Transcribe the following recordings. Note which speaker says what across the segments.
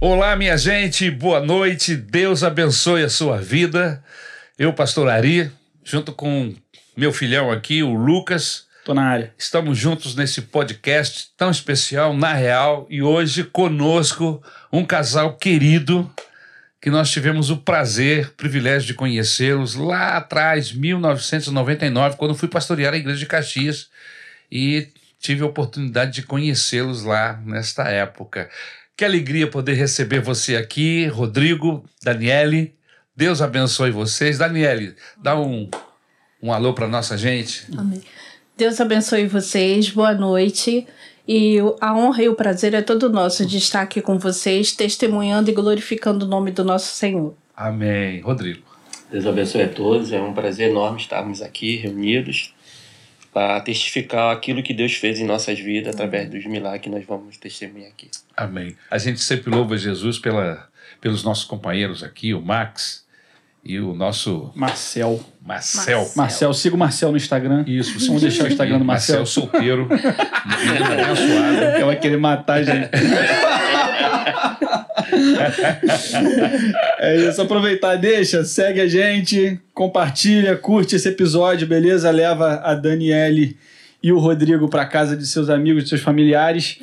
Speaker 1: Olá, minha gente, boa noite, Deus abençoe a sua vida. Eu, Pastor Ari, junto com meu filhão aqui, o Lucas,
Speaker 2: Tô na área.
Speaker 1: estamos juntos nesse podcast tão especial, na real, e hoje conosco um casal querido que nós tivemos o prazer, privilégio de conhecê-los lá atrás, 1999, quando fui pastorear a Igreja de Caxias e tive a oportunidade de conhecê-los lá nesta época. Que alegria poder receber você aqui, Rodrigo, Daniele. Deus abençoe vocês. Daniele, dá um, um alô para nossa gente.
Speaker 3: Amém. Deus abençoe vocês, boa noite. E o- a honra e o prazer é todo nosso de estar aqui com vocês, testemunhando e glorificando o nome do nosso Senhor.
Speaker 1: Amém. Rodrigo.
Speaker 4: Deus abençoe a todos. É um prazer enorme estarmos aqui reunidos para testificar aquilo que Deus fez em nossas vidas através dos milagres que nós vamos testemunhar aqui.
Speaker 1: Amém. A gente sempre louva Jesus pela, pelos nossos companheiros aqui, o Max e o nosso
Speaker 2: Marcel.
Speaker 1: Marcel.
Speaker 3: Marcel.
Speaker 2: Marcel, siga o Marcel no Instagram.
Speaker 1: Isso, vocês
Speaker 2: Vamos deixar o Instagram do Marcel.
Speaker 1: Marcel solteiro. menino abençoado.
Speaker 2: Ela vai querer matar a gente. É isso, aproveitar, deixa, segue a gente, compartilha, curte esse episódio, beleza? Leva a Daniele e o Rodrigo pra casa de seus amigos, de seus familiares.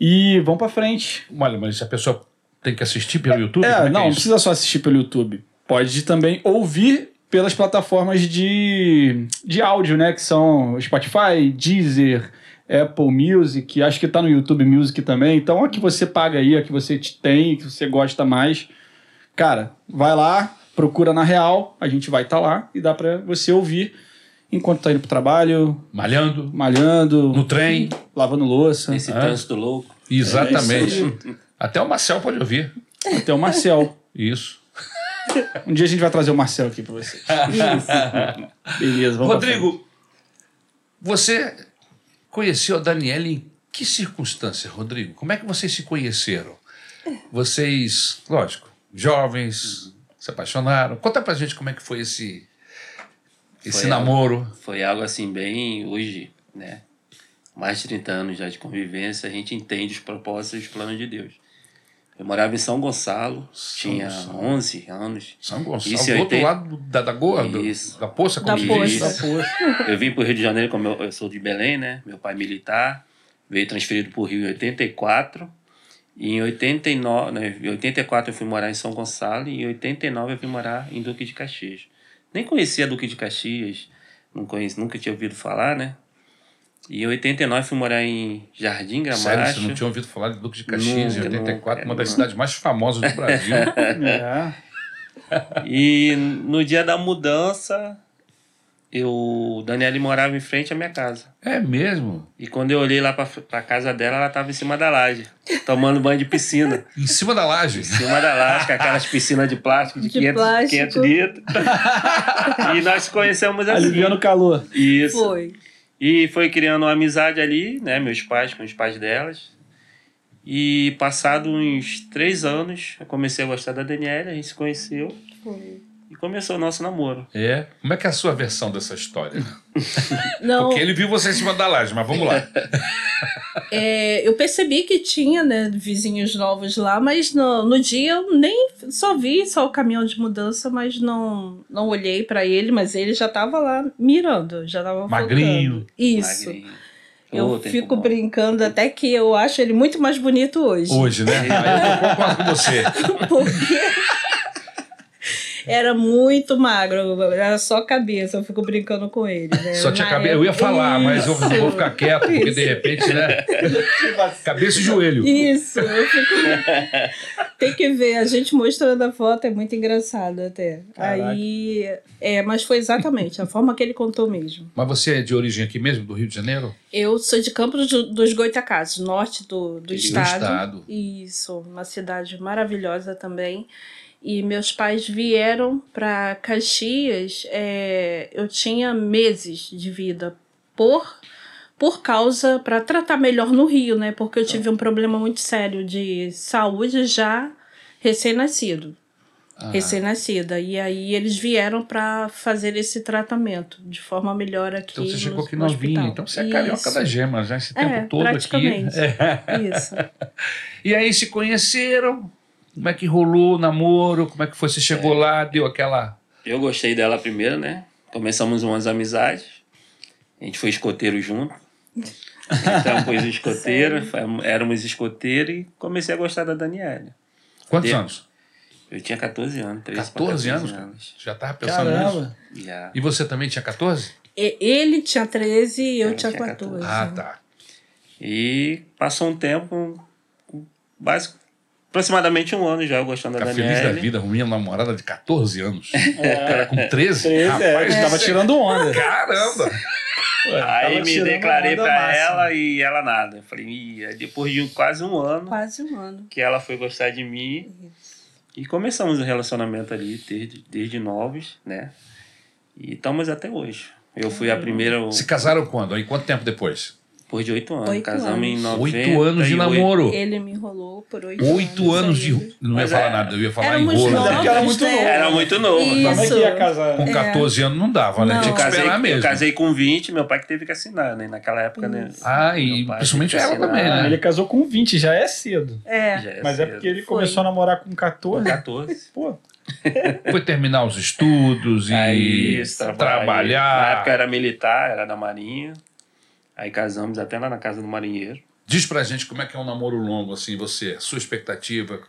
Speaker 2: E vão pra frente.
Speaker 1: Olha, mas a pessoa tem que assistir pelo YouTube? Como
Speaker 2: É,
Speaker 1: que
Speaker 2: não, não
Speaker 1: isso?
Speaker 2: precisa só assistir pelo YouTube. Pode também ouvir pelas plataformas de, de áudio, né? Que são Spotify, Deezer, Apple Music, acho que tá no YouTube Music também. Então, a que você paga aí, a que você te- tem, a que você gosta mais. Cara, vai lá, procura na real, a gente vai estar lá e dá pra você ouvir enquanto tá indo pro trabalho,
Speaker 1: Malhando,
Speaker 2: malhando,
Speaker 1: no
Speaker 2: É
Speaker 1: trem.
Speaker 2: lavando louça.
Speaker 4: Nesse
Speaker 1: Ah.
Speaker 4: trânsito louco.
Speaker 1: Exatamente. Até o Marcel pode ouvir.
Speaker 2: Até o Marcel.
Speaker 1: Isso.
Speaker 2: Um dia a gente vai trazer o Marcel aqui pra você. Beleza, vamos pra frente.
Speaker 1: Rodrigo, você conheceu a Daniela em que circunstância, Rodrigo? Como é que vocês se conheceram? Vocês, lógico,
Speaker 4: Uhum.
Speaker 1: jovens, se apaixonaram. Conta pra gente como é que foi esse, esse
Speaker 4: Foi
Speaker 1: namoro.
Speaker 4: Foi algo assim bem hoje, né? Mais de 30 anos já de convivência, a gente entende os propósitos e os planos de Deus. Eu morava em São Gonçalo,
Speaker 1: São
Speaker 4: tinha
Speaker 1: Gonçalo.
Speaker 4: 11 anos.
Speaker 1: São Gonçalo,
Speaker 4: Isso,
Speaker 1: do outro
Speaker 4: 80.
Speaker 1: lado da, da Goa, do-
Speaker 4: Isso.
Speaker 1: da poça, como
Speaker 3: Da
Speaker 1: se diz.
Speaker 3: poça.
Speaker 4: Isso. Eu vim para o Rio de Janeiro, como eu, eu sou de Belém, né? Meu pai é militar, veio transferido para o Rio em 84. E em 89, né, em 84 eu fui morar em São Gonçalo e em 89 eu fui morar em Duque de Caxias. Nem conhecia Duque de Caxias, não conheci, nunca tinha ouvido falar, né? E em 89 fui morar em Jardim
Speaker 1: Sério,
Speaker 4: Gramacho.
Speaker 1: você não tinha ouvido falar de Duque de Caxias em
Speaker 4: Nunca,
Speaker 1: 84, uma das
Speaker 4: nunca.
Speaker 1: cidades mais famosas do Brasil.
Speaker 2: É.
Speaker 4: E no dia da mudança, eu, o Daniele morava em frente à minha casa.
Speaker 1: é mesmo?
Speaker 4: E quando eu olhei lá pra, pra casa dela, ela tava em cima da laje, tomando banho de piscina.
Speaker 1: Em cima da laje.
Speaker 4: Em cima da laje, com aquelas piscinas de plástico de,
Speaker 3: De
Speaker 4: 500,
Speaker 3: plástico.
Speaker 4: 500 litros. e nós conhecemos assim.
Speaker 2: É. Aliviando o calor.
Speaker 4: Isso.
Speaker 3: Foi.
Speaker 4: E foi criando uma amizade ali, né? Meus pais com os pais delas. E passado uns três anos, eu comecei a gostar da Daniela, a gente se conheceu
Speaker 3: Foi.
Speaker 4: e começou o nosso namoro.
Speaker 1: É. Como é que é a sua versão dessa história?
Speaker 3: Não, Então,
Speaker 1: Porque ele viu você em cima da laje, mas vamos lá.
Speaker 3: é, eu percebi que tinha né, vizinhos novos lá, mas no, no dia eu nem só vi só o caminhão de mudança, mas não, não olhei pra ele, mas ele já tava lá mirando, já tava
Speaker 1: Magrinho.
Speaker 3: focando. Isso.
Speaker 4: Magrinho.
Speaker 3: Eu
Speaker 4: Ô, tempo
Speaker 3: fico
Speaker 4: bom.
Speaker 3: brincando até que eu acho ele muito mais bonito hoje.
Speaker 1: Hoje, né?
Speaker 3: É.
Speaker 1: Aí eu concordo com você.
Speaker 3: Porque era muito magro, era só cabeça. Eu fico brincando com ele. Né?
Speaker 1: Só tinha
Speaker 3: Na
Speaker 1: cabeça. Eu ia
Speaker 3: época-
Speaker 1: falar, mas eu
Speaker 3: Isso.
Speaker 1: vou ficar quieto, porque de repente, né? Cabeça e joelho.
Speaker 3: Isso, eu fico. Tem que ver, a gente mostrando a foto é muito engraçado até.
Speaker 2: Caraca.
Speaker 3: Aí. É, mas foi exatamente a forma que ele contou mesmo.
Speaker 1: Mas você é de origem aqui mesmo, do Rio de Janeiro?
Speaker 3: Eu sou de Campos do- dos Goitacazes, norte do, do
Speaker 4: Do
Speaker 3: estado.
Speaker 1: estado.
Speaker 3: Isso, uma cidade maravilhosa também. E meus pais vieram para Caxias, é, eu tinha meses de vida por por causa para tratar melhor no Rio, né? Porque
Speaker 1: Tá.
Speaker 3: eu tive um problema muito sério de saúde já recém-nascido,
Speaker 1: Ah,
Speaker 3: recém-nascida. E aí eles vieram para fazer esse tratamento de forma melhor aqui
Speaker 1: Então você chegou
Speaker 3: no,
Speaker 1: aqui
Speaker 3: no
Speaker 1: novinha,
Speaker 3: hospital.
Speaker 1: então você é carioca
Speaker 3: Isso.
Speaker 1: da gema, já esse tempo
Speaker 3: É,
Speaker 1: todo aqui.
Speaker 3: praticamente.
Speaker 1: É.
Speaker 3: Isso.
Speaker 1: E aí se conheceram, Como é que rolou o namoro? Como é que foi? Você chegou lá, deu aquela.
Speaker 4: Eu gostei dela primeiro, né? Começamos um ano de amizade. A gente foi escoteiro junto. Entramos escoteiro, fam- éramos escoteiro e comecei a gostar da Daniela.
Speaker 1: Quantos
Speaker 4: Deu.
Speaker 1: anos?
Speaker 4: Eu tinha 14 anos, 13 pra
Speaker 1: 14 anos? cara?
Speaker 4: anos.
Speaker 1: Já tava pensando nisso?
Speaker 2: Caramba.
Speaker 4: Já.
Speaker 1: E você também tinha 14?
Speaker 3: E- Ele tinha 13 e eu
Speaker 4: Eu
Speaker 3: tinha né?
Speaker 4: tinha
Speaker 3: 14.
Speaker 1: Ah, tá.
Speaker 4: E passou um tempo, basic, aproximadamente um ano já gostando da
Speaker 1: Ficar feliz da
Speaker 4: Daniela.
Speaker 1: vida, arrumei uma namorada de 14 anos.
Speaker 2: É,
Speaker 1: Com 13?
Speaker 2: treze, é,
Speaker 1: Rapaz,
Speaker 2: eu tava tirando onda.
Speaker 1: caramba!
Speaker 2: Ué, tava
Speaker 4: Aí me
Speaker 2: tirando
Speaker 4: declarei
Speaker 2: onda
Speaker 4: pra
Speaker 2: máxima.
Speaker 1: né?
Speaker 4: ela e ela nada. Eu Falei, "Ih", aí depois de um- quase um ano
Speaker 3: Quase um ano.
Speaker 4: que ela foi gostar de mim e começamos o relacionamento ali desde, desde novos, né? E estamos até hoje. Eu fui a primeira
Speaker 1: Se casaram quando? Aí quanto tempo depois?
Speaker 4: depois de oito anos.
Speaker 3: Oito
Speaker 4: Casamos em
Speaker 3: anos.
Speaker 4: 90.
Speaker 1: Oito anos de namoro.
Speaker 3: Ele me enrolou por oito anos.
Speaker 1: Oito anos de.
Speaker 3: ainda.
Speaker 1: Não ia
Speaker 4: Mas
Speaker 1: falar
Speaker 4: é,
Speaker 1: nada, eu ia falar
Speaker 3: Éramos
Speaker 1: enrolo.
Speaker 2: Mas é porque era
Speaker 3: novos,
Speaker 2: muito
Speaker 3: né?
Speaker 2: novo.
Speaker 4: Era muito novo.
Speaker 2: Como é que ia
Speaker 3: Isso.
Speaker 2: casar?
Speaker 1: Com 14 anos não dava, né?
Speaker 3: Não.
Speaker 1: Tinha
Speaker 4: Eu
Speaker 1: que
Speaker 4: casei,
Speaker 1: esperar mesmo.
Speaker 4: eu casei com 20, meu pai que teve que assinar, né? Naquela época, né?
Speaker 1: Ah, e
Speaker 4: Meu pai
Speaker 1: principalmente
Speaker 4: teve que
Speaker 1: ela também, né?
Speaker 2: Ah, Ele casou com 20, já é cedo.
Speaker 3: É.
Speaker 4: Já
Speaker 2: Mas é
Speaker 4: cedo.
Speaker 2: porque ele
Speaker 3: Foi.
Speaker 2: começou a namorar com 14.
Speaker 4: 14.
Speaker 2: Pô,
Speaker 1: Foi terminar os estudos e
Speaker 4: Aí, isso,
Speaker 1: trabalhar.
Speaker 4: Na época era militar, era da Marinha. Aí casamos até lá na casa do marinheiro.
Speaker 1: Diz pra gente como é que é um namoro longo, assim, você, sua expectativa.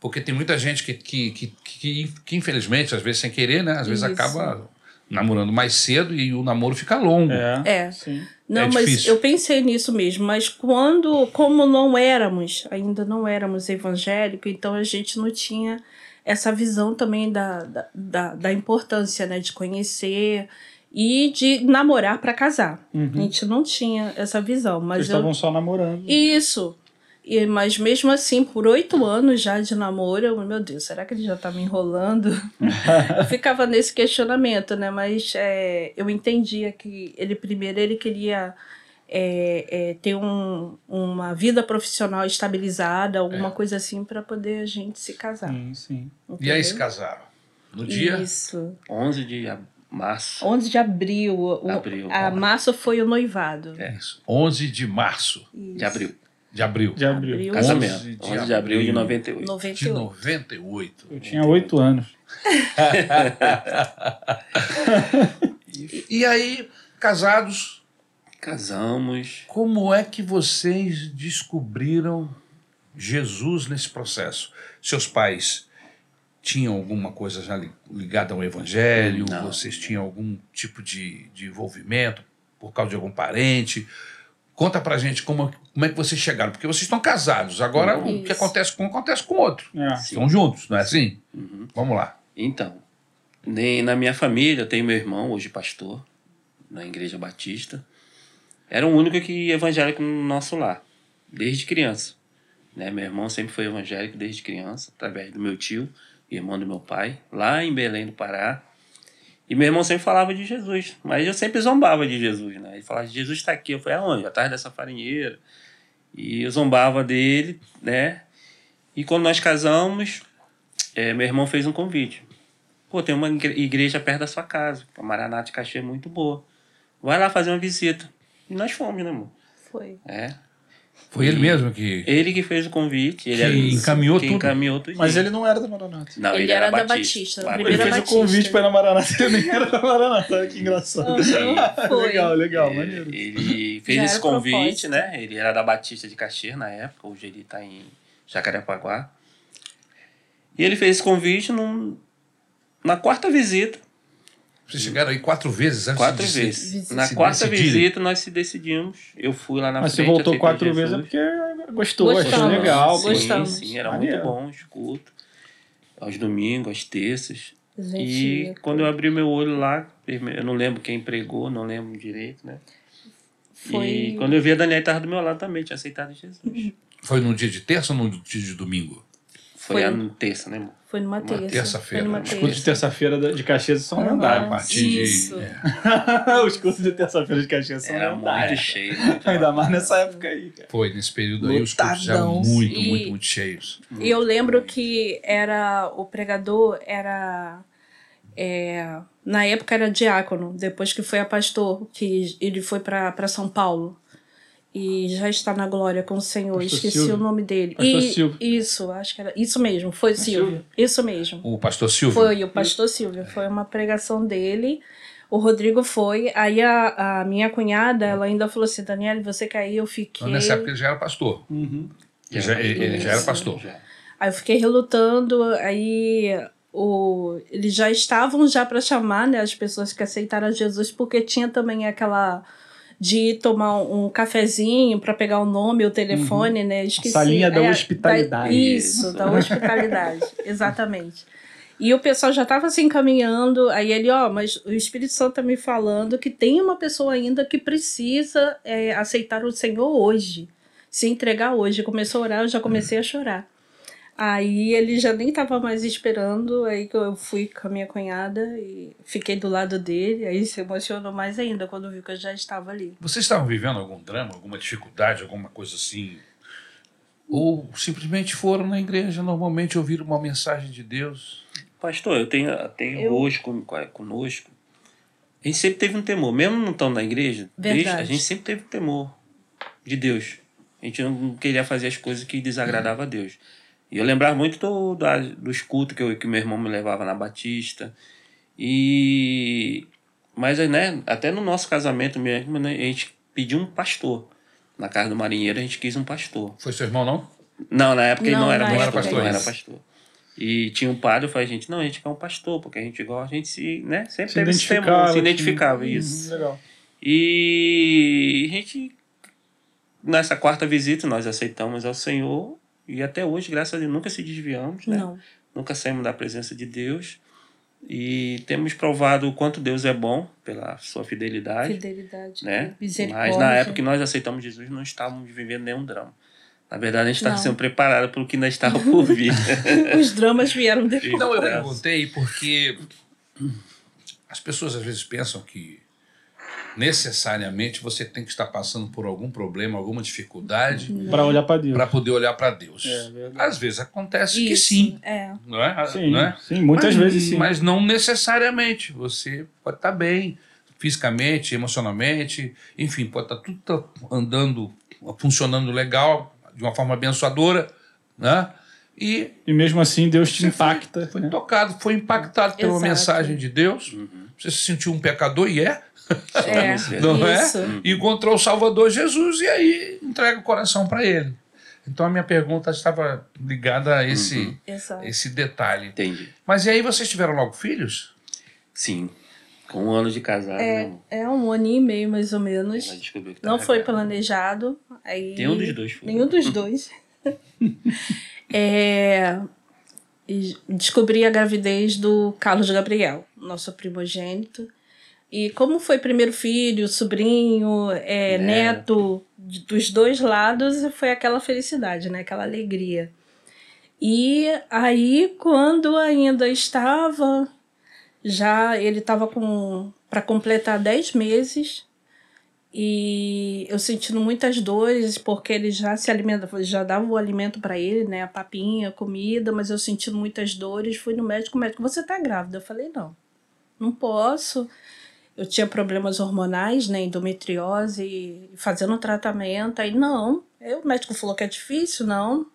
Speaker 1: Porque tem muita gente que, que, que, que, que, infelizmente, às vezes sem querer, né? Às vezes
Speaker 3: Isso.
Speaker 1: acaba namorando mais cedo e o namoro fica longo.
Speaker 2: é.
Speaker 3: É.
Speaker 2: Sim.
Speaker 3: Não,
Speaker 1: É
Speaker 3: mas
Speaker 1: difícil.
Speaker 3: eu pensei nisso mesmo, mas quando, como não éramos, ainda não éramos evangélico, então a gente não tinha essa visão também da, da, da, da importância, né, de conhecer e de namorar para casar. A
Speaker 2: Uhum.
Speaker 3: gente não tinha essa visão,
Speaker 2: Eles
Speaker 3: mas eu
Speaker 2: estavam só namorando.
Speaker 3: isso. E, mas mesmo assim, por oito anos já de namoro, eu, meu Deus, será que ele já tá me enrolando? eu ficava nesse questionamento, né? Mas é, eu entendia que ele primeiro ele queria é, é, ter um, uma vida profissional estabilizada, alguma
Speaker 4: É.
Speaker 3: coisa assim, para poder a gente se casar.
Speaker 2: Sim, sim.
Speaker 4: Hum.
Speaker 1: E aí se
Speaker 3: entendeu?
Speaker 1: casaram. No dia.
Speaker 3: Isso.
Speaker 4: 11 de ab- março.
Speaker 3: 11 de abril. o-
Speaker 4: Abril,
Speaker 3: a
Speaker 4: bom.
Speaker 3: março foi o noivado.
Speaker 4: É.
Speaker 1: Isso. 11 de março,
Speaker 4: De abril.
Speaker 1: de abril
Speaker 2: De abril.
Speaker 3: Abril. um,
Speaker 4: Casamento.
Speaker 1: 11 de
Speaker 4: 11 de abril de
Speaker 1: abril.
Speaker 4: 98.
Speaker 3: 98.
Speaker 1: de 98.
Speaker 2: Eu tinha 8 anos.
Speaker 1: E, e aí, casados,
Speaker 4: Casamos.
Speaker 1: como é que vocês descobriram Jesus nesse processo? Seus pais tinham alguma coisa já li- ligada ao evangelho?
Speaker 4: Não.
Speaker 1: Vocês tinham algum tipo de, de envolvimento por causa de algum parente? Conta pra gente como, como é que vocês chegaram, porque vocês estão casados. Agora, o que
Speaker 3: Isso.
Speaker 1: acontece com um, acontece com o outro.
Speaker 2: É.
Speaker 4: Sim.
Speaker 1: Estão juntos, não é assim?
Speaker 4: Uhum.
Speaker 1: Vamos lá.
Speaker 4: Então, nem na minha família, eu tenho meu irmão, hoje pastor, na Igreja Batista. Era o único que evangélico no nosso lar, desde criança. Né? Meu irmão sempre foi evangélico desde criança, através do meu tio, irmão do meu pai, lá em Belém do Pará. E meu irmão sempre falava de Jesus, mas eu sempre zombava de Jesus, né? Ele falava, Jesus está aqui. Eu falei, aonde? Atrás dessa farinheira. E eu zombava dele, né? E quando nós casamos, eh, meu irmão fez um convite. Pô, tem uma igre- igreja perto da sua casa, a Maranata de Caxi é muito boa. Vai lá fazer uma visita. E nós fomos, né, amor?
Speaker 3: Foi.
Speaker 4: É.
Speaker 1: Foi ele
Speaker 4: E-
Speaker 1: mesmo que.
Speaker 4: Ele que fez o convite. Ele
Speaker 1: Que
Speaker 4: era-
Speaker 1: encaminhou
Speaker 4: que
Speaker 1: tudo.
Speaker 4: encaminhou tudo.
Speaker 2: Mas ele não era da Maranata.
Speaker 4: Não,
Speaker 3: Ele
Speaker 4: ele, era,
Speaker 3: era da Batista,
Speaker 4: Batista.
Speaker 3: da
Speaker 4: Lá-
Speaker 2: Ele
Speaker 3: primeira
Speaker 2: fez o
Speaker 3: Batista. né?
Speaker 2: convite pra ir na Maranata e eu nem era da Maranata. Olha que engraçado.
Speaker 3: Uhum, foi.
Speaker 2: legal, legal, maneiro.
Speaker 4: Ele
Speaker 3: Já
Speaker 4: fez esse
Speaker 3: era
Speaker 4: convite,
Speaker 3: proposta.
Speaker 4: né? Ele era da Batista de Caxias na época, hoje ele tá em Jacarepaguá. E ele fez esse convite num- na quarta visita.
Speaker 1: Vocês chegaram aí quatro vezes antes
Speaker 4: Quatro
Speaker 1: de se-
Speaker 4: vezes.
Speaker 3: Visita.
Speaker 4: Na
Speaker 1: se
Speaker 4: quarta
Speaker 1: decidirem.
Speaker 4: visita nós se decidimos. Eu fui lá na
Speaker 2: Mas você
Speaker 4: frente.
Speaker 2: voltou
Speaker 4: aceitei
Speaker 2: quatro
Speaker 4: Jesus.
Speaker 2: vezes é porque gostou, achou
Speaker 3: Gostamos.
Speaker 2: legal.
Speaker 4: Sim,
Speaker 3: gostamos.
Speaker 4: sim, era
Speaker 2: Maneiro.
Speaker 4: muito bom os cultos. Aos domingos, às terças.
Speaker 3: A gente
Speaker 4: E
Speaker 3: ia.
Speaker 4: quando eu abri meu olho lá, eu não lembro quem pregou, não lembro direito, né?
Speaker 3: Foi-
Speaker 4: E quando eu vi a Daniela estava do meu lado também, tinha aceitado Jesus.
Speaker 1: Foi no dia de terça ou no dia de domingo?
Speaker 4: Foi,
Speaker 3: Foi.
Speaker 4: a terça, né, amor?
Speaker 3: Foi numa terça.
Speaker 1: terça-feira,
Speaker 3: Foi numa
Speaker 1: né?
Speaker 2: Os
Speaker 3: terça.
Speaker 2: cultos de terça-feira da- de Caxias são
Speaker 3: Uhum.
Speaker 1: A
Speaker 2: lendários.
Speaker 1: partir de-
Speaker 3: Isso.
Speaker 1: é.
Speaker 2: Os cursos de terça-feira de Caxias são
Speaker 4: Era muito
Speaker 2: lendários.
Speaker 4: cheio. muito
Speaker 2: Ainda
Speaker 4: lotado.
Speaker 2: mais nessa época aí, cara.
Speaker 1: Foi, nesse período aí os
Speaker 2: Lotadão.
Speaker 1: cultos eram muito,
Speaker 3: E-
Speaker 1: muito, muito cheios.
Speaker 3: E eu lembro que era o pregador era é, na época era diácono, depois que foi a pastor, que ele foi para São Paulo. e já está na glória com o Senhor.
Speaker 2: Pastor
Speaker 3: Esqueci
Speaker 2: Silvio.
Speaker 3: o nome dele.
Speaker 2: Pastor
Speaker 3: E-
Speaker 2: Silvio.
Speaker 3: Isso, acho que era. Isso mesmo, foi o Silvio.
Speaker 2: Silvio.
Speaker 3: Isso mesmo.
Speaker 1: O pastor Silvio?
Speaker 3: Foi o pastor Silvio, foi uma pregação dele. O Rodrigo foi. Aí a, a minha cunhada, ela ainda falou assim: Daniele, você caiu, eu
Speaker 1: Então,
Speaker 3: fiquei.
Speaker 1: Nessa época ele já era pastor.
Speaker 2: Uhum.
Speaker 1: Ele já, ele- ele já era
Speaker 3: Isso.
Speaker 1: pastor.
Speaker 4: Já.
Speaker 3: Aí eu fiquei relutando, aí o, eles já estavam já para chamar né, as pessoas que aceitaram Jesus, porque tinha também aquela de ir tomar um cafezinho para pegar o nome, o telefone, né? Esqueci.
Speaker 2: salinha da hospitalidade.
Speaker 3: isso, da hospitalidade, exatamente. E o pessoal já estava se encaminhando, aí ele, ó, mas o Espírito Santo tá me falando que tem uma pessoa ainda que precisa é, aceitar o Senhor hoje, se entregar hoje. Começou a orar, eu já comecei a chorar. Aí ele já nem tava mais esperando, aí que eu fui com a minha cunhada e fiquei do lado dele, aí se emocionou mais ainda quando viu que eu já estava ali.
Speaker 1: Vocês estavam vivendo algum drama, alguma dificuldade, alguma coisa assim? Ou simplesmente foram na igreja normalmente ouvir uma mensagem de Deus?
Speaker 4: Pastor, eu tenho, eu tenho
Speaker 3: Eu-
Speaker 4: hoje com- com- conosco. A gente sempre teve um temor, mesmo não estando na igreja, desde- a
Speaker 3: Verdade.
Speaker 4: gente sempre teve um temor de Deus. A gente não queria fazer as coisas que desagradavam a Deus. E eu lembrava muito do, da- dos cultos que, eu, que meu irmão me levava na Batista. E. Mas, né, até no nosso casamento mesmo, né, a gente pediu um pastor. Na casa do marinheiro, a gente quis um pastor.
Speaker 1: Foi seu irmão, não?
Speaker 4: Não, na época ele
Speaker 3: Não,
Speaker 4: não era
Speaker 3: na
Speaker 4: pastor.
Speaker 1: época
Speaker 4: Não
Speaker 1: não.
Speaker 4: era pastor. E tinha um padre, eu falei, gente, não, a gente quer um pastor, porque a gente igual, a gente se, né, sempre teve esse temor, se identificava, isso.
Speaker 2: Uhum, legal.
Speaker 4: E a gente, nessa quarta visita, nós aceitamos ao Senhor, e até hoje, graças a Deus, nunca se desviamos, né?
Speaker 3: Não.
Speaker 4: nunca saímos da presença de Deus, e temos provado o quanto Deus é bom pela sua fidelidade
Speaker 3: Fidelidade.
Speaker 4: né?
Speaker 3: Misericórdia.
Speaker 4: Mas na época que nós aceitamos Jesus, não estávamos vivendo nenhum drama. Na verdade, a gente estava
Speaker 3: Não.
Speaker 4: sendo preparado para o que ainda estava por vir.
Speaker 3: Os dramas vieram depois.
Speaker 1: Não, eu
Speaker 4: Graças.
Speaker 1: perguntei porque as pessoas às vezes pensam que necessariamente você tem que estar passando por algum problema, alguma dificuldade
Speaker 2: Pra olhar pra Deus.
Speaker 1: para poder olhar para Deus.
Speaker 2: É, verdade.
Speaker 1: às vezes acontece que
Speaker 3: Isso,
Speaker 1: sim,
Speaker 3: É.
Speaker 1: não é?
Speaker 2: Sim,
Speaker 1: Não é?
Speaker 2: sim, muitas
Speaker 1: Mas-
Speaker 2: vezes sim.
Speaker 1: Mas não necessariamente. Você pode estar bem, fisicamente, emocionalmente, enfim, pode estar tudo tá andando, funcionando legal, de uma forma abençoadora, né? E
Speaker 2: E mesmo assim Deus te
Speaker 1: Você foi-
Speaker 2: impacta.
Speaker 1: foi
Speaker 2: né?
Speaker 1: tocado, foi impactado pela
Speaker 3: É. Exato.
Speaker 1: mensagem de Deus. Você se sentiu um pecador e é,
Speaker 3: É.
Speaker 4: Somos-
Speaker 1: não
Speaker 3: Isso.
Speaker 1: é? Encontrou o Salvador Jesus e aí entrega o coração para ele. Então a minha pergunta estava ligada a esse,
Speaker 3: Exato.
Speaker 1: esse detalhe.
Speaker 4: Entendi.
Speaker 1: Mas e aí vocês tiveram logo filhos?
Speaker 4: Sim. Com um ano de casado, né, amor?
Speaker 3: É um aninho e meio, mais ou
Speaker 4: Ela
Speaker 3: menos.
Speaker 4: descobriu que
Speaker 3: Não
Speaker 4: tava
Speaker 3: foi
Speaker 4: grávida.
Speaker 3: planejado. Aí...
Speaker 4: Nenhum um dos dois foi.
Speaker 3: Nenhum dos dois. é... e Descobri a gravidez do Carlos Gabriel, nosso primogênito. E como foi primeiro filho, sobrinho, é, neto,
Speaker 4: Neto.
Speaker 3: d- dos dois lados, foi aquela felicidade, né? Aquela alegria. E aí, quando ainda estava, já ele estava com para completar 10 meses e eu sentindo muitas dores porque ele já se alimentava, já dava o alimento para ele, né, a papinha, a comida, mas eu sentindo muitas dores, fui no médico, o médico, você tá grávida? Eu falei, não. Não posso. Eu tinha problemas hormonais, né, endometriose, e fazendo tratamento, aí não. Aí o médico falou que é difícil, não.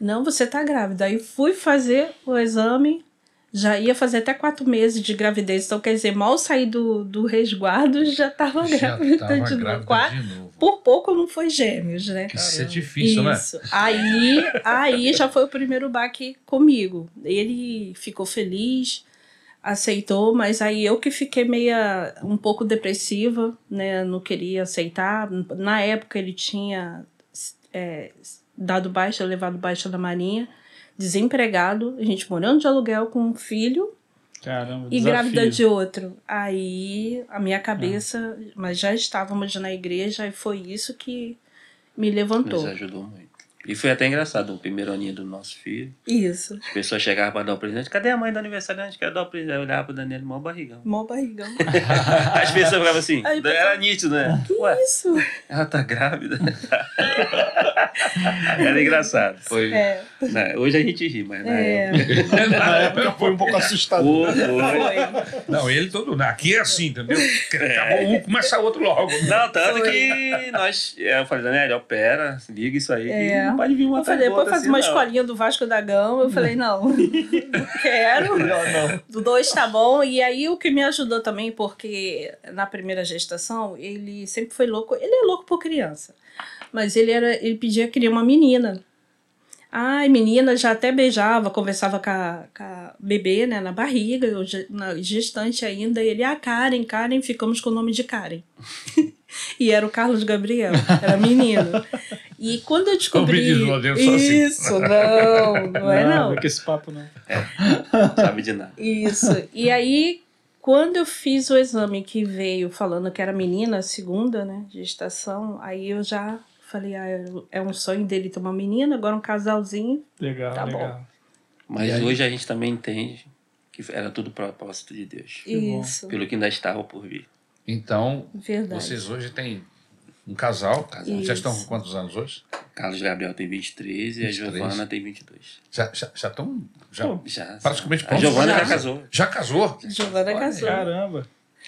Speaker 3: Não, você tá grávida. Aí fui fazer o exame, já ia fazer até quatro meses de gravidez. Então, quer dizer, mal saí do, do resguardo, já tava grávida
Speaker 1: tava
Speaker 3: de novo. Qua-
Speaker 1: de novo.
Speaker 3: Por pouco não foi gêmeos, né?
Speaker 1: Isso é difícil, né?
Speaker 3: Isso. Aí, aí já foi o primeiro baque comigo. Ele ficou feliz, aceitou, mas aí eu que fiquei meia um pouco depressiva, né? Não queria aceitar. Na época ele tinha é, dado baixa, levado baixa da marinha, desempregado, a gente morando de aluguel com um filho
Speaker 2: Caramba,
Speaker 3: e
Speaker 2: desafio.
Speaker 3: grávida de outro. Aí a minha cabeça, mas já estávamos na igreja e foi isso que me levantou.
Speaker 4: é- Nos ajudou muito. E foi até engraçado, o primeiro aninho do nosso filho.
Speaker 3: Isso.
Speaker 4: As pessoas chegavam pra dar o presente. Cadê a mãe do aniversariante? Quer dar o presente? Eu olhava pro Danilo, mó barrigão.
Speaker 3: Mó é um barrigão.
Speaker 4: As pessoas ficavam assim.
Speaker 3: Aí, pessoal,
Speaker 4: Era nítido, né?
Speaker 3: Que
Speaker 4: Ué,
Speaker 3: isso?
Speaker 4: ela tá grávida. Era engraçado.
Speaker 1: Foi.
Speaker 3: É,
Speaker 4: Né, Hoje a gente ri, mas né, na
Speaker 3: é.
Speaker 4: época-
Speaker 1: Na época
Speaker 5: Foi um pouco assustador.
Speaker 4: Pô, foi.
Speaker 3: Foi.
Speaker 1: Não, ele todo. Aqui é assim, entendeu? Acabou um, começa outro logo.
Speaker 4: Não, tanto que nós. é, Eu falei, Daniel, opera, se liga isso aí. que
Speaker 3: É.
Speaker 4: não pode vir uma
Speaker 3: Eu falei,
Speaker 4: atrás da
Speaker 3: depois
Speaker 4: outra
Speaker 3: faz
Speaker 4: assim,
Speaker 3: uma
Speaker 4: não.
Speaker 3: escolinha do Vasco da Gama. Eu falei, não, não
Speaker 4: é
Speaker 3: quero.
Speaker 5: Não,
Speaker 3: Do dois tá bom. E aí o que me ajudou também, porque na primeira gestação, ele sempre foi louco. Ele é louco por criança. Mas ele era. ele pedia queria uma menina. Ai, menina, já até beijava, conversava com a, com a bebê, né, na barriga, eu ge- na gestante ainda. E ele, ah, Karen, Karen, ficamos com o nome de Karen. e era o Carlos Gabriel, era menino. E quando eu descobri.
Speaker 1: menino lá dentro, só assim.
Speaker 3: Isso, não, não é não.
Speaker 2: é com esse papo, não.
Speaker 4: Sabe de nada.
Speaker 3: Isso. E aí, quando eu fiz o exame que veio falando que era menina, a segunda, né, gestação, aí eu já falei, ah, eu- é um sonho dele ter uma menina, agora um casalzinho.
Speaker 2: Legal,
Speaker 3: Tá bom.
Speaker 2: legal.
Speaker 4: Mas
Speaker 2: E aí?
Speaker 4: hoje a gente também entende que era tudo propósito de Deus.
Speaker 2: bom.
Speaker 3: Isso.
Speaker 4: Pelo que ainda estava por vir.
Speaker 1: Então,
Speaker 3: Verdade.
Speaker 1: vocês hoje têm um casal. casal. Já
Speaker 3: Isso.
Speaker 1: estão com quantos anos hoje?
Speaker 4: Carlos Gabriel tem 23 e a
Speaker 1: 23.
Speaker 4: Giovana tem 22.
Speaker 1: Já já já estão. Já,
Speaker 4: Já.
Speaker 1: Praticamente
Speaker 4: A
Speaker 1: pronto.
Speaker 4: Giovana
Speaker 3: Já.
Speaker 4: já casou.
Speaker 1: já casou?
Speaker 3: Giovana
Speaker 1: Olha,
Speaker 3: casou.
Speaker 2: Caramba,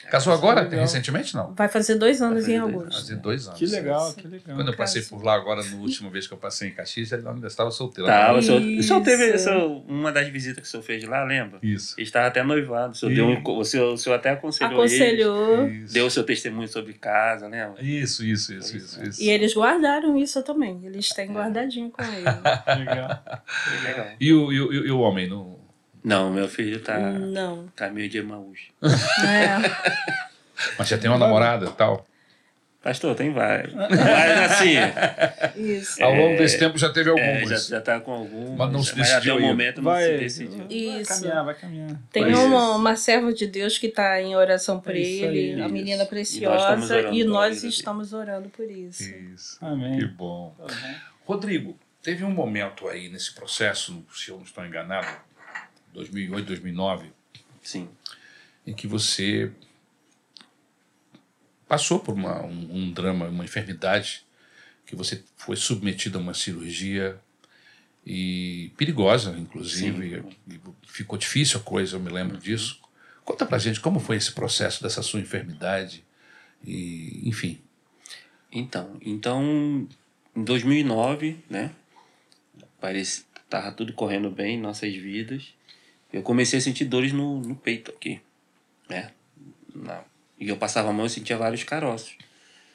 Speaker 1: Casou agora?
Speaker 2: Legal.
Speaker 1: Recentemente não.
Speaker 3: Vai fazer dois anos
Speaker 4: fazer
Speaker 3: em
Speaker 4: dois
Speaker 3: agosto.
Speaker 1: Fazia dois anos.
Speaker 2: que legal,
Speaker 3: Nossa.
Speaker 2: que legal.
Speaker 1: Quando eu passei
Speaker 3: Caso.
Speaker 1: por lá agora, na última vez que eu passei em Caxias, ela ainda estava solteira.
Speaker 4: Tá, o senhor, o
Speaker 3: Isso.
Speaker 4: senhor teve o senhor- uma das visitas que o senhor fez lá, lembra?
Speaker 1: Isso.
Speaker 4: Ele estava até noivado. O senhor, deu um, o senhor, o senhor até aconselhou, ele.
Speaker 3: Aconselhou.
Speaker 1: Isso.
Speaker 4: Deu o seu testemunho sobre casa, né, lembra?
Speaker 1: Isso, isso, isso, isso.
Speaker 4: é.
Speaker 1: isso.
Speaker 3: E eles guardaram isso também. Eles têm guardadinho com ele.
Speaker 2: Legal.
Speaker 4: Foi legal.
Speaker 1: E o, e, o, e o homem? Não...
Speaker 4: Não, meu filho tá
Speaker 3: Não.
Speaker 4: caminho de Emaús.
Speaker 3: É.
Speaker 1: Mas já tem uma namorada e tal.
Speaker 4: Pastor, tem vários. Mas assim,
Speaker 3: Isso.
Speaker 1: Ao longo desse tempo já teve
Speaker 4: é, já,
Speaker 1: algumas.
Speaker 4: já tá com algum.
Speaker 1: Mas não se decidiu
Speaker 4: até o
Speaker 1: ainda.
Speaker 4: momento não se
Speaker 2: Vai,
Speaker 4: decidiu.
Speaker 2: vai
Speaker 3: Isso.
Speaker 2: caminhar, vai caminhar.
Speaker 3: Tem
Speaker 4: Pois é.
Speaker 3: uma, uma serva de Deus que está em oração por
Speaker 2: É isso aí.
Speaker 3: ele, a
Speaker 4: Isso.
Speaker 3: menina
Speaker 4: E nós estamos
Speaker 3: preciosa,
Speaker 4: orando
Speaker 3: e
Speaker 4: pela
Speaker 3: nós
Speaker 4: vida dele. Uhum.
Speaker 3: estamos orando por isso.
Speaker 1: Isso. Que
Speaker 2: Amém.
Speaker 1: bom.
Speaker 2: Tá bom.
Speaker 1: Rodrigo, teve um momento aí nesse processo, se eu não estou enganado, 2008, 2009,
Speaker 4: Sim.
Speaker 1: em que você passou por uma- um, um drama, uma enfermidade, que você foi submetido a uma cirurgia e perigosa, inclusive, e, e ficou difícil a coisa, eu me lembro
Speaker 4: Uhum.
Speaker 1: disso. Conta pra gente como foi esse processo dessa sua enfermidade e, enfim,
Speaker 4: Então, então em 2009, né? Parece tava tudo correndo bem em nossas vidas. Eu comecei a sentir dores no, no peito aqui, né? Na- e eu passava a mão e sentia vários caroços.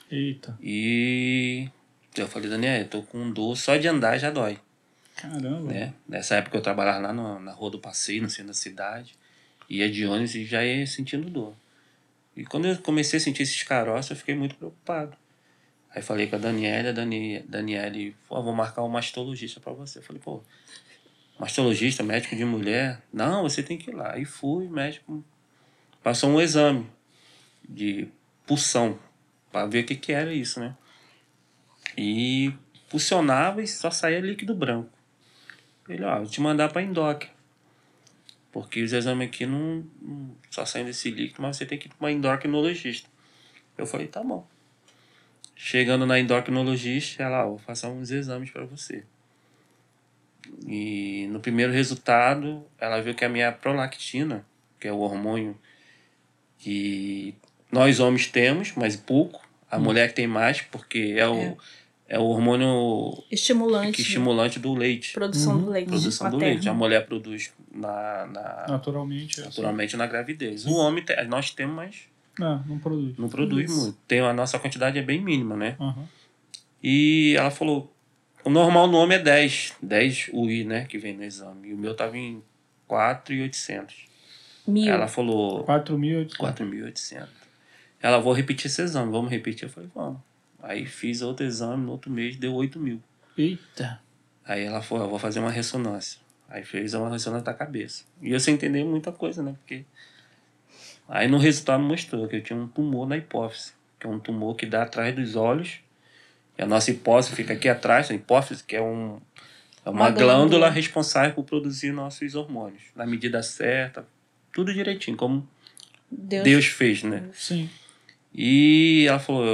Speaker 2: Eita,
Speaker 4: E eu falei, Daniel, eu tô com dor, só de andar já dói.
Speaker 2: caramba.
Speaker 4: né? Nessa época eu trabalhava lá no- na Rua do Passeio, no centro da cidade. Ia de ônibus e já ia sentindo dor. E quando eu comecei a sentir esses caroços, eu fiquei muito preocupado. Aí falei com a Daniela, a Dani, Daniele, pô, vou marcar um mastologista pra você. Eu falei, pô, mastologista, médico de mulher? Não, você tem que ir lá. Aí fui, médico, passou um exame de pulsão, pra ver o que que era isso, né? E pulsionava e só saía líquido branco. Ele, ó, vou te mandar pra Indoc. Porque os exames aqui não, não- só saem desse líquido, mas você tem que ir pra uma endocrinologista. Eu falei, tá bom. Chegando na endocrinologista, ela, ó, vou fazer uns exames pra você. E no primeiro resultado, ela viu que a minha prolactina, que é o hormônio que nós homens temos, mas pouco, a mulher que tem mais, porque é o, é. o hormônio
Speaker 3: Estimulante, né?
Speaker 4: que estimulante do leite
Speaker 3: produção do leite
Speaker 4: produção do
Speaker 3: materno.
Speaker 4: leite. A mulher produz na, na-
Speaker 2: Naturalmente. é.
Speaker 4: naturalmente na gravidez. O homem, te- nós temos, mas
Speaker 2: Não, Ah, não produz.
Speaker 4: não produz
Speaker 3: Isso.
Speaker 4: muito. Tem, a nossa quantidade é bem mínima, né?
Speaker 2: Aham.
Speaker 4: E ela falou: o normal no homem é 10, 10 UI, né? Que vem no exame. E o meu tava em 4,800.
Speaker 3: Mil.
Speaker 4: Ela falou:
Speaker 2: 4 mil.
Speaker 4: 4.800. Ela, vou repetir esse exame, vamos repetir. Eu falei: vamos. Aí fiz outro exame no outro mês, deu 8 mil.
Speaker 2: Eita.
Speaker 4: Aí ela falou, eu vou fazer uma ressonância. Aí fez uma ressonância da cabeça. E eu sem entender muita coisa, né? Porque. Aí no resultado mostrou que eu tinha um tumor na hipófise, que é um tumor que dá atrás dos olhos E a nossa hipófise fica aqui atrás, a hipófise que é, um, é uma,
Speaker 3: Uma glândula.
Speaker 4: glândula, responsável por produzir nossos hormônios, na medida certa, tudo direitinho, como
Speaker 3: Deus, Uhum.
Speaker 4: Deus fez, né?
Speaker 2: Sim.
Speaker 4: E ela falou,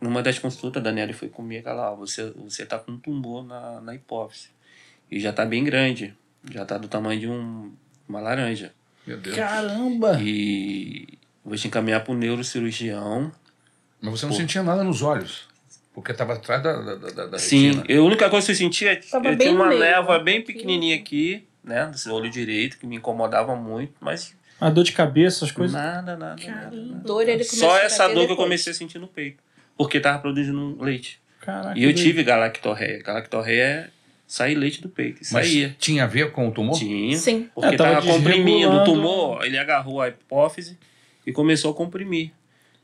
Speaker 4: numa das consultas, a Daniela foi comigo, ela, ó, você, você tá com um tumor na, na hipófise. E já tá bem grande, já tá do tamanho de um, uma laranja.
Speaker 1: Meu Deus.
Speaker 2: Caramba!
Speaker 4: E vou te encaminhar pro neurocirurgião.
Speaker 1: Mas você não
Speaker 4: Pô.
Speaker 1: sentia nada nos olhos. Porque estava atrás da, da, da, da
Speaker 4: Sim,
Speaker 1: retina.
Speaker 4: eu, a única coisa que eu sentia,
Speaker 3: Tava bem né?
Speaker 4: eu tinha uma
Speaker 3: no meio.
Speaker 4: névoa bem pequenininha aqui, né, no seu olho direito, que me incomodava muito, mas
Speaker 2: A dor de cabeça, as coisas.
Speaker 4: nada, nada, nada,
Speaker 3: Caramba.
Speaker 4: nada.
Speaker 3: Dor ele começou
Speaker 4: Só
Speaker 3: a
Speaker 4: essa
Speaker 3: ter
Speaker 4: dor que eu
Speaker 3: depois.
Speaker 4: comecei a sentir no peito, porque tava produzindo um leite.
Speaker 2: Caraca.
Speaker 4: E eu
Speaker 2: doido.
Speaker 4: tive galactorreia. Galactorreia é sair leite do peito. Isso
Speaker 1: Mas
Speaker 4: saía.
Speaker 1: tinha a ver com o tumor?
Speaker 4: Tinha.
Speaker 3: Sim.
Speaker 4: Porque
Speaker 2: É, tava
Speaker 4: tava, comprimindo
Speaker 2: desregulando.
Speaker 4: o tumor, ele agarrou a hipófise e começou a comprimir.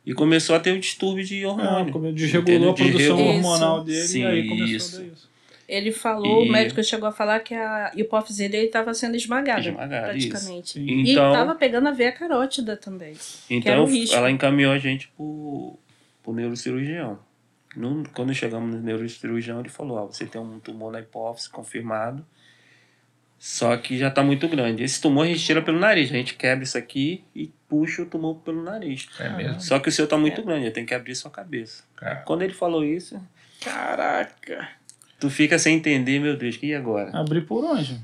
Speaker 4: E começou a ter um distúrbio de
Speaker 2: Ah,
Speaker 4: hormônio.
Speaker 2: como desregulou a
Speaker 4: Entendeu?
Speaker 2: produção
Speaker 4: Desregulou.
Speaker 2: hormonal dele
Speaker 4: Sim,
Speaker 2: e aí começou
Speaker 4: isso.
Speaker 2: a dar isso.
Speaker 3: Ele falou,
Speaker 4: E-
Speaker 3: o médico chegou a falar que a hipófise dele estava sendo esmagada,
Speaker 4: Esmagada, isso.
Speaker 3: praticamente.
Speaker 2: Sim.
Speaker 3: E estava
Speaker 4: Então,
Speaker 3: pegando a veia carótida também. era
Speaker 4: então
Speaker 3: um risco.
Speaker 4: ela encaminhou a gente pro, pro neurocirurgião. No- quando chegamos no neurocirurgião, ele falou: ó, você tem um tumor na hipófise confirmado, só que já tá muito grande. Esse tumor a gente tira pelo nariz. A gente quebra isso aqui e puxa o tumor pelo nariz.
Speaker 1: É mesmo.
Speaker 4: Só que o seu tá
Speaker 3: É.
Speaker 4: muito grande, eu tenho que abrir sua cabeça.
Speaker 1: Cara,
Speaker 4: Quando ele falou isso,
Speaker 2: Caraca!
Speaker 4: tu fica sem entender, meu Deus, que e agora?
Speaker 2: Abrir por onde?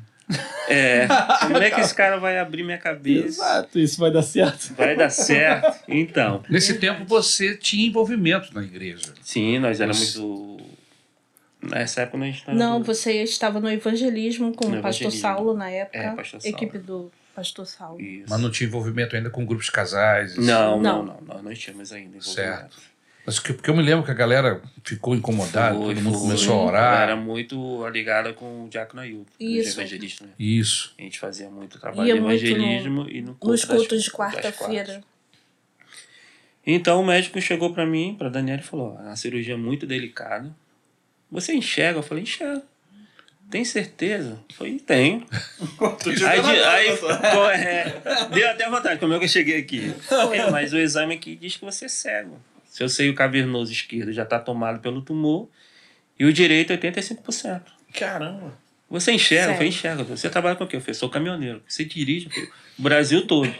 Speaker 4: É,
Speaker 3: Ah,
Speaker 4: como é que esse cara vai abrir minha cabeça?
Speaker 2: Exato, isso vai dar certo.
Speaker 4: Vai dar certo? Então,
Speaker 1: Nesse tempo você tinha envolvimento na igreja.
Speaker 4: sim, nós éramos o... Nessa época nós estávamos...
Speaker 3: Não, você estava no evangelismo com
Speaker 4: Ah, No
Speaker 3: o pastor
Speaker 4: evangelismo.
Speaker 3: Saulo na época.
Speaker 4: É, pastor Saulo.
Speaker 3: Equipe do pastor Saulo.
Speaker 4: Isso.
Speaker 1: Mas não tinha envolvimento ainda com grupos de casais.
Speaker 4: Não,
Speaker 3: Não.
Speaker 4: não, não, nós não tínhamos ainda. envolvimento.
Speaker 1: Certo. Mas que- porque eu me lembro que a galera ficou incomodada,
Speaker 4: Foi,
Speaker 1: todo mundo
Speaker 4: foi.
Speaker 1: começou a
Speaker 4: Ela
Speaker 1: orar.
Speaker 4: Era muito ligada com o Diácono Ailton, que era
Speaker 3: Isso.
Speaker 4: evangelista, né?
Speaker 1: Isso.
Speaker 4: A gente fazia muito trabalho
Speaker 3: Ia
Speaker 4: de
Speaker 3: muito
Speaker 4: evangelismo e no culto
Speaker 3: Nos
Speaker 4: das-
Speaker 3: cultos de
Speaker 4: das quartas.
Speaker 3: quarta-feira.
Speaker 4: Então o médico chegou pra mim, pra Daniela, e falou: "Ó, é uma cirurgia muito delicada. Você enxerga? Eu falei: enxerga. Tem certeza? Eu falei: tenho. aí de- aí ficou, é, deu até vontade, como é que eu cheguei aqui? É, mas o exame aqui diz que você é cego. Seu seio cavernoso esquerdo já tá tomado pelo tumor e o direito é 85%.
Speaker 2: Caramba!
Speaker 4: Você enxerga? Eu falei:
Speaker 3: Sério?
Speaker 4: enxerga. Você trabalha com o quê? Eu falei: sou caminhoneiro. Você dirige? Eu falei, o Brasil todo.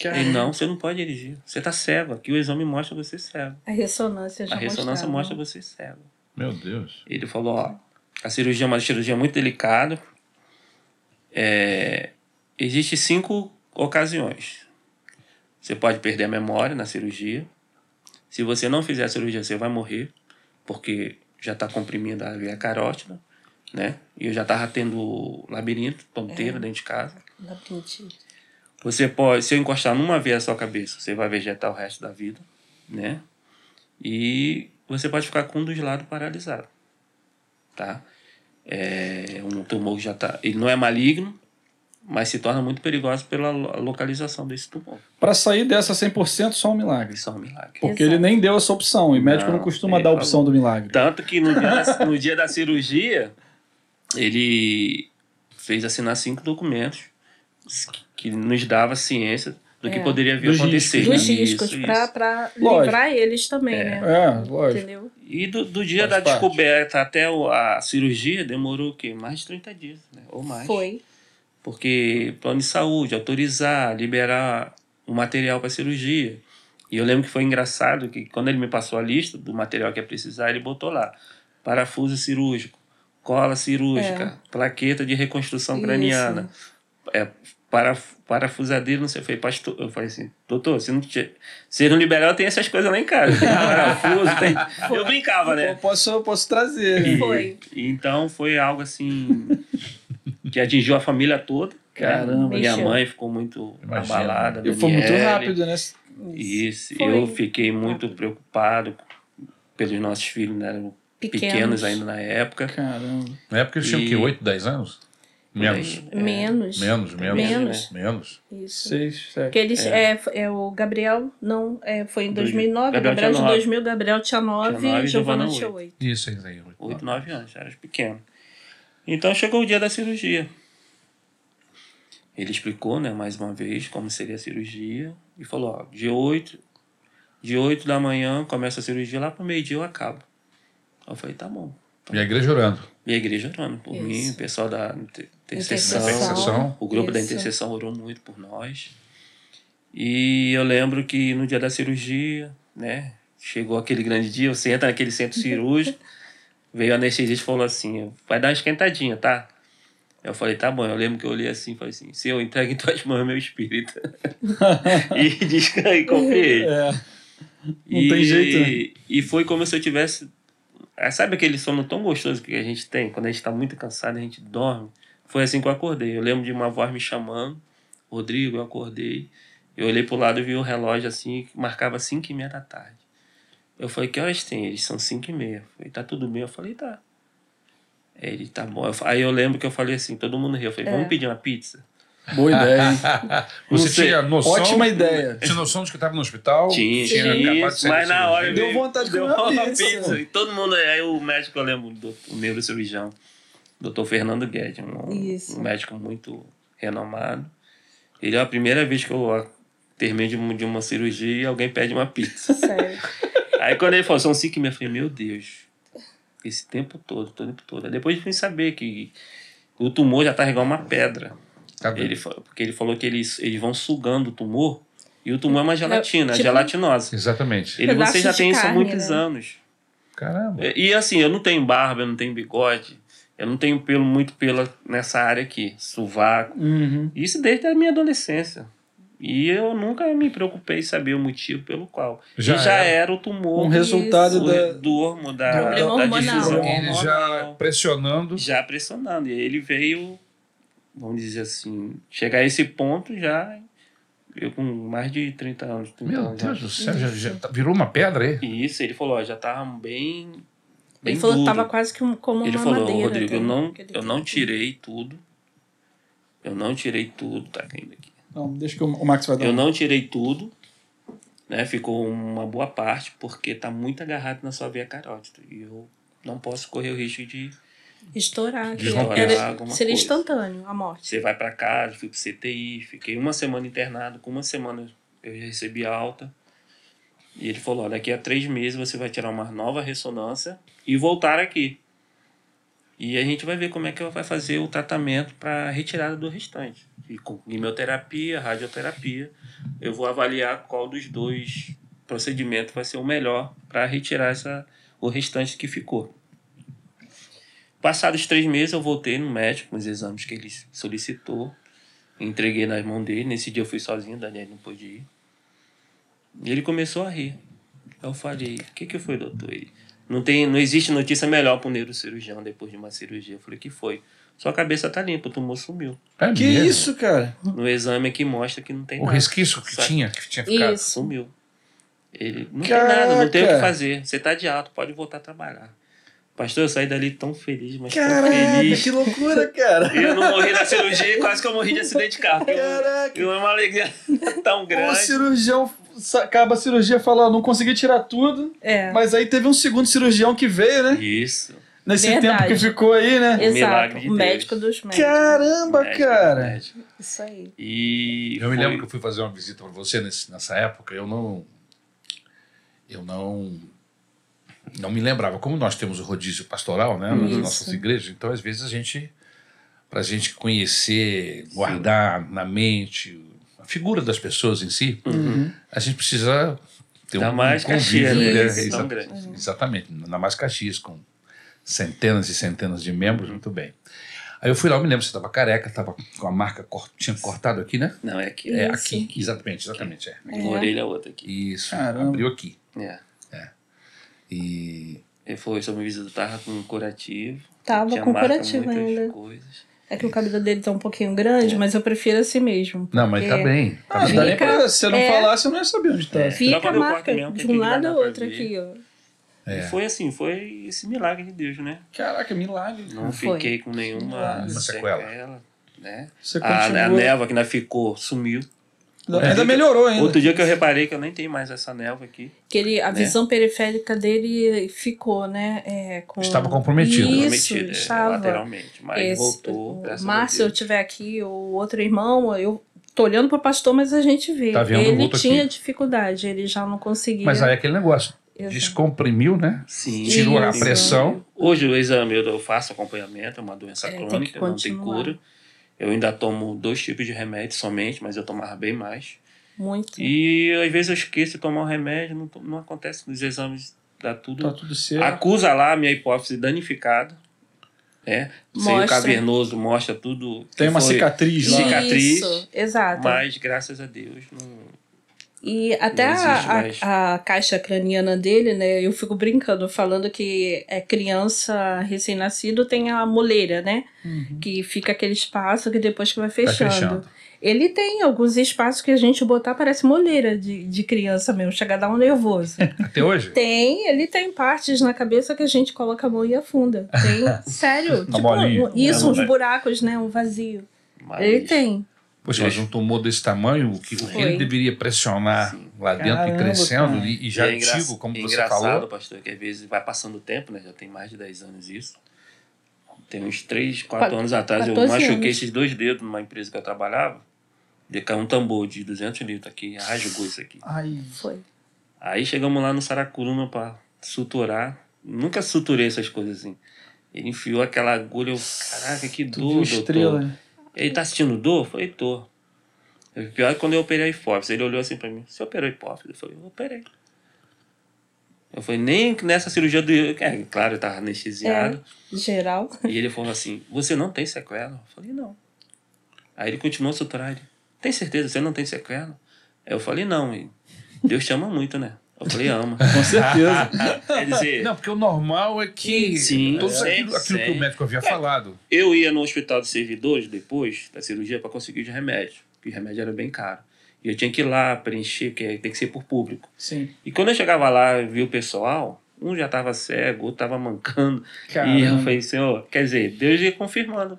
Speaker 4: Ele, não, você não pode dirigir. Você tá cego. Aqui o exame mostra você cego.
Speaker 3: A ressonância já
Speaker 4: A ressonância
Speaker 3: mostrava.
Speaker 4: mostra você cego.
Speaker 1: Meu Deus.
Speaker 4: Ele falou, ó, a cirurgia é uma cirurgia muito delicada. É, existe cinco ocasiões. Você pode perder a memória na cirurgia. Se você não fizer a cirurgia, você vai morrer, porque já está comprimindo a veia carótida, né? E eu já tava tendo labirinto, tonteiro
Speaker 3: É.
Speaker 4: dentro de casa.
Speaker 3: Labirintite.
Speaker 4: Você pode, se eu encostar numa veia a sua cabeça, você vai vegetar o resto da vida, né? E você pode ficar com um dos lados paralisado, tá? É um tumor que já tá, ele não é maligno, mas se torna muito perigoso pela lo- localização desse tumor.
Speaker 2: Pra sair dessa 100% só um milagre.
Speaker 4: Isso é um milagre.
Speaker 2: Porque
Speaker 3: Exato.
Speaker 2: ele nem deu essa opção. E médico não
Speaker 4: Não,
Speaker 2: costuma
Speaker 4: ele
Speaker 2: dar a opção do milagre.
Speaker 4: Tanto que no dia, da, no dia da cirurgia, ele fez assinar cinco documentos que nos dava ciência do que
Speaker 3: É.
Speaker 4: poderia vir a
Speaker 2: Dos
Speaker 4: acontecer. né?
Speaker 2: riscos,
Speaker 3: Dos
Speaker 4: Isso,
Speaker 3: riscos, pra,
Speaker 4: isso.
Speaker 3: pra
Speaker 2: Lógico.
Speaker 3: livrar eles também, né?
Speaker 2: É, lógico.
Speaker 3: Entendeu?
Speaker 4: E do, do dia
Speaker 2: Faz
Speaker 4: da
Speaker 2: parte.
Speaker 4: descoberta até o- a cirurgia demorou o quê? Mais de 30 dias, né? Ou mais.
Speaker 3: Foi.
Speaker 4: Porque plano de saúde, autorizar, liberar o material para cirurgia. E eu lembro que foi engraçado que quando ele me passou a lista do material que ia precisar, ele botou lá parafuso cirúrgico, cola cirúrgica, plaqueta de reconstrução
Speaker 3: Isso.
Speaker 4: craniana, é, paraf, parafusadeira, não sei. Eu falei, pastor, eu falei assim, doutor, se não, te, se não liberar, eu tenho essas coisas lá em casa. Tem parafuso, tem. Eu brincava, né?
Speaker 2: Eu posso, eu posso trazer.
Speaker 4: E-
Speaker 3: Foi.
Speaker 4: e Então foi algo assim que atingiu a família toda.
Speaker 2: Caramba.
Speaker 4: Minha
Speaker 3: É, Mexeu.
Speaker 4: mãe ficou muito
Speaker 1: Imagina.
Speaker 4: abalada.
Speaker 2: E foi muito
Speaker 4: Daniele.
Speaker 2: rápido, né?
Speaker 4: Isso.
Speaker 3: Foi.
Speaker 4: Eu fiquei muito preocupado pelos nossos filhos, né? Eram
Speaker 3: Pequenos.
Speaker 4: Pequenos ainda na época.
Speaker 2: Caramba.
Speaker 1: Na época eles tinham
Speaker 4: E-
Speaker 1: o quê? 8, 10 anos? Menos.
Speaker 4: Aí, é,
Speaker 3: Menos.
Speaker 1: Menos,
Speaker 4: né?
Speaker 1: menos.
Speaker 3: Menos.
Speaker 1: Menos.
Speaker 3: Isso.
Speaker 2: Seis, sete.
Speaker 3: Porque eles, é. É, o Gabriel não é, foi em
Speaker 4: Dois-
Speaker 3: 2009,
Speaker 4: Gabriel
Speaker 3: Gabriel,
Speaker 4: tinha
Speaker 3: de
Speaker 4: nove.
Speaker 3: 2000, Gabriel tinha 9
Speaker 4: Tinha nove
Speaker 3: e
Speaker 4: e
Speaker 3: Giovana
Speaker 4: Giovana
Speaker 3: tinha
Speaker 4: oito.
Speaker 3: 8.
Speaker 1: Isso, isso aí. 8,
Speaker 4: 8, 9 anos, era pequeno. Então chegou o dia da cirurgia. Ele explicou, né, mais uma vez, como seria a cirurgia e falou, ó, de 8, de 8 da manhã começa a cirurgia, lá pro meio-dia eu acabo. Eu falei, tá bom.
Speaker 1: E a igreja orando.
Speaker 4: E a igreja orando por
Speaker 3: Isso.
Speaker 4: mim, o pessoal da inter- intercessão.
Speaker 1: Da intercessão.
Speaker 4: O grupo da
Speaker 3: Isso.
Speaker 4: intercessão orou muito por nós. E eu lembro que no dia da cirurgia, né? Chegou aquele grande dia, você entra naquele centro cirúrgico, veio o anestesista e falou assim, vai dar uma esquentadinha, tá? Eu falei, tá bom. Eu lembro que eu olhei assim e falei assim, se eu entrego em tuas mães meu espírito. e descansei, confiei.
Speaker 2: É. Não tem jeito, né?
Speaker 4: E foi como se eu tivesse. Ah, Sabe aquele sono tão gostoso que a gente tem? Quando a gente tá muito cansado, a gente dorme. Foi assim que eu acordei. Eu lembro de uma voz me chamando. Rodrigo, eu acordei. Eu olhei pro lado e vi o relógio assim, que marcava 5 e meia da tarde. Eu falei, que horas tem? Eles são 5 e meia. Eu falei, tá tudo bem? Eu falei, tá. Ele, tá bom. Eu fa- Aí eu lembro que eu falei assim, todo mundo riu. Eu falei,
Speaker 3: É.
Speaker 4: vamos pedir uma pizza?
Speaker 2: Boa
Speaker 4: Ah,
Speaker 2: ideia, hein?
Speaker 1: Você
Speaker 4: Não sei.
Speaker 1: tinha noção.
Speaker 2: Ótima ideia.
Speaker 1: Tinha noção de que estava no hospital?
Speaker 4: Tinha,
Speaker 3: Tinha
Speaker 4: tinha
Speaker 1: acabado de
Speaker 4: isso,
Speaker 1: sair
Speaker 4: mas
Speaker 1: da
Speaker 4: na hora
Speaker 1: cirurgia.
Speaker 2: Deu vontade de
Speaker 4: deu
Speaker 2: comer uma
Speaker 4: uma
Speaker 2: pizza.
Speaker 4: E todo mundo, aí o médico, eu lembro, do, o neurocirurgião, doutor Fernando Guedes, um,
Speaker 3: Isso.
Speaker 4: um médico muito renomado. Ele é a primeira vez que eu ah, termino de, um- de uma cirurgia e alguém pede uma pizza.
Speaker 3: Sério.
Speaker 4: aí quando ele falou, são cinco e meia, eu falei, meu Deus, esse tempo todo, todo tempo todo. Aí depois eu fui saber que o tumor já tá igual uma pedra.
Speaker 1: Tá doido.
Speaker 4: Ele, fa- porque ele falou que eles, eles vão sugando o tumor e o tumor é uma gelatina,
Speaker 3: tipo-
Speaker 4: gelatinosa.
Speaker 1: Exatamente.
Speaker 4: Ele, você
Speaker 3: Pedaços
Speaker 4: já
Speaker 3: de
Speaker 4: tem isso há
Speaker 3: carne,
Speaker 4: muitos
Speaker 3: né?
Speaker 4: anos.
Speaker 1: Caramba.
Speaker 4: E, e, assim, eu não tenho barba, eu não tenho bigode, eu não tenho pelo muito pelo nessa área aqui, sovaco.
Speaker 2: Uhum.
Speaker 4: Isso desde a minha adolescência. E eu nunca me preocupei em saber o motivo pelo qual.
Speaker 1: Já é
Speaker 4: Já, e já é.
Speaker 1: era.
Speaker 4: era. o tumor
Speaker 2: Um
Speaker 4: do,
Speaker 2: resultado da...
Speaker 4: do hormo- da,
Speaker 3: Problema
Speaker 4: da
Speaker 3: hormonal. né?
Speaker 4: difusão
Speaker 1: Ele já
Speaker 4: hormonal,
Speaker 1: pressionando.
Speaker 4: já pressionando. E ele veio, vamos dizer assim, chegar a esse ponto já, eu com mais de 30 anos. 30
Speaker 1: Meu
Speaker 4: anos,
Speaker 1: Deus
Speaker 4: acho.
Speaker 1: do céu, já, já tá- virou uma pedra aí?
Speaker 4: E isso, ele falou, ó, já tava bem. bem
Speaker 3: Ele falou que
Speaker 4: duro.
Speaker 3: tava quase que um, como
Speaker 4: Ele
Speaker 3: uma
Speaker 4: falou,
Speaker 3: madeira.
Speaker 4: Rodrigo, eu
Speaker 3: né?
Speaker 4: não,
Speaker 3: Aquele
Speaker 4: eu não
Speaker 3: tempo.
Speaker 4: tirei tudo. Eu não tirei tudo, tá caindo aqui.
Speaker 2: Não, deixa que o o Max vai dar. um
Speaker 4: Eu não tirei tudo, né? Ficou uma boa parte, porque tá muito agarrado na sua veia carótida. E eu não posso correr o risco de
Speaker 3: Estourar. que
Speaker 1: Deslocar
Speaker 3: era-
Speaker 4: alguma
Speaker 3: Seria
Speaker 4: coisa.
Speaker 3: instantâneo a morte.
Speaker 4: você vai para casa, fui pro CTI, fiquei uma semana internado, com uma semana eu já recebi alta. E ele falou, olha, daqui a três meses você vai tirar uma nova ressonância e voltar aqui. E a gente vai ver como é que ela vai fazer o tratamento para retirada do restante. E com quimioterapia, radioterapia, eu vou avaliar qual dos dois procedimentos vai ser o melhor para retirar essa, o restante que ficou. Passados três meses, eu voltei no médico com os exames que ele solicitou. Entreguei nas mãos dele. Nesse dia eu fui sozinho, o Daniel não pôde ir. E ele começou a rir. Eu falei, o que, que foi, doutor? Ele, não, tem, não existe notícia melhor para um neurocirurgião depois de uma cirurgia. Eu falei, que foi? Sua cabeça tá limpa, o tumor sumiu.
Speaker 1: É
Speaker 2: Que
Speaker 1: mesmo?
Speaker 2: isso, cara?
Speaker 4: No exame aqui mostra que não tem
Speaker 1: O
Speaker 4: nada.
Speaker 1: resquício que
Speaker 4: Sabe?
Speaker 1: tinha, que tinha ficado.
Speaker 3: Isso.
Speaker 4: Sumiu. Ele, não tem nada,
Speaker 2: Caraca.
Speaker 4: não tem o que fazer. Você tá de alto, pode voltar a trabalhar. Pastor, eu saí dali tão feliz, mas tão
Speaker 2: Caraca,
Speaker 4: feliz.
Speaker 2: que loucura, cara.
Speaker 4: Eu não morri na cirurgia e quase que eu morri de acidente de carro. porque eu-
Speaker 2: Caraca.
Speaker 4: Não é uma alegria tão
Speaker 2: O
Speaker 4: grande.
Speaker 2: cirurgião sa- acaba a cirurgia falando, não consegui tirar tudo,
Speaker 3: É.
Speaker 2: mas aí teve um segundo cirurgião que veio, né?
Speaker 4: Isso.
Speaker 2: Nesse
Speaker 3: Verdade.
Speaker 2: tempo que ficou aí, né?
Speaker 3: Exato.
Speaker 4: milagre de
Speaker 3: O médico
Speaker 4: Deus.
Speaker 3: dos médicos.
Speaker 2: Caramba,
Speaker 4: Médico,
Speaker 2: cara.
Speaker 4: médico.
Speaker 3: Isso aí.
Speaker 4: É, E
Speaker 1: Eu me
Speaker 4: foi-
Speaker 1: lembro que eu fui fazer uma visita para você nesse- nessa época, eu não. Eu não. Não me lembrava. Como nós temos o rodízio pastoral, né? Nas
Speaker 3: Isso.
Speaker 1: nossas igrejas, então às vezes a gente. Para a gente conhecer, guardar na mente a figura das pessoas em si,
Speaker 2: Uhum.
Speaker 1: a gente precisa ter
Speaker 4: Dá
Speaker 1: um
Speaker 4: mais
Speaker 1: convívio,
Speaker 4: Caxias, né?
Speaker 1: né?
Speaker 4: Eles são
Speaker 1: Exa-
Speaker 4: grandes.
Speaker 1: Exatamente, na Mais Caxias, com centenas e centenas de membros, muito bem. Aí eu fui lá, eu me lembro, você estava careca, estava com a marca, cor- tinha cortado aqui, né?
Speaker 4: Não, é aqui.
Speaker 1: É,
Speaker 3: Isso.
Speaker 1: aqui, exatamente, exatamente, é.
Speaker 4: Uma orelha, outra aqui.
Speaker 1: Isso,
Speaker 2: Caramba.
Speaker 1: abriu aqui.
Speaker 4: É.
Speaker 1: E
Speaker 4: Ele foi sobre visita, tava com um curativo.
Speaker 3: Tava
Speaker 4: Tinha
Speaker 3: com
Speaker 4: marca,
Speaker 3: curativo
Speaker 4: muitas
Speaker 3: ainda.
Speaker 4: Coisas.
Speaker 3: É que o cabelo dele tá um pouquinho grande,
Speaker 4: É.
Speaker 3: mas eu prefiro assim mesmo.
Speaker 1: não, mas tá
Speaker 3: É.
Speaker 1: bem, tá
Speaker 2: Ah,
Speaker 1: bem.
Speaker 2: dá nem
Speaker 3: Fica-
Speaker 2: pra, se eu não
Speaker 3: é.
Speaker 2: falasse, eu não ia saber onde tá.
Speaker 3: Fica
Speaker 4: É, Troca
Speaker 3: a
Speaker 4: meu quarto
Speaker 3: marca
Speaker 4: mesmo, que
Speaker 3: de
Speaker 4: aqui
Speaker 3: um
Speaker 4: não
Speaker 3: lado
Speaker 4: dá
Speaker 3: ao
Speaker 4: pra
Speaker 3: outro
Speaker 4: ver.
Speaker 3: aqui, ó.
Speaker 1: É.
Speaker 4: E foi assim, foi esse milagre de Deus, né?
Speaker 2: Caraca, milagre.
Speaker 4: Não
Speaker 3: Foi.
Speaker 4: fiquei com nenhuma
Speaker 1: Uma sequela.
Speaker 4: sequela. né?
Speaker 2: Você
Speaker 4: A,
Speaker 2: continua.
Speaker 4: a névoa que ainda ficou, sumiu.
Speaker 2: Ainda melhorou ainda.
Speaker 4: Outro dia que eu reparei que eu nem tenho mais essa névoa aqui.
Speaker 3: Que ele, a
Speaker 4: Né?
Speaker 3: visão periférica dele ficou, né? É, com...
Speaker 1: Estava comprometido.
Speaker 3: Isso,
Speaker 4: Prometida, é,
Speaker 3: estava.
Speaker 4: lateralmente. Mas
Speaker 3: Esse,
Speaker 4: voltou. graças
Speaker 3: o
Speaker 4: a
Speaker 3: Márcio, eu
Speaker 4: Deus.
Speaker 3: tiver aqui, o outro irmão, eu tô olhando pro pastor, mas a gente vê.
Speaker 1: Tá vendo o
Speaker 3: ele
Speaker 1: vulto
Speaker 3: tinha
Speaker 1: aqui.
Speaker 3: dificuldade, ele já não conseguia.
Speaker 1: Mas aí é aquele negócio, Descomprimiu, né?
Speaker 4: Sim.
Speaker 1: Tirou a
Speaker 3: Isso.
Speaker 1: pressão.
Speaker 4: Hoje o exame eu eu faço acompanhamento, é uma doença
Speaker 3: É, tem que
Speaker 4: crônica, não tem
Speaker 3: continuar.
Speaker 4: cura. Eu ainda tomo dois tipos de remédio somente, mas eu tomava bem mais.
Speaker 3: Muito.
Speaker 4: E às vezes eu esqueço de tomar o remédio, não, to- não acontece nos exames, dá
Speaker 2: Tá
Speaker 4: tudo.
Speaker 2: tudo certo.
Speaker 4: Acusa lá a minha hipófise danificada. Né? Seio
Speaker 3: Mostra.
Speaker 4: cavernoso mostra tudo. que
Speaker 2: Tem uma
Speaker 4: foi.
Speaker 2: cicatriz lá.
Speaker 4: cicatriz,
Speaker 3: Isso, exato.
Speaker 4: Mas graças a Deus. Não...
Speaker 3: E até
Speaker 4: Não existe
Speaker 3: a,
Speaker 4: mais.
Speaker 3: a, a caixa craniana dele, né? Eu fico brincando, falando que é criança recém-nascido tem a moleira, né?
Speaker 2: Uhum.
Speaker 3: Que fica aquele espaço que depois que vai
Speaker 1: Tá
Speaker 3: fechando.
Speaker 1: fechando.
Speaker 3: Ele tem alguns espaços que a gente botar parece moleira de, de criança mesmo, chega a dar um nervoso.
Speaker 1: Até hoje?
Speaker 3: Tem, ele tem partes na cabeça que a gente coloca a mão e afunda. Tem, sério. tipo,
Speaker 1: bolinha.
Speaker 3: um- isso,
Speaker 4: Não,
Speaker 3: uns
Speaker 4: né? Ah,
Speaker 3: buracos, né? Um vazio.
Speaker 4: Mas...
Speaker 3: Ele tem.
Speaker 1: Poxa, mas um tumor desse tamanho, o que, o que
Speaker 3: Foi.
Speaker 1: ele deveria pressionar
Speaker 4: Sim.
Speaker 1: lá dentro e
Speaker 2: Caramba,
Speaker 1: crescendo,
Speaker 2: cara.
Speaker 1: e, e já
Speaker 4: E é engra-
Speaker 1: antigo, como
Speaker 4: é
Speaker 1: você
Speaker 4: engraçado,
Speaker 1: falou.
Speaker 4: pastor, que às vezes vai passando o tempo, né? Já tem mais de 10 anos isso. Tem uns 3, 4
Speaker 3: Quatro-
Speaker 4: anos atrás eu
Speaker 3: 14
Speaker 4: machuquei
Speaker 3: anos.
Speaker 4: esses dois dedos numa empresa que eu trabalhava. De caiu um tambor de 200 litros aqui, rasgou isso aqui.
Speaker 2: Ai,
Speaker 3: Foi.
Speaker 4: Aí chegamos lá no Saracuruma pra suturar. Nunca suturei essas coisas assim. Ele enfiou aquela agulha, eu, caraca, que
Speaker 2: tudo
Speaker 4: dor,
Speaker 2: estrela. né?
Speaker 4: doutor. Ele tá sentindo dor? Eu falei, tô. Eu- Pior é que quando eu operei a hipófise, ele olhou assim pra mim, você operou a hipófise? Eu falei, eu operei. Eu falei, nem nessa cirurgia do... É, claro, eu tava anestesiado.
Speaker 3: Geral.
Speaker 4: E ele falou assim, você não tem sequela? Eu falei, não. Aí ele continuou a suturar, ele, tem certeza, você não tem sequela? Eu falei, não. Ele, Deus te ama muito, né? Eu falei, ama.
Speaker 2: Com certeza.
Speaker 4: Quer dizer,
Speaker 1: Não, porque o normal é que
Speaker 4: Sim,
Speaker 1: tudo
Speaker 4: sim,
Speaker 1: aquilo, aquilo que
Speaker 4: sim.
Speaker 1: o médico
Speaker 3: É.
Speaker 1: havia falado.
Speaker 4: eu ia no hospital dos servidores depois da cirurgia para conseguir os remédios, porque o remédio era bem caro. E eu tinha que ir lá preencher, porque tem que ser por público.
Speaker 2: Sim.
Speaker 4: E quando eu chegava lá e vi o pessoal, um já estava cego, outro estava mancando. E eu
Speaker 2: Caramba.
Speaker 4: falei, senhor, quer dizer, Deus ia confirmando.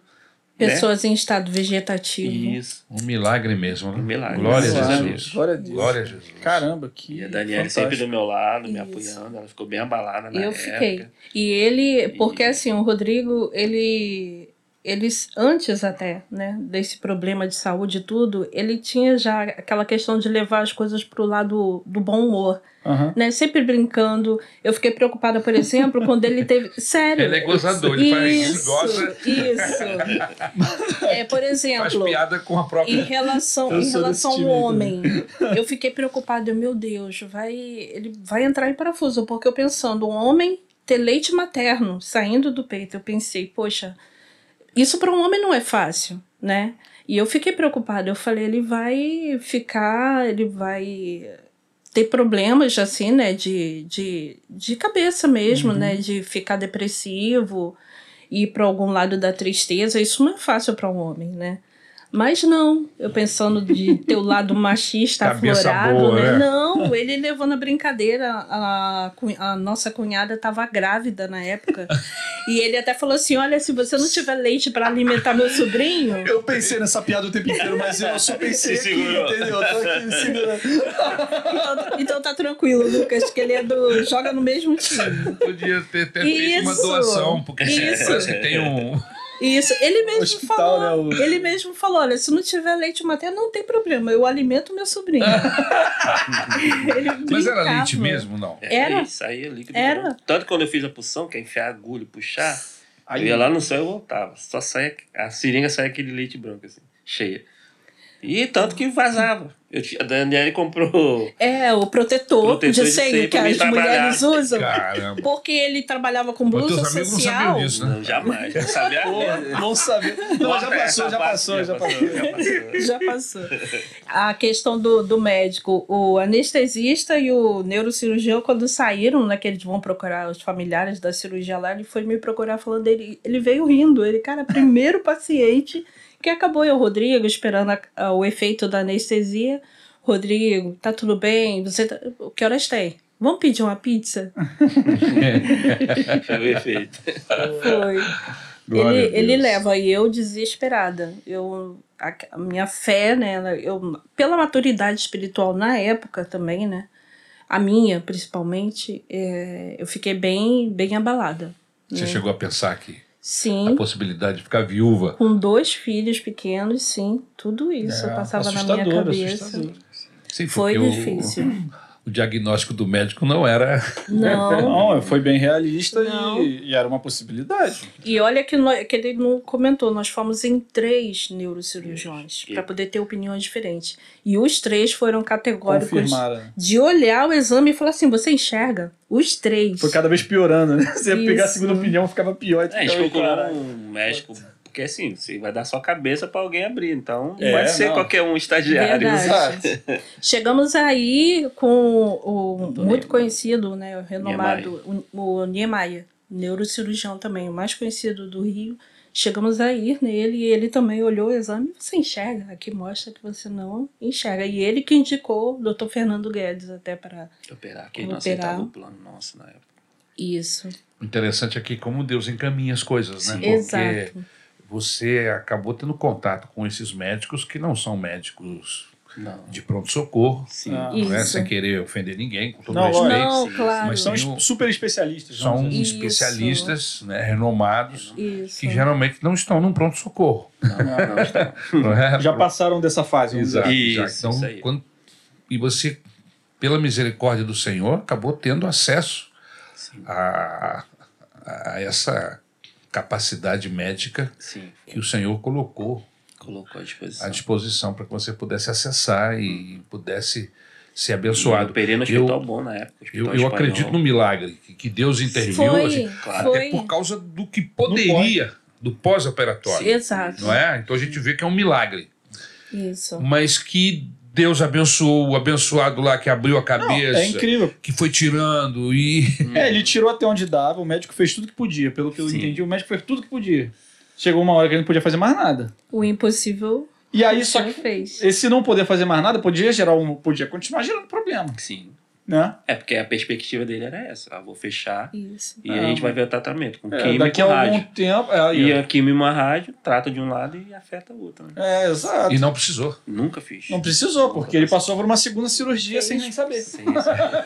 Speaker 4: né?
Speaker 3: Pessoas em estado vegetativo.
Speaker 4: Isso.
Speaker 1: Um milagre mesmo, né?
Speaker 4: Um milagre.
Speaker 1: Glória a
Speaker 2: Claro.
Speaker 1: Jesus.
Speaker 2: Glória a Deus.
Speaker 1: Glória a Jesus.
Speaker 2: Caramba, que.
Speaker 4: E a Daniela
Speaker 2: fantástico.
Speaker 4: sempre do meu lado, me
Speaker 3: Isso.
Speaker 4: apoiando. Ela ficou bem abalada na
Speaker 3: Eu
Speaker 4: época.
Speaker 3: fiquei. E ele, porque
Speaker 4: E-
Speaker 3: assim, o Rodrigo, ele, eles antes até, né, desse problema de saúde e tudo, ele tinha já aquela questão de levar as coisas pro lado do bom humor,
Speaker 2: Aham.
Speaker 3: né, sempre brincando. Eu fiquei preocupada, por exemplo, quando ele teve, sério.
Speaker 1: Ele é gozador, ele faz
Speaker 3: isso,
Speaker 1: ele goza,
Speaker 3: isso. É, por
Speaker 1: faz
Speaker 3: exemplo,
Speaker 1: piada com a
Speaker 3: em
Speaker 1: própria.
Speaker 3: relação,
Speaker 2: Eu
Speaker 3: em
Speaker 2: sou
Speaker 3: relação
Speaker 2: desse
Speaker 3: ao
Speaker 2: time aí
Speaker 3: homem, eu fiquei preocupada. eu, Meu Deus, vai, ele vai entrar em parafuso. Porque eu pensando, um homem ter leite materno saindo do peito, eu pensei, poxa, isso para um homem não é fácil, né? E eu fiquei preocupada. Eu falei, ele vai ficar, ele vai ter problemas assim, né? De, de, de cabeça mesmo,
Speaker 2: Uhum.
Speaker 3: né? De ficar depressivo, ir para algum lado da tristeza. Isso não é fácil para um homem, né? Mas não, eu pensando de ter o lado machista
Speaker 1: Cabeça
Speaker 3: aflorado,
Speaker 1: boa,
Speaker 3: né?
Speaker 1: né?
Speaker 3: Não, ele levou na brincadeira. A, cu- a nossa cunhada estava grávida na época. e ele até falou assim: olha, se você não tiver leite para alimentar meu sobrinho.
Speaker 2: Eu pensei nessa piada o tempo inteiro, mas eu só pensei
Speaker 4: Se
Speaker 2: aqui,
Speaker 4: segurou.
Speaker 2: entendeu? Eu tô aqui segurando.
Speaker 3: Então, então tá tranquilo, Lucas, que ele é do. joga no mesmo time.
Speaker 1: Podia ter, ter feito uma
Speaker 3: Isso.
Speaker 1: doação, porque
Speaker 3: Isso.
Speaker 1: parece que tem um.
Speaker 3: Isso, ele mesmo
Speaker 2: hospital,
Speaker 3: falou.
Speaker 2: né, o-
Speaker 3: Ele mesmo falou: olha, se não tiver leite materno, não tem problema, eu alimento meu sobrinho. Ele
Speaker 1: Mas era
Speaker 3: brincava.
Speaker 1: leite mesmo, não?
Speaker 4: É,
Speaker 3: Era?
Speaker 4: Isso aí é líquido.
Speaker 3: Era?
Speaker 4: branco. Tanto que quando eu fiz a pulsão, que é enfiar a agulha e puxar,
Speaker 2: Aí-
Speaker 4: eu ia lá no céu e voltava. Só saia, a seringa saia aquele leite branco, assim, cheia. E tanto que vazava. Eu, tinha- a Daniela comprou
Speaker 3: É, o protetor,
Speaker 4: Protetor
Speaker 3: de
Speaker 4: de
Speaker 3: seio
Speaker 4: seio
Speaker 3: que
Speaker 4: pra mim
Speaker 3: as
Speaker 4: trabalhar.
Speaker 3: mulheres usam.
Speaker 1: Caramba.
Speaker 3: Porque ele trabalhava com
Speaker 1: Mas
Speaker 3: blusa
Speaker 1: teus amigos não
Speaker 3: social.
Speaker 1: sabiam disso, né?
Speaker 4: Não, jamais. Não sabia
Speaker 2: Porra,
Speaker 4: mesmo.
Speaker 2: não sabia. Não, já
Speaker 4: Corta
Speaker 2: passou,
Speaker 4: essa
Speaker 2: já
Speaker 4: parte,
Speaker 2: passou, já passou.
Speaker 4: já passou.
Speaker 3: Já passou. A questão do, do médico, o anestesista e o neurocirurgião, quando saíram, né, que eles vão procurar os familiares da cirurgia lá, ele foi me procurar falando, ele, ele veio rindo. Ele, cara, primeiro paciente que acabou eu, Rodrigo, esperando a- a- o efeito da anestesia. Rodrigo, tá tudo bem? Você tá... Que horas tem? Vamos pedir uma pizza?
Speaker 4: Foi o efeito.
Speaker 3: Foi.
Speaker 1: Glória a
Speaker 3: ele, ele
Speaker 1: Deus.
Speaker 3: leva e eu desesperada. Eu a, a minha fé, né, ela- eu pela maturidade espiritual na época também, né? A minha, principalmente, é, eu fiquei bem bem abalada.
Speaker 1: Você chegou a pensar que a
Speaker 3: Sim,
Speaker 1: possibilidade de ficar viúva
Speaker 3: com dois filhos penos, sim, tudo isso
Speaker 2: É,
Speaker 3: passava na minha
Speaker 2: assustador,
Speaker 3: cabeça.
Speaker 2: assustador.
Speaker 1: Sim,
Speaker 3: Foi
Speaker 1: porque o-
Speaker 3: difícil.
Speaker 1: O, o diagnóstico do médico não era.
Speaker 3: Não.
Speaker 2: Não, foi bem realista
Speaker 3: Não.
Speaker 2: e, e era uma possibilidade.
Speaker 3: E olha que, nó- que ele não comentou, nós fomos em três neurocirurgiões
Speaker 4: E-
Speaker 3: para poder ter opiniões diferentes. E os três foram categóricos
Speaker 2: Confirmaram.
Speaker 3: de olhar o exame e falar assim: você enxerga? Os três.
Speaker 2: Foi cada vez piorando, né? Você ia pegar a
Speaker 3: Isso.
Speaker 2: segunda opinião, ficava pior.
Speaker 4: É, a gente
Speaker 2: Então,
Speaker 4: procurou
Speaker 2: caralho.
Speaker 4: um médico, porque assim, você vai dar sua cabeça pra alguém abrir, então não
Speaker 2: É,
Speaker 4: vai ser
Speaker 2: não.
Speaker 4: qualquer um estagiário.
Speaker 3: Verdade.
Speaker 2: Exato.
Speaker 3: Chegamos aí com o
Speaker 4: Doutor
Speaker 3: muito
Speaker 4: Niemeyer.
Speaker 3: conhecido, né, o renomado, o, o Niemeyer, neurocirurgião também, o mais conhecido do Rio. Chegamos aí nele e ele também olhou o exame você enxerga, aqui mostra que você não enxerga. E ele que indicou o doutor Fernando Guedes até para
Speaker 4: Operar, que
Speaker 3: Vou
Speaker 4: não
Speaker 3: operar.
Speaker 4: aceitava o plano nosso na época.
Speaker 3: isso.
Speaker 1: O Interessante aqui como Deus encaminha as coisas, né?
Speaker 4: Sim.
Speaker 1: Porque
Speaker 3: Exato.
Speaker 1: você acabou tendo contato com esses médicos que não são médicos
Speaker 4: Não.
Speaker 1: de pronto-socorro,
Speaker 4: Sim.
Speaker 2: Ah.
Speaker 1: não é?
Speaker 3: Isso.
Speaker 1: sem querer ofender ninguém, com todo
Speaker 2: Não,
Speaker 1: respeito.
Speaker 3: Não,
Speaker 4: sim,
Speaker 3: claro.
Speaker 1: mas
Speaker 2: São
Speaker 1: tem
Speaker 2: es-
Speaker 1: um-
Speaker 2: super especialistas.
Speaker 1: São
Speaker 2: vamos dizer. assim.
Speaker 3: Isso.
Speaker 1: especialistas né, renomados
Speaker 3: Isso.
Speaker 1: que geralmente não estão num pronto-socorro.
Speaker 4: Não, não, não, está.
Speaker 1: não é?
Speaker 2: Já passaram dessa fase. vamos dizer. assim.
Speaker 1: Exato.
Speaker 4: Isso,
Speaker 1: já. Então,
Speaker 4: isso aí.
Speaker 1: quando- e você, pela misericórdia do Senhor, acabou tendo acesso
Speaker 4: Sim,
Speaker 1: a, a essa capacidade médica
Speaker 4: sim.
Speaker 1: que o Senhor colocou
Speaker 4: Colocou à disposição.
Speaker 1: à disposição para que você pudesse acessar e pudesse ser
Speaker 4: Eu
Speaker 1: abençoado.
Speaker 4: operei no
Speaker 1: Eu-
Speaker 4: hospital bom na época.
Speaker 1: Eu,
Speaker 4: hospital
Speaker 1: eu
Speaker 4: espanhol.
Speaker 1: acredito no milagre, que, que Deus interviu assim,
Speaker 3: Foi,
Speaker 4: claro.
Speaker 1: até
Speaker 3: foi.
Speaker 1: por causa do que poderia, do pós-operatório,
Speaker 3: Exato.
Speaker 1: não é? Então a gente vê que é um milagre,
Speaker 3: Isso.
Speaker 1: mas que Deus abençoou, o abençoado lá que abriu a
Speaker 2: Não,
Speaker 1: cabeça,
Speaker 2: é incrível.
Speaker 1: que foi tirando e...
Speaker 4: Hum.
Speaker 2: É, ele tirou até onde dava, o médico fez tudo que podia. Pelo que eu
Speaker 4: Sim.
Speaker 2: entendi, o médico fez tudo que podia. Chegou uma hora que ele não podia fazer mais nada.
Speaker 3: O impossível
Speaker 2: E aí, só
Speaker 3: ele
Speaker 2: que
Speaker 3: fez.
Speaker 2: esse não poder fazer mais nada podia gerar um. Podia continuar gerando problema.
Speaker 4: Sim.
Speaker 2: Né?
Speaker 4: É porque a perspectiva dele era essa. Ah, vou fechar
Speaker 3: Isso.
Speaker 4: e a gente vai ver o tratamento com
Speaker 2: Ah, É,
Speaker 4: química e
Speaker 2: daqui
Speaker 4: com
Speaker 2: a
Speaker 4: rádio.
Speaker 2: algum tempo. É, aí,
Speaker 4: E
Speaker 2: ó.
Speaker 4: a química e uma rádio trata de um lado e afeta o outro. Né?
Speaker 2: é exato.
Speaker 1: e não precisou.
Speaker 4: Nunca fiz.
Speaker 2: Não precisou, porque ele passou por uma segunda cirurgia sem nem saber.
Speaker 4: Sem saber.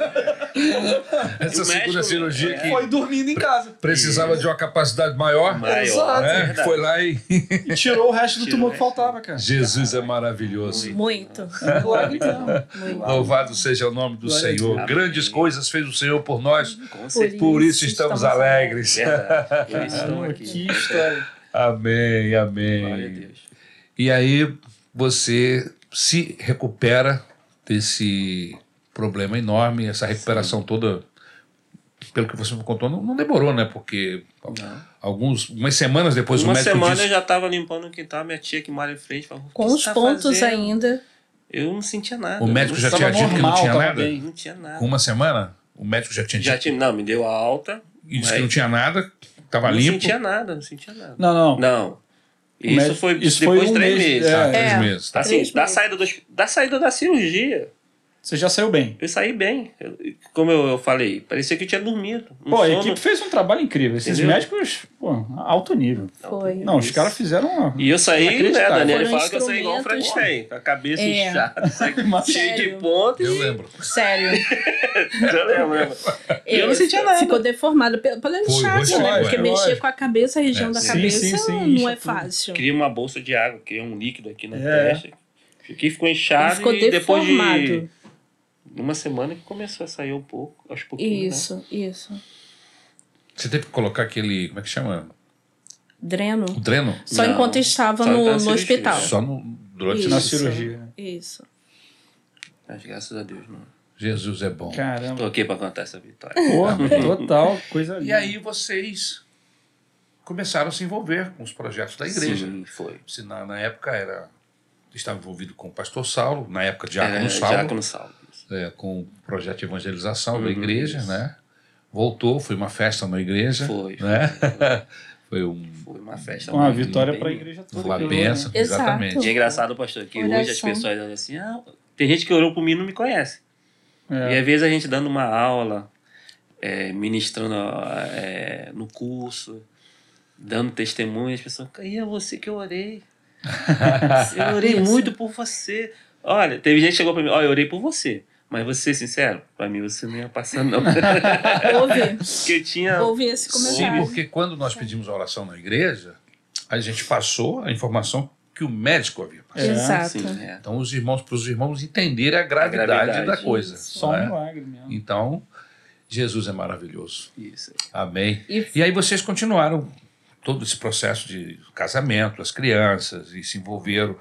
Speaker 1: Essa
Speaker 4: O
Speaker 1: segunda
Speaker 4: médico-
Speaker 1: cirurgia
Speaker 4: é.
Speaker 1: que
Speaker 2: Foi dormindo em casa.
Speaker 1: precisava de uma capacidade maior,
Speaker 4: Maior,
Speaker 1: né?
Speaker 4: é verdade.
Speaker 1: foi lá e...
Speaker 2: E tirou o resto do
Speaker 4: Tirou
Speaker 2: tumor
Speaker 4: o
Speaker 2: que
Speaker 4: resto.
Speaker 2: faltava, cara.
Speaker 1: Jesus é maravilhoso.
Speaker 3: Muito.
Speaker 2: É um milagre mesmo.
Speaker 3: muito.
Speaker 1: Louvado seja o nome do
Speaker 2: Glória a
Speaker 1: Senhor.
Speaker 4: Deus.
Speaker 1: Grandes
Speaker 4: Amém.
Speaker 1: coisas fez o Senhor por nós.
Speaker 4: Com
Speaker 3: Por
Speaker 4: certeza.
Speaker 3: isso
Speaker 1: Por isso estamos,
Speaker 3: estamos
Speaker 1: alegres.
Speaker 4: É. Verdade. Por isso estamos
Speaker 2: Caramba,
Speaker 4: aqui.
Speaker 2: que história.
Speaker 1: Amém,
Speaker 4: Glória a
Speaker 1: amém.
Speaker 4: Deus.
Speaker 1: E aí você se recupera desse problema enorme, essa recuperação toda, pelo que você me contou, não, não demorou, né? Porque
Speaker 4: Não.
Speaker 1: alguns, umas semanas depois o
Speaker 4: Uma
Speaker 1: médico
Speaker 4: semana
Speaker 1: disse,
Speaker 4: eu já tava limpando o quintal, minha tia que mora em frente falou, "O que
Speaker 3: Com
Speaker 4: você
Speaker 3: os
Speaker 4: tá
Speaker 3: pontos
Speaker 4: fazendo?"
Speaker 3: ainda.
Speaker 4: Eu não sentia nada.
Speaker 1: o médico já
Speaker 4: Não
Speaker 1: tinha
Speaker 2: Tava
Speaker 1: dito que não
Speaker 2: normal,
Speaker 1: tinha
Speaker 2: tava
Speaker 1: nada.
Speaker 2: bem.
Speaker 4: Não tinha nada.
Speaker 1: Com uma semana, o médico já tinha dito
Speaker 4: Já tinha, não, me deu a alta.
Speaker 1: e disse que
Speaker 4: mas
Speaker 1: não tinha nada, estava
Speaker 4: não
Speaker 1: limpo.
Speaker 4: sentia nada, não sentia nada.
Speaker 2: Não, não.
Speaker 4: Não. Isso
Speaker 2: médico-
Speaker 4: foi
Speaker 2: isso
Speaker 4: depois
Speaker 2: foi
Speaker 4: de
Speaker 2: um
Speaker 4: três
Speaker 2: mês,
Speaker 4: meses.
Speaker 1: Tá,
Speaker 2: é.
Speaker 1: três
Speaker 3: É.
Speaker 1: meses. Tá.
Speaker 4: Assim,
Speaker 3: Três
Speaker 4: da
Speaker 3: meses.
Speaker 4: saída, dos, da saída da cirurgia,
Speaker 2: Você já saiu bem.
Speaker 4: eu saí bem. Eu- como eu, eu falei, parecia que eu tinha dormido. Um
Speaker 2: Pô, a
Speaker 4: sono-
Speaker 2: equipe fez um trabalho incrível. Esses
Speaker 4: Entendeu?
Speaker 2: médicos, pô, alto nível.
Speaker 3: Foi.
Speaker 2: Não, os
Speaker 4: Isso.
Speaker 2: caras fizeram uma...
Speaker 4: E eu saí, né,
Speaker 2: Inacreditável.
Speaker 4: Daniel? Ele
Speaker 3: Foram
Speaker 4: fala que eu saí igual o
Speaker 3: instrumentos-
Speaker 4: Frankenstein, com a cabeça
Speaker 3: É.
Speaker 4: inchada, cheia de
Speaker 3: Sério.
Speaker 4: ponta.
Speaker 1: Eu
Speaker 4: E...
Speaker 1: lembro.
Speaker 3: Sério.
Speaker 4: Eu lembro, lembro.
Speaker 3: É,
Speaker 4: Eu não sentia nada.
Speaker 3: Ficou deformado pe- pela
Speaker 1: Foi,
Speaker 3: inchaça,
Speaker 1: lógico,
Speaker 3: né? Porque
Speaker 2: é,
Speaker 3: mexer
Speaker 2: lógico.
Speaker 3: com a cabeça, a região
Speaker 1: É,
Speaker 3: da
Speaker 1: sim,
Speaker 3: cabeça,
Speaker 2: sim, sim,
Speaker 3: não
Speaker 2: incha
Speaker 3: é
Speaker 2: tudo.
Speaker 3: fácil.
Speaker 4: Criei uma bolsa de água, criei um líquido aqui na
Speaker 2: É.
Speaker 4: testa. Fiquei, ficou
Speaker 3: Ele
Speaker 4: inchado
Speaker 3: ficou
Speaker 4: e depois de né?
Speaker 3: deformado.
Speaker 4: uma semana que começou a sair um pouco, aos pouquinhos, né?
Speaker 3: Isso, isso.
Speaker 1: Você teve que colocar aquele, como é que chama?
Speaker 3: Dreno.
Speaker 1: O dreno?
Speaker 3: Só
Speaker 4: Não,
Speaker 3: enquanto estava
Speaker 4: só
Speaker 3: no,
Speaker 4: na
Speaker 3: no
Speaker 4: cirurgia.
Speaker 3: hospital.
Speaker 1: Só no, durante
Speaker 2: na
Speaker 1: a
Speaker 3: Isso.
Speaker 2: cirurgia. né?
Speaker 3: Isso.
Speaker 4: Mas graças a Deus, não.
Speaker 1: Jesus é bom.
Speaker 4: Tô
Speaker 2: Caramba.
Speaker 4: aqui pra contar essa vitória.
Speaker 2: Pô, total, coisa
Speaker 1: E
Speaker 2: linda.
Speaker 1: aí vocês começaram a se envolver com os projetos da igreja.
Speaker 4: Sim, foi.
Speaker 1: Se na, na época era estava envolvido com o pastor Saulo, na época Diácono
Speaker 4: Era
Speaker 1: Saulo,
Speaker 4: Diácono Salvo.
Speaker 1: é, com o projeto de evangelização da
Speaker 4: Uhum,
Speaker 1: igreja,
Speaker 4: isso.
Speaker 1: né? Voltou, foi uma festa na igreja,
Speaker 4: Foi.
Speaker 1: né? foi um
Speaker 4: Foi uma festa.
Speaker 2: Uma
Speaker 4: muito
Speaker 2: vitória
Speaker 4: bem
Speaker 2: pra
Speaker 4: linda.
Speaker 2: igreja toda.
Speaker 1: uma
Speaker 4: um
Speaker 2: pelo-
Speaker 1: benção,
Speaker 3: Exato.
Speaker 1: exatamente.
Speaker 4: E é engraçado, pastor, que hoje as
Speaker 3: Oração.
Speaker 4: pessoas olham assim, ah, tem gente que orou por mim e não me conhece. E
Speaker 2: É.
Speaker 4: às vezes a gente dando uma aula, é, ministrando ó, é, no curso, dando testemunho, as pessoas, e é você que eu orei. Eu orei
Speaker 3: Isso.
Speaker 4: muito por você. Olha, teve gente que chegou pra mim, olha, eu orei por você. Mas vou ser sincero, pra mim você não ia passar, não.
Speaker 3: Houve,
Speaker 4: Porque eu tinha.
Speaker 3: houve esse
Speaker 1: Sim,
Speaker 3: comentário.
Speaker 1: porque quando nós pedimos a oração na igreja, a gente passou a informação que o médico havia passado.
Speaker 2: É,
Speaker 3: Exato.
Speaker 4: Sim, é.
Speaker 1: Então, os irmãos, para os irmãos entenderem a gravidade,
Speaker 4: gravidade.
Speaker 1: da coisa.
Speaker 2: Só
Speaker 1: não
Speaker 2: um
Speaker 1: é?
Speaker 2: milagre mesmo.
Speaker 1: Então, Jesus é maravilhoso.
Speaker 4: Isso.
Speaker 1: Amém.
Speaker 3: E-
Speaker 1: E aí vocês continuaram todo esse processo de casamento, as crianças, e se envolveram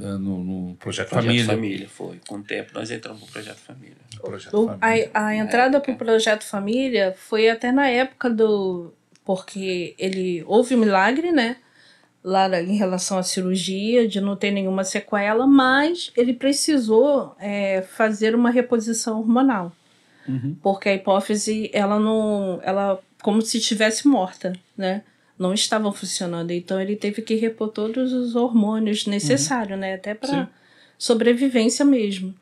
Speaker 1: ah, no, no projeto,
Speaker 4: Projeto
Speaker 1: família.
Speaker 4: família. foi. Com o tempo nós entramos pro Projeto Família.
Speaker 1: Projeto
Speaker 3: O-
Speaker 1: família.
Speaker 3: a, a entrada para o projeto família foi até na época do porque ele houve um milagre, né? Lá na- em relação à cirurgia, de não ter nenhuma sequela, mas ele precisou é, fazer uma reposição hormonal,
Speaker 2: Uhum.
Speaker 3: porque a hipófise ela não, ela como se estivesse morta, né? Não estava funcionando, então ele teve que repor todos os hormônios necessários, né? Até
Speaker 2: Uhum. Sim.
Speaker 3: para sobrevivência mesmo.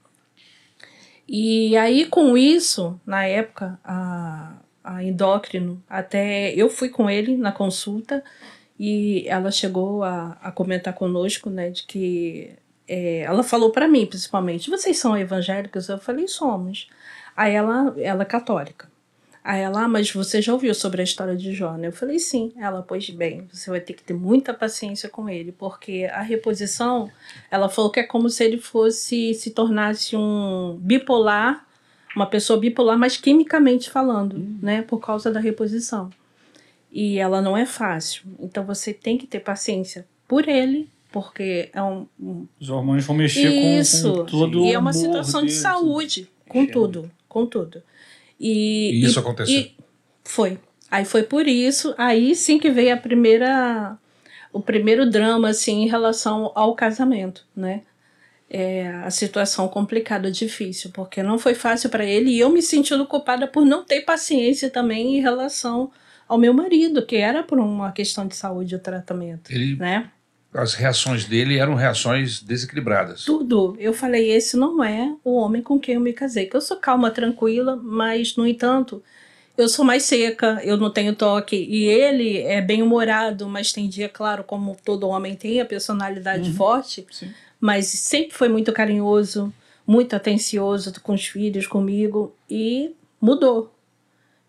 Speaker 3: E aí, com isso, na época, a, a endócrino, até eu fui com ele na consulta e ela chegou a, a comentar conosco, né, de que é, ela falou pra mim, principalmente, vocês são evangélicos? Eu falei, somos. Aí ela, ela é católica. Aí ela, "Ah, mas você já ouviu sobre a história de Jó? né?" Eu falei, sim. Ela, pois bem, você vai ter que ter muita paciência com ele, porque a reposição ela falou que é como se ele fosse se tornasse um bipolar, uma pessoa bipolar, mas quimicamente falando, né? Por causa da reposição. E ela não é fácil. Então você tem que ter paciência por ele, porque é um. um-
Speaker 2: Os hormônios vão mexer com-
Speaker 3: Isso.
Speaker 2: com, todo
Speaker 3: e é uma
Speaker 2: o humor
Speaker 3: situação de
Speaker 2: dele,
Speaker 3: saúde, com
Speaker 4: Enxerga.
Speaker 3: tudo, com tudo. E,
Speaker 1: E isso
Speaker 3: e-
Speaker 1: aconteceu?
Speaker 3: e- foi. Aí foi por isso, aí sim que veio a primeira. O primeiro drama, assim, em relação ao casamento, né? É, a situação complicada, difícil, porque não foi fácil para ele e eu me sentindo culpada por não ter paciência também em relação ao meu marido, que era por uma questão de saúde o tratamento,
Speaker 1: Ele-
Speaker 3: né?
Speaker 1: As reações dele eram reações desequilibradas.
Speaker 3: Tudo. Eu falei, esse não é o homem com quem eu me casei. Que eu sou calma, tranquila, mas, no entanto, eu sou mais seca, eu não tenho toque. E ele é bem-humorado, mas tem dia, claro, como todo homem tem, a personalidade forte.
Speaker 2: Sim.
Speaker 3: Mas sempre foi muito carinhoso, muito atencioso com os filhos, comigo. E mudou.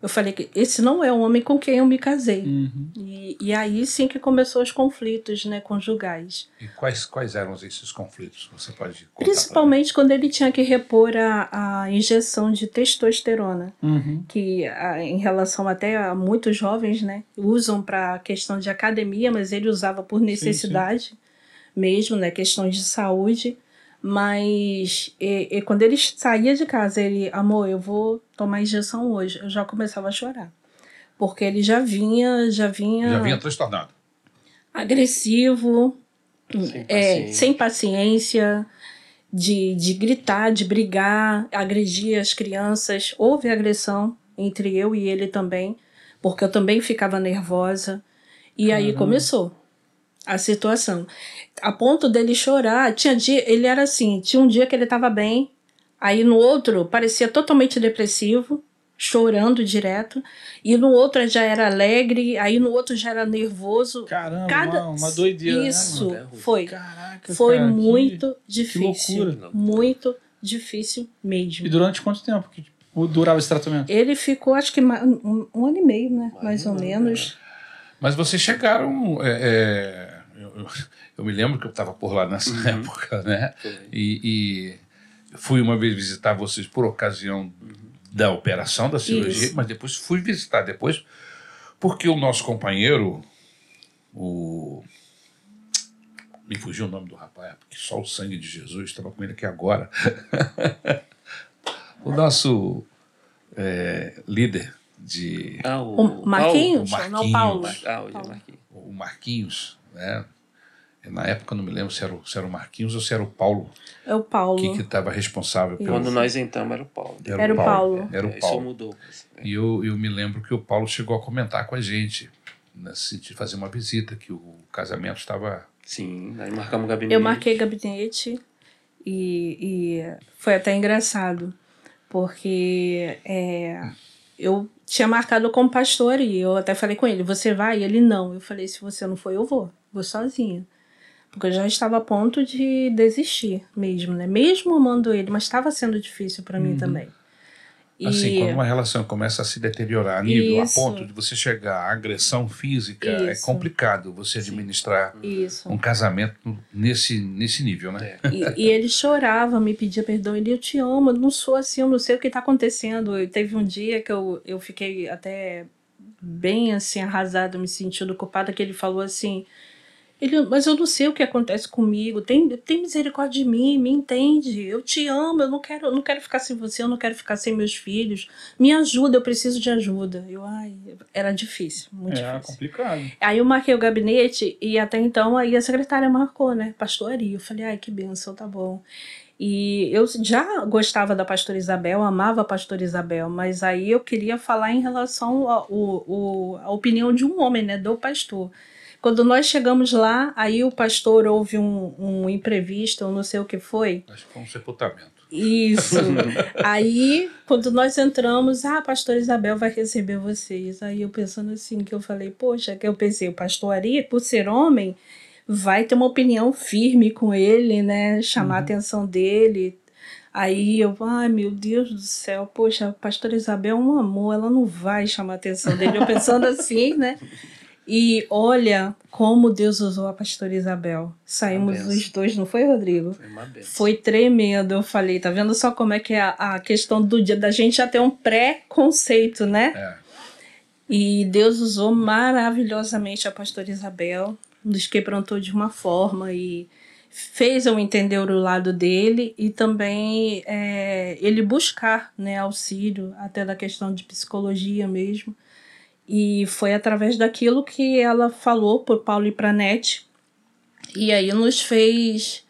Speaker 3: Eu falei que esse não é o homem com quem eu me casei.
Speaker 2: Uhum.
Speaker 3: E, e aí sim que começou os conflitos, né, conjugais.
Speaker 1: E quais, quais eram esses conflitos? Você pode contar pra
Speaker 3: Principalmente quando ele tinha que repor a, a injeção de testosterona,
Speaker 2: Uhum.
Speaker 3: que a- em relação até a muitos jovens, né, usam para questão de academia, mas ele usava por necessidade mesmo, né, questões de saúde. Mas e, e quando ele saía de casa, ele, amor, eu vou tomar injeção hoje, eu já começava a chorar. Porque ele já vinha, já vinha,
Speaker 1: mim? Já vinha transtornado.
Speaker 3: agressivo,
Speaker 4: Sem
Speaker 3: é,
Speaker 4: paciência.
Speaker 3: sem paciência, de, de gritar, de brigar, agredir as crianças. Houve agressão entre eu e ele também, porque eu também ficava nervosa. E aí
Speaker 2: Caramba.
Speaker 3: começou a situação. A ponto dele chorar, tinha dia, ele era assim, tinha um dia que ele estava bem, aí no outro parecia totalmente depressivo, chorando direto, e no outro já era alegre, aí no outro já era nervoso.
Speaker 2: Caramba,
Speaker 3: Cada
Speaker 2: uma, uma doideira. né,
Speaker 3: isso
Speaker 4: mano? É
Speaker 3: foi
Speaker 2: mano? Caraca,
Speaker 3: foi
Speaker 2: cara, que-
Speaker 3: muito difícil.
Speaker 2: loucura.
Speaker 3: Muito difícil
Speaker 2: E
Speaker 3: mesmo.
Speaker 2: durante quanto tempo que tipo, durava esse tratamento?
Speaker 3: Ele ficou, acho que ma- um, um ano e meio, né?
Speaker 4: Mais
Speaker 3: Mais
Speaker 4: um
Speaker 3: ou
Speaker 4: ano,
Speaker 3: menos.
Speaker 1: Mas vocês chegaram. é, é, eu, eu- eu me lembro que eu estava por lá nessa época, né?
Speaker 4: Foi.
Speaker 1: E, e fui uma vez visitar vocês por ocasião da operação, da cirurgia,
Speaker 3: Isso.
Speaker 1: mas depois fui visitar depois, porque o nosso companheiro, o. Me fugiu o nome do rapaz, porque só o sangue de Jesus estava com ele aqui agora. o nosso é, líder de
Speaker 4: Ah, o,
Speaker 3: O Marquinhos,
Speaker 1: Paulo, o
Speaker 3: não
Speaker 1: Marquinhos.
Speaker 3: Paulo.
Speaker 4: Paulo. Ah, o
Speaker 3: Paulo.
Speaker 4: Marquinhos.
Speaker 1: o Marquinhos, né? Na época eu não me lembro se era, o- se era o Marquinhos ou se era o Paulo
Speaker 3: É o Paulo.
Speaker 1: que estava responsável pelo.
Speaker 4: Quando nós entramos era o Paulo. É,
Speaker 3: Era o Paulo.
Speaker 1: Era o
Speaker 4: Isso
Speaker 1: Paulo.
Speaker 4: mudou. né?
Speaker 1: E eu, eu me lembro que o Paulo chegou a comentar com a gente, nesse sentido, fazer uma visita, que o casamento estava.
Speaker 4: Sim, aí marcamos o gabinete.
Speaker 3: Eu marquei gabinete e, e foi até engraçado, porque é, eu tinha marcado com o pastor e eu até falei com ele: você vai? E ele não. Eu falei: se você não for, eu vou, vou sozinha. Porque eu já estava a ponto de desistir mesmo, né? Mesmo amando ele, mas estava sendo difícil para mim também.
Speaker 1: Assim,
Speaker 3: E-
Speaker 1: quando uma relação começa a se deteriorar a nível,
Speaker 3: Isso.
Speaker 1: a ponto de você chegar à agressão física, é
Speaker 3: Isso.
Speaker 1: complicado você administrar
Speaker 3: Isso.
Speaker 1: um casamento nesse, nesse nível, né?
Speaker 3: E, e ele chorava, me pedia perdão. Ele, eu te amo, eu não sou assim, eu não sei o que está acontecendo. E teve um dia que eu, eu fiquei até bem assim, arrasada, me sentindo culpada, que ele falou assim. Ele, mas eu não sei o que acontece comigo. Tem, tem misericórdia de mim, me entende. Eu te amo, eu não quero, eu não quero ficar sem você, eu não quero ficar sem meus filhos. Me ajuda, eu preciso de ajuda. Eu, ai, era difícil, muito
Speaker 2: é
Speaker 3: difícil.
Speaker 2: complicado.
Speaker 3: Aí eu marquei o gabinete e até então aí a secretária marcou, né? Pastoria. Eu falei, ai, que benção, tá bom. E eu já gostava da pastora Isabel, amava a pastora Isabel, mas aí eu queria falar em relação à o- o- à opinião de um homem, né? Do pastor. Quando nós chegamos lá, aí o pastor houve um, um imprevisto, eu não sei o que foi.
Speaker 1: Acho que foi um sepultamento.
Speaker 3: Isso. aí, quando nós entramos, ah, a pastora Isabel vai receber vocês. Aí eu pensando assim, que eu falei, poxa, que eu pensei, o pastor Ari, por ser homem, vai ter uma opinião firme com ele, né? Chamar a atenção dele. Aí eu, ai meu Deus do céu, poxa, a pastora Isabel é um amor, ela não vai chamar a atenção dele. Eu pensando assim, né? E olha como Deus usou a pastora Isabel. Saímos
Speaker 4: benção.
Speaker 3: os dois, não foi, Rodrigo?
Speaker 4: Foi uma benção.
Speaker 3: Foi tremendo, eu falei, tá vendo só como é que é a, a questão do dia da gente já ter um pré-conceito, né?
Speaker 1: É.
Speaker 3: E Deus usou maravilhosamente a pastora Isabel, nos quebrantou de uma forma e fez eu entender o lado dele e também é, ele buscar né, auxílio, até da questão de psicologia mesmo. E foi através daquilo que ela falou por Paulo e Pranete. E aí nos fez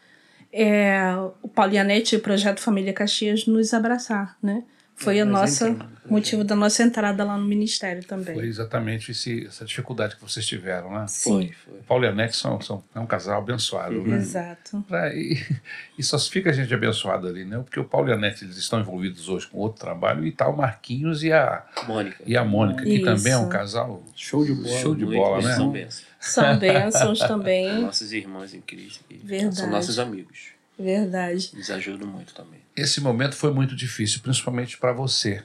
Speaker 3: é, o Paulo e a Nete e o Projeto Família Caxias nos abraçar, né? Foi
Speaker 4: É,
Speaker 3: a
Speaker 4: nós
Speaker 3: nossa
Speaker 4: entramos no projeto.
Speaker 3: motivo da nossa entrada lá no ministério também.
Speaker 1: Foi exatamente esse- essa dificuldade que vocês tiveram, né?
Speaker 3: Sim,
Speaker 4: foi.
Speaker 1: O Paulo e a Anete são, são é um casal abençoado,
Speaker 4: Uhum.
Speaker 1: né?
Speaker 3: exato.
Speaker 1: Pra- E, e só fica a gente abençoado ali, né? Porque o Paulo e a Anete, eles estão envolvidos hoje com outro trabalho e tal, o Marquinhos e a,
Speaker 4: Mônica.
Speaker 1: e a Mônica, que
Speaker 3: Isso.
Speaker 1: também é um casal
Speaker 2: Show de bola.
Speaker 1: Show de
Speaker 4: Muito
Speaker 1: bola,
Speaker 4: bem,
Speaker 1: né?
Speaker 4: São bênçãos.
Speaker 3: São bênçãos também,
Speaker 4: Nossos irmãos em Cristo. que
Speaker 3: Verdade.
Speaker 4: São nossos amigos.
Speaker 3: verdade.
Speaker 4: Nos ajudam muito também.
Speaker 1: Esse momento foi muito difícil, principalmente para você,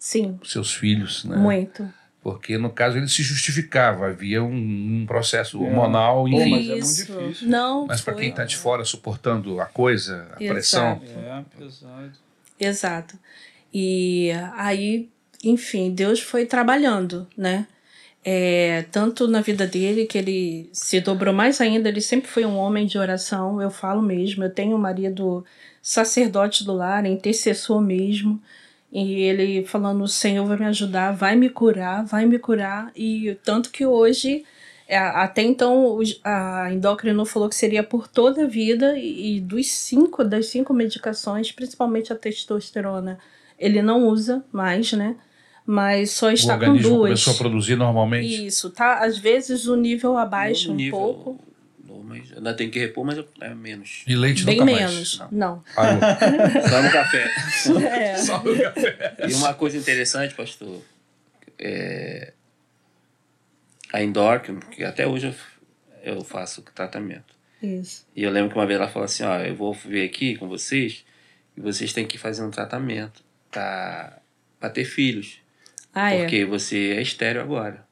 Speaker 3: Sim,
Speaker 1: os seus filhos, né?
Speaker 3: muito.
Speaker 1: Porque no caso ele se justificava, havia um, um processo
Speaker 2: É.
Speaker 1: hormonal,
Speaker 2: Pô,
Speaker 1: enfim.
Speaker 2: mas
Speaker 1: mas
Speaker 2: é muito
Speaker 3: Isso.
Speaker 2: difícil.
Speaker 3: Não,
Speaker 1: para
Speaker 3: foi. um
Speaker 1: quem está de fora suportando a coisa, a
Speaker 3: Exato.
Speaker 1: pressão,
Speaker 2: É, pesado.
Speaker 3: Exato. E aí, enfim, Deus foi trabalhando, né? É, tanto na vida dele, que ele se dobrou mais ainda, ele sempre foi um homem de oração, eu falo mesmo. Eu tenho um marido sacerdote do lar, intercessor mesmo. E ele falando: O Senhor vai me ajudar, vai me curar, vai me curar. E tanto que hoje, é, até então, os- a endócrino falou que seria por toda a vida e, e dos cinco, das cinco medicações, principalmente a testosterona, ele não usa mais, né? Mas só
Speaker 1: o
Speaker 3: está tá com
Speaker 1: organismo
Speaker 3: duas.
Speaker 1: começou a produzir normalmente.
Speaker 3: Isso, tá? Às vezes o nível abaixo
Speaker 4: No
Speaker 3: um
Speaker 4: nível,
Speaker 3: pouco,
Speaker 4: no- mas ainda tem que repor, mas é menos.
Speaker 1: E, leite
Speaker 3: bem
Speaker 1: nunca
Speaker 3: menos.
Speaker 1: mais.
Speaker 3: Não.
Speaker 1: Parou.
Speaker 4: Só no café.
Speaker 3: É.
Speaker 1: Só no café.
Speaker 4: E uma coisa interessante, pastor, é, a endócrino, que até hoje eu, eu faço tratamento.
Speaker 3: Isso.
Speaker 4: E eu lembro que uma vez ela falou assim, ó, eu vou ver aqui com vocês e vocês têm que fazer um tratamento pra, pra ter filhos.
Speaker 3: Ah, é.
Speaker 4: porque você é estéreo agora.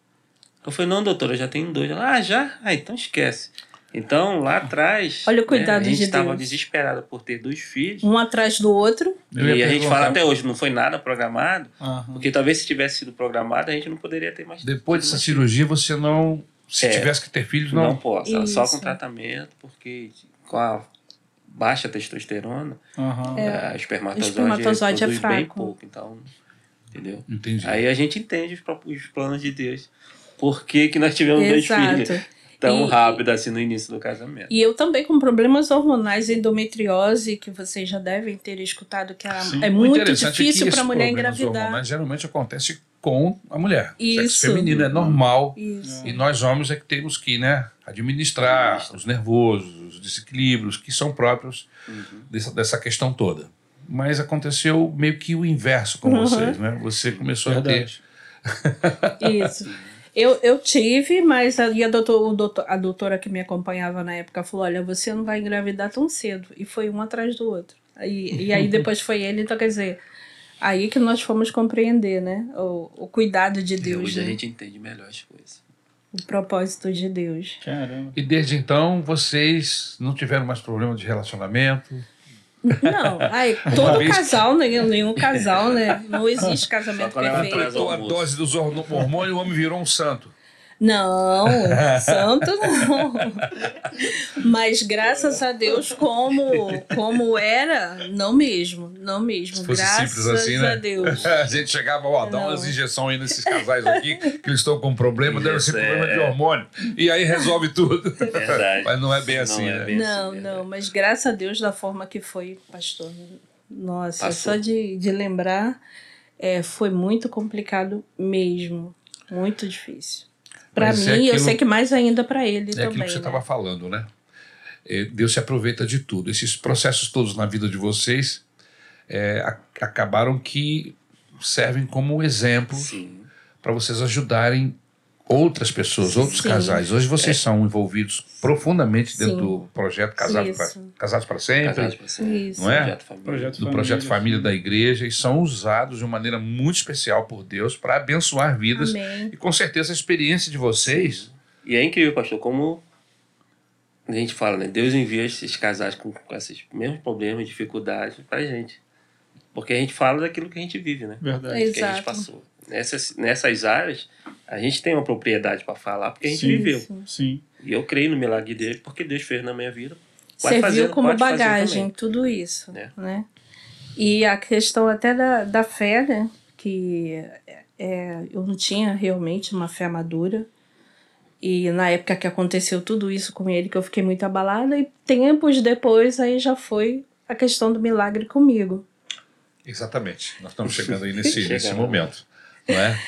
Speaker 4: Eu falei, não, doutora, eu já tenho dois. Ela, ah, já? Ah, então esquece. Então, lá atrás...
Speaker 3: Olha o cuidado
Speaker 4: né, A gente
Speaker 3: de
Speaker 4: estava
Speaker 3: Deus.
Speaker 4: desesperada por ter dois filhos.
Speaker 3: Um atrás do outro.
Speaker 1: Eu ia
Speaker 4: E a gente
Speaker 1: perguntar,
Speaker 4: fala até hoje, não foi nada programado.
Speaker 2: Aham.
Speaker 4: Porque talvez se tivesse sido programado, a gente não poderia ter mais.
Speaker 1: Depois dessa
Speaker 4: mais-
Speaker 1: cirurgia, você não. Se
Speaker 4: É.
Speaker 1: tivesse que ter filhos,
Speaker 4: Não,
Speaker 1: não.
Speaker 4: posso, ela só
Speaker 3: Isso.
Speaker 4: com tratamento, porque com a baixa testosterona,
Speaker 2: Aham.
Speaker 4: a espermatozoide,
Speaker 3: É. Espermatozoide é
Speaker 4: produz bem
Speaker 3: fraco.
Speaker 4: pouco. Então, entendeu?
Speaker 1: Entendi.
Speaker 4: Aí a gente entende os, prop- os planos de Deus. Por que, que nós tivemos dois filhos
Speaker 3: Exato.
Speaker 4: tão
Speaker 3: E-
Speaker 4: rápido assim no início do casamento?
Speaker 3: E eu também com problemas hormonais, endometriose, que vocês já devem ter escutado, que é, é
Speaker 1: O
Speaker 3: muito
Speaker 1: interessante é que
Speaker 3: difícil
Speaker 1: esses
Speaker 3: para a mulher
Speaker 1: problemas
Speaker 3: engravidar.
Speaker 1: hormonais geralmente acontece com a mulher. Sexo
Speaker 3: Isso.
Speaker 1: feminino é normal.
Speaker 3: Isso.
Speaker 1: E nós homens é que temos que né, administrar os nervosos, os desequilíbrios que são próprios
Speaker 4: Uhum.
Speaker 1: dessa, dessa questão toda. Mas aconteceu meio que o inverso com
Speaker 3: Uhum.
Speaker 1: vocês, né? Você começou
Speaker 2: Verdade.
Speaker 3: Isso. Eu, eu tive, mas aí a, doutor, o doutor- a doutora que me acompanhava na época falou: olha, você não vai engravidar tão cedo. E foi um atrás do outro. E, e aí depois foi ele, então quer dizer, Aí que nós fomos compreender, né? O, o cuidado de
Speaker 4: E
Speaker 3: Deus,
Speaker 4: É, hoje a
Speaker 3: né?
Speaker 4: gente entende melhor as coisas.
Speaker 3: o propósito de Deus.
Speaker 2: Caramba.
Speaker 1: E desde então vocês não tiveram mais problema de relacionamento.
Speaker 3: Não, aí, todo
Speaker 1: vez-
Speaker 3: casal, né? nenhum casal, né? Não existe
Speaker 4: Só
Speaker 3: casamento
Speaker 4: quando ela
Speaker 3: perfeito.
Speaker 4: traz
Speaker 1: Então a
Speaker 4: almoço.
Speaker 1: dose dos hormo- hormônios, o homem virou um santo.
Speaker 3: Não, santo não. Mas graças a Deus, como, como era, não mesmo, não mesmo.
Speaker 1: Se fosse
Speaker 3: graças
Speaker 1: simples assim, né?
Speaker 3: a Deus.
Speaker 1: A gente chegava, ó, dá
Speaker 3: Não.
Speaker 1: umas injeções aí nesses casais aqui, que eles estão com problema, deram esse
Speaker 4: Isso, é.
Speaker 1: problema de hormônio. E aí resolve tudo.
Speaker 4: Verdade.
Speaker 1: Mas não é bem assim,
Speaker 4: é
Speaker 1: né?
Speaker 4: bem
Speaker 3: Não,
Speaker 4: assim,
Speaker 3: não, mas graças a Deus da forma que foi, pastor. Nossa,
Speaker 4: Passou.
Speaker 3: só de, de lembrar, é, foi muito complicado mesmo. Muito difícil. Pra
Speaker 1: Mas
Speaker 3: mim,
Speaker 1: é
Speaker 3: eu
Speaker 1: aquilo-
Speaker 3: sei que mais ainda pra
Speaker 1: É
Speaker 3: ele
Speaker 1: aquilo
Speaker 3: também.
Speaker 1: que você
Speaker 3: né?
Speaker 1: estava falando, né? É, Deus se aproveita de tudo. Esses processos todos na vida de vocês é, a- acabaram que servem como exemplo
Speaker 4: Sim.
Speaker 1: para vocês ajudarem outras pessoas, outros
Speaker 3: Sim.
Speaker 1: casais. Hoje
Speaker 4: É.
Speaker 1: vocês são envolvidos profundamente dentro
Speaker 3: Sim.
Speaker 1: do projeto Casados pra-
Speaker 3: Isso.
Speaker 1: Casados para Sempre,
Speaker 4: Casados pra sempre.
Speaker 3: Isso.
Speaker 1: Não é?
Speaker 4: Projeto Família.
Speaker 2: Projeto
Speaker 1: do projeto Família da Igreja, e são usados de uma maneira muito especial por Deus para abençoar vidas.
Speaker 3: Amém.
Speaker 1: E com certeza a experiência de vocês
Speaker 4: E é incrível, pastor, como a gente fala, né? Deus envia esses casais com, com esses mesmos problemas, dificuldades pra gente. Porque a gente fala daquilo que a gente vive, né?
Speaker 2: Verdade.
Speaker 3: É Isso.
Speaker 4: Que a gente
Speaker 3: Exato.
Speaker 4: passou. Nessas, nessas áreas, a gente tem uma propriedade pra falar, porque a gente
Speaker 2: Sim.
Speaker 4: viveu.
Speaker 3: Isso.
Speaker 2: Sim.
Speaker 4: E eu creio no milagre dele, porque Deus fez na minha vida. Pode
Speaker 3: Serviu
Speaker 4: fazer,
Speaker 3: como
Speaker 4: pode fazer
Speaker 3: bagagem,
Speaker 4: também.
Speaker 3: tudo isso,
Speaker 4: É.
Speaker 3: né? E a questão até da, da fé, né? Que é, eu não tinha realmente uma fé madura. E na época que aconteceu tudo isso com ele, que eu fiquei muito abalada. E tempos depois, aí já foi a questão do milagre comigo.
Speaker 1: Exatamente. Nós estamos chegando aí nesse,
Speaker 4: Chegando.
Speaker 1: nesse momento. Não é?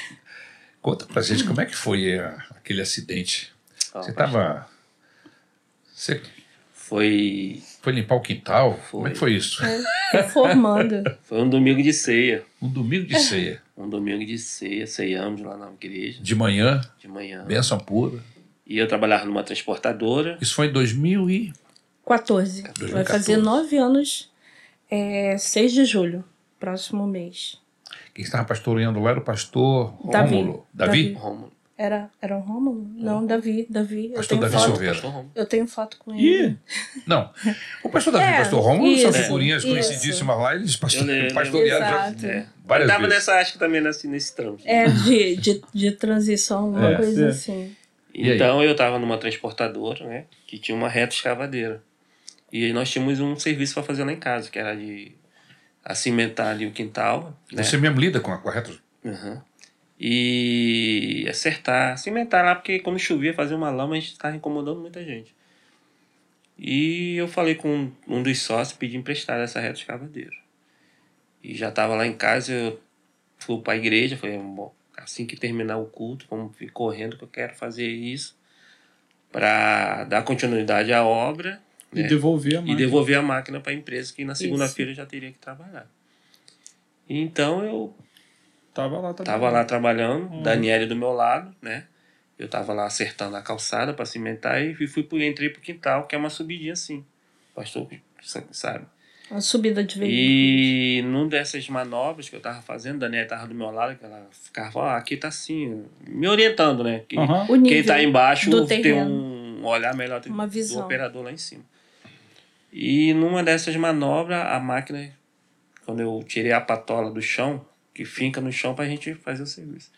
Speaker 1: Conta pra gente como é que foi eh, aquele acidente.
Speaker 4: Ó,
Speaker 1: Você tá- tava. Você
Speaker 4: Foi,
Speaker 1: foi limpar o quintal? Como é que
Speaker 4: Foi.
Speaker 1: foi isso?
Speaker 3: Reformando.
Speaker 4: foi um domingo de ceia.
Speaker 1: Um domingo de ceia.
Speaker 4: Um domingo de ceia, ceiamos lá na igreja,
Speaker 1: De manhã,
Speaker 4: de manhã.
Speaker 1: benção pura.
Speaker 4: E eu trabalhava numa transportadora.
Speaker 1: Isso foi em 2000 e.
Speaker 3: 14. Vai
Speaker 1: 2014.
Speaker 3: fazer nove anos, é, 6 de julho, próximo mês.
Speaker 1: Quem estava pastoreando lá era o pastor
Speaker 3: Davi.
Speaker 1: Rômulo. Davi?
Speaker 3: Davi.
Speaker 4: Rômulo.
Speaker 3: Era, era o Rômulo? Não, Davi, Davi. Eu
Speaker 1: Pastor
Speaker 3: tenho,
Speaker 1: Davi
Speaker 3: foto,
Speaker 1: Silveira.
Speaker 4: É. Pastor Rômulo.
Speaker 3: eu tenho foto com ele.
Speaker 2: Ih,
Speaker 1: Não. O pastor Davi e o
Speaker 3: É,
Speaker 1: pastor Rômulo são
Speaker 3: isso,
Speaker 1: figurinhas
Speaker 3: isso.
Speaker 1: conhecidíssimas lá. Eles
Speaker 4: Eu
Speaker 1: pasto-
Speaker 4: lembro.
Speaker 1: pastorearam. já-
Speaker 3: Exato.
Speaker 4: É.
Speaker 1: Várias
Speaker 4: eu tava
Speaker 1: vezes.
Speaker 4: nessa, acho que também nesse, nesse trampo.
Speaker 3: É, de, de, de transição, uma
Speaker 1: É,
Speaker 3: coisa
Speaker 2: é.
Speaker 3: assim.
Speaker 1: E aí?
Speaker 4: Então eu tava numa transportadora, né? Que tinha uma reta escavadeira. E aí nós tínhamos um serviço para fazer lá em casa, que era de acimentar ali o quintal. Né?
Speaker 1: Você mesmo lida com a correta?
Speaker 4: Aham. E acertar, cimentar lá, porque quando chovia fazer uma lama, a gente tava incomodando muita gente. E eu falei com um dos sócios, pedi emprestado essa reta escavadeira. E já tava lá em casa, eu fui pra igreja, falei, bom, assim que terminar o culto, vamos vir correndo que eu quero fazer isso para dar continuidade à obra.
Speaker 2: e
Speaker 1: É.
Speaker 4: né?
Speaker 2: devolver a
Speaker 4: E
Speaker 2: máquina.
Speaker 4: devolver a máquina para a empresa que na segunda-feira já teria que trabalhar. Então eu
Speaker 2: Tava lá, tava,
Speaker 4: Tava lá trabalhando, Daniele do meu lado, né? Eu tava lá acertando a calçada para cimentar e fui, fui pro, entrei pro quintal, que é uma subidinha assim. Pastor, sa- sabe?
Speaker 3: Uma subida de veículo.
Speaker 4: E num dessas manobras que eu tava fazendo, Daniele tava do meu lado, que ela ficava, ó, aqui tá assim, me orientando, né? Que,
Speaker 2: Aham.
Speaker 3: O nível,
Speaker 4: Quem tá embaixo
Speaker 3: do
Speaker 4: tem
Speaker 3: terreno.
Speaker 4: um olhar melhor do,
Speaker 3: Uma
Speaker 4: do
Speaker 3: visão.
Speaker 4: operador lá em cima. E numa dessas manobras, a máquina, quando eu tirei a patola do chão, que finca no chão pra gente fazer o serviço.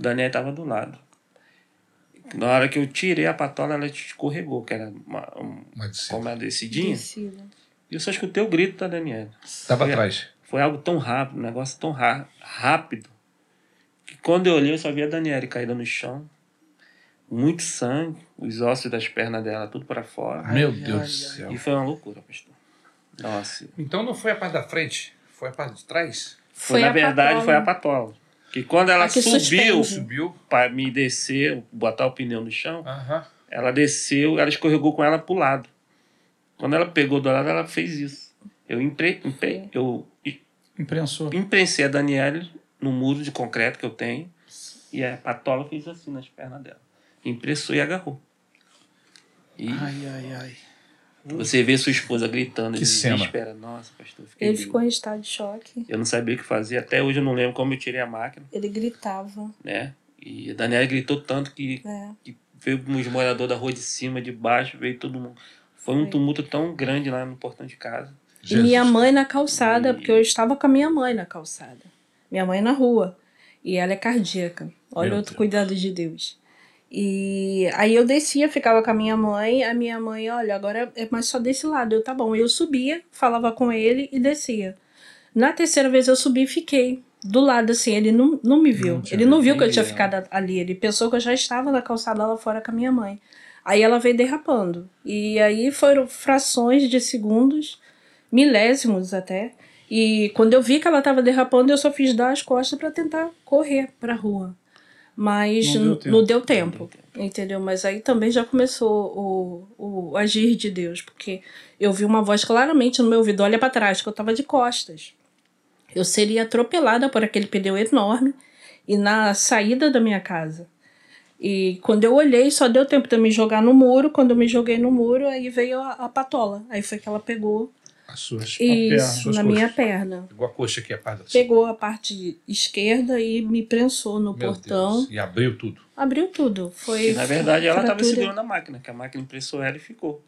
Speaker 4: O Daniel tava do lado. Na hora que eu tirei a patola, ela escorregou, que era uma, um,
Speaker 1: Mas você
Speaker 4: como uma descidinha.
Speaker 3: descida.
Speaker 4: E eu só escutei o grito da Daniela.
Speaker 1: estava
Speaker 4: Foi-
Speaker 1: atrás.
Speaker 4: Foi algo tão rápido, um negócio tão ra- rápido, que quando eu olhei eu só vi a Daniele caída no chão. Muito sangue, os ossos das pernas dela tudo para fora.
Speaker 1: Meu
Speaker 2: Ai,
Speaker 1: Deus
Speaker 2: ai,
Speaker 1: do céu.
Speaker 4: E foi uma loucura, pastor. Nossa.
Speaker 1: Então não foi a parte da frente, foi a parte de trás.
Speaker 4: Foi, na verdade, foi a patola. Que quando ela
Speaker 3: A que
Speaker 4: subiu
Speaker 3: suspende.
Speaker 1: Subiu.
Speaker 4: para me descer, botar o pneu no chão,
Speaker 1: Aham.
Speaker 4: ela desceu, ela escorregou com ela pro lado. Quando ela pegou do lado, ela fez isso. Eu, empre... empre- eu
Speaker 2: Imprensou.
Speaker 4: imprensei a Daniele no muro de concreto que eu tenho e a patola fez assim nas pernas dela. Impressou e agarrou. E
Speaker 2: Ai, ai, ai.
Speaker 4: Você vê sua esposa gritando,
Speaker 1: Que
Speaker 4: que
Speaker 1: cena.
Speaker 4: desespera. Nossa, pastor, fiquei
Speaker 3: Ele
Speaker 4: doido.
Speaker 3: ficou em estado de choque.
Speaker 4: Eu não sabia o que fazer. Até hoje eu não lembro como eu tirei a máquina,
Speaker 3: Ele gritava.
Speaker 4: né? E a Daniela gritou tanto que,
Speaker 3: né?
Speaker 4: que veio os moradores da rua de cima, de baixo, veio todo mundo. Foi um
Speaker 3: Foi.
Speaker 4: tumulto tão grande lá no portão de casa.
Speaker 3: E minha mãe na calçada,
Speaker 4: E-
Speaker 3: porque eu estava com a minha mãe na calçada. Minha mãe na rua. E ela é cardíaca. Olha
Speaker 1: Meu
Speaker 3: outro
Speaker 1: Deus.
Speaker 3: cuidado de Deus. E aí eu descia, ficava com a minha mãe. A minha mãe, olha, agora é mais só desse lado. Eu, tá bom. Eu subia, falava com ele e descia. Na terceira vez eu subi e fiquei do lado, assim. Ele não, não me viu.
Speaker 1: Não tinha
Speaker 3: ele não viu que eu
Speaker 4: entendido,
Speaker 3: tinha
Speaker 4: né?
Speaker 3: ficado ali. Ele pensou que eu já estava na calçada lá fora com a minha mãe. Aí ela veio derrapando. E aí foram frações de segundos, milésimos até. E quando eu vi que ela estava derrapando, eu só fiz dar as costas para tentar correr para rua. Mas
Speaker 2: Não deu
Speaker 3: n-
Speaker 2: tempo.
Speaker 3: não deu tempo,
Speaker 4: Não deu
Speaker 3: entendeu? Mas aí também já começou o, o agir de Deus, porque eu vi uma voz claramente no meu ouvido: olha para trás, que eu estava de costas. Eu seria atropelada por aquele pneu enorme e na saída da minha casa. E quando eu olhei, só deu tempo de eu me jogar no muro. Quando eu me joguei no muro, aí veio a, a patola. Aí foi que ela pegou
Speaker 1: As suas.
Speaker 2: perna,
Speaker 3: isso,
Speaker 1: suas
Speaker 3: na minha
Speaker 1: coxas.
Speaker 3: perna.
Speaker 1: Pegou a coxa aqui, a parte assim.
Speaker 3: Pegou a parte esquerda e me prensou no
Speaker 1: Meu
Speaker 3: portão.
Speaker 1: Deus. E abriu tudo.
Speaker 3: Abriu tudo. Foi.
Speaker 4: E na verdade ela estava
Speaker 3: fratura.
Speaker 4: segurando a máquina, que a máquina imprensou ela e ficou.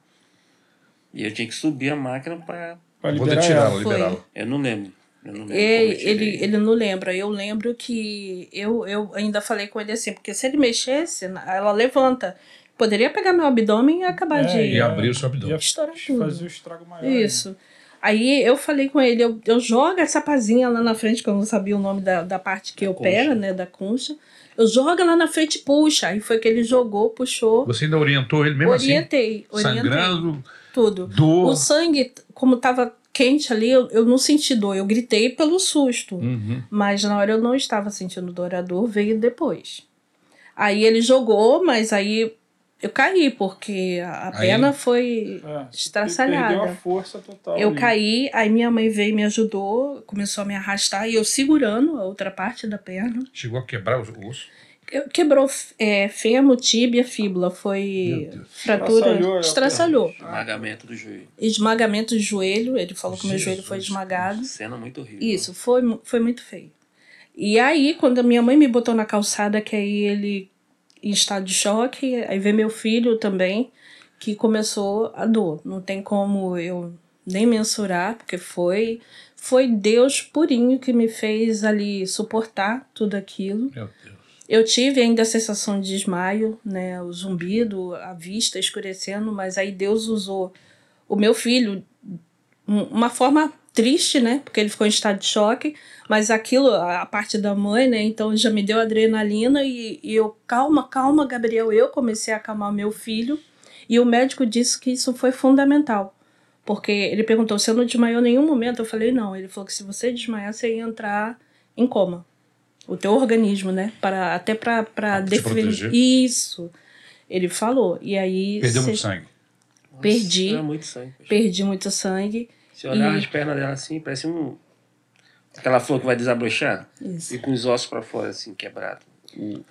Speaker 4: E eu tinha que subir a máquina para.
Speaker 2: Pra
Speaker 1: Vou
Speaker 2: liberar ela.
Speaker 1: retirá-la,
Speaker 3: Foi.
Speaker 1: liberá-la.
Speaker 4: Eu não lembro. Eu não lembro como
Speaker 3: É,
Speaker 4: eu tirei.
Speaker 3: ele, ele não lembra. Eu lembro que eu, eu ainda falei com ele assim, porque se ele mexesse, na- ela levanta. Poderia pegar meu abdômen e acabar
Speaker 2: É,
Speaker 3: de
Speaker 1: E abriu o seu abdômen.
Speaker 2: Ia
Speaker 3: estourar tudo.
Speaker 2: fazer o estrago maior.
Speaker 3: Isso. Aí eu falei com ele, eu, eu jogo essa pazinha lá na frente, que eu não sabia o nome da, da parte que
Speaker 4: Da
Speaker 3: opera,
Speaker 4: concha.
Speaker 3: né? Da concha. Eu jogo lá na frente e puxa. Aí foi que ele jogou, puxou.
Speaker 1: Você ainda orientou ele mesmo assim?
Speaker 3: orientei, orientei.
Speaker 1: Sangrando,
Speaker 3: Tudo.
Speaker 1: dor.
Speaker 3: O sangue, como tava quente ali, eu, eu não senti dor. Eu gritei pelo susto.
Speaker 1: Uhum.
Speaker 3: Mas na hora eu não estava sentindo dor, a dor veio depois. Aí ele jogou, mas aí eu caí, porque a, a
Speaker 1: Aí-
Speaker 3: perna foi
Speaker 2: É,
Speaker 3: Estraçalhada.
Speaker 2: Perdeu a força total.
Speaker 3: eu
Speaker 2: ali.
Speaker 3: caí, aí minha mãe veio e me ajudou, começou a me arrastar e eu segurando a outra parte da perna.
Speaker 1: Chegou a quebrar os ossos.
Speaker 3: Eu- Quebrou é, fêmur, tíbia, fíbula.
Speaker 1: Meu
Speaker 3: Foi
Speaker 1: Deus.
Speaker 3: fratura.
Speaker 2: Estraçalhou a
Speaker 3: Estraçalhou.
Speaker 4: Esmagamento do joelho.
Speaker 3: Esmagamento do joelho. Ele falou que meu joelho foi
Speaker 1: Jesus
Speaker 3: esmagado.
Speaker 4: Cena muito horrível.
Speaker 3: Isso, foi, mu- foi muito feio. E aí, quando a minha mãe me botou na calçada, que aí ele em estado de choque, aí veio meu filho também, que começou a dor. Não tem como eu nem mensurar, porque foi foi Deus purinho que me fez ali suportar tudo aquilo.
Speaker 1: Meu Deus.
Speaker 3: Eu tive ainda a sensação de desmaio, né, o zumbido, a vista escurecendo, mas aí Deus usou o meu filho um- uma forma triste, né, porque ele ficou em estado de choque, mas aquilo, a a parte da mãe, né, então já me deu adrenalina e, e eu, calma, calma, Gabriel, eu comecei a acalmar meu filho e o médico disse que isso foi fundamental, porque ele perguntou se eu não desmaiou em nenhum momento, eu falei não, ele falou que se você desmaiar, você ia entrar em coma. O teu organismo, né? Para, até para
Speaker 1: Ah, pra te proteger.
Speaker 3: Isso. Ele falou. E aí.
Speaker 1: Perdeu
Speaker 3: cê-
Speaker 1: muito sangue.
Speaker 4: Nossa,
Speaker 3: Perdi.
Speaker 4: era muito sangue. pastor.
Speaker 3: perdi muito sangue.
Speaker 4: Se olhar
Speaker 3: E-
Speaker 4: as pernas dela assim, parece um. Aquela flor que vai desabrochar
Speaker 3: Isso.
Speaker 4: e com os ossos pra fora, assim, quebrado. O-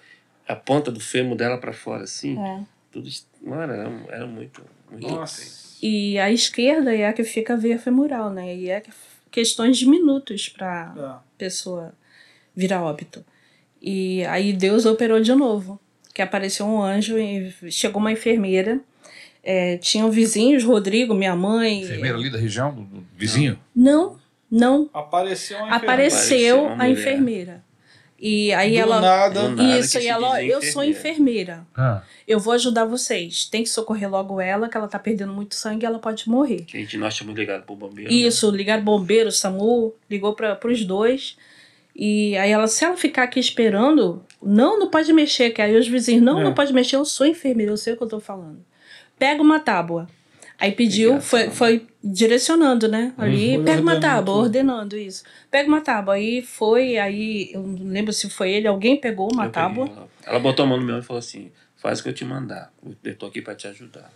Speaker 4: A ponta do fêmur dela pra fora, assim.
Speaker 3: É.
Speaker 4: Tudo. est- Mano, era, era muito. muito feio.
Speaker 2: Nossa. É.
Speaker 3: E a esquerda é a que fica a veia femoral, né? E é que- questões de minutos para
Speaker 2: É.
Speaker 3: pessoa virar óbito. E aí Deus operou de novo, que apareceu um anjo e chegou uma enfermeira. É, tinham vizinhos, Rodrigo, minha mãe.
Speaker 1: Enfermeira ali da região, do, do vizinho.
Speaker 3: Não, não.
Speaker 2: Apareceu uma
Speaker 4: Apareceu
Speaker 3: Apareceu
Speaker 4: uma
Speaker 3: a
Speaker 4: mulher.
Speaker 3: enfermeira. E aí
Speaker 2: enfermagem. Do
Speaker 3: ela.
Speaker 2: nada.
Speaker 4: Do nada
Speaker 3: Isso,
Speaker 4: que
Speaker 3: e
Speaker 4: se
Speaker 3: ela, ó,
Speaker 4: diz
Speaker 3: eu sou enfermeira.
Speaker 1: Ah,
Speaker 3: Eu vou ajudar vocês. Tem que socorrer logo ela, que ela tá perdendo muito sangue e ela pode morrer.
Speaker 4: Que a gente, nós estamos ligados pro bombeiro. né?
Speaker 3: Isso, ligar bombeiro, SAMU, ligou para os dois. E aí ela, se ela ficar aqui esperando, não, não pode mexer, que aí os vizinhos, não,
Speaker 2: É.
Speaker 3: não pode mexer, eu sou enfermeira, eu sei o que eu tô falando. Pega uma tábua. Aí pediu,
Speaker 4: Engraçado.
Speaker 3: foi, foi direcionando, né? Ali,
Speaker 2: Foi
Speaker 3: pega uma
Speaker 2: ordenando
Speaker 3: tábua,
Speaker 2: tudo.
Speaker 3: ordenando isso. Pega uma tábua. Aí foi, aí, eu não lembro se foi ele, alguém pegou uma
Speaker 4: Eu
Speaker 3: tábua.
Speaker 4: peguei ela. Ela botou a mão no meu e falou assim: faz o que eu te mandar. Eu tô aqui pra te ajudar.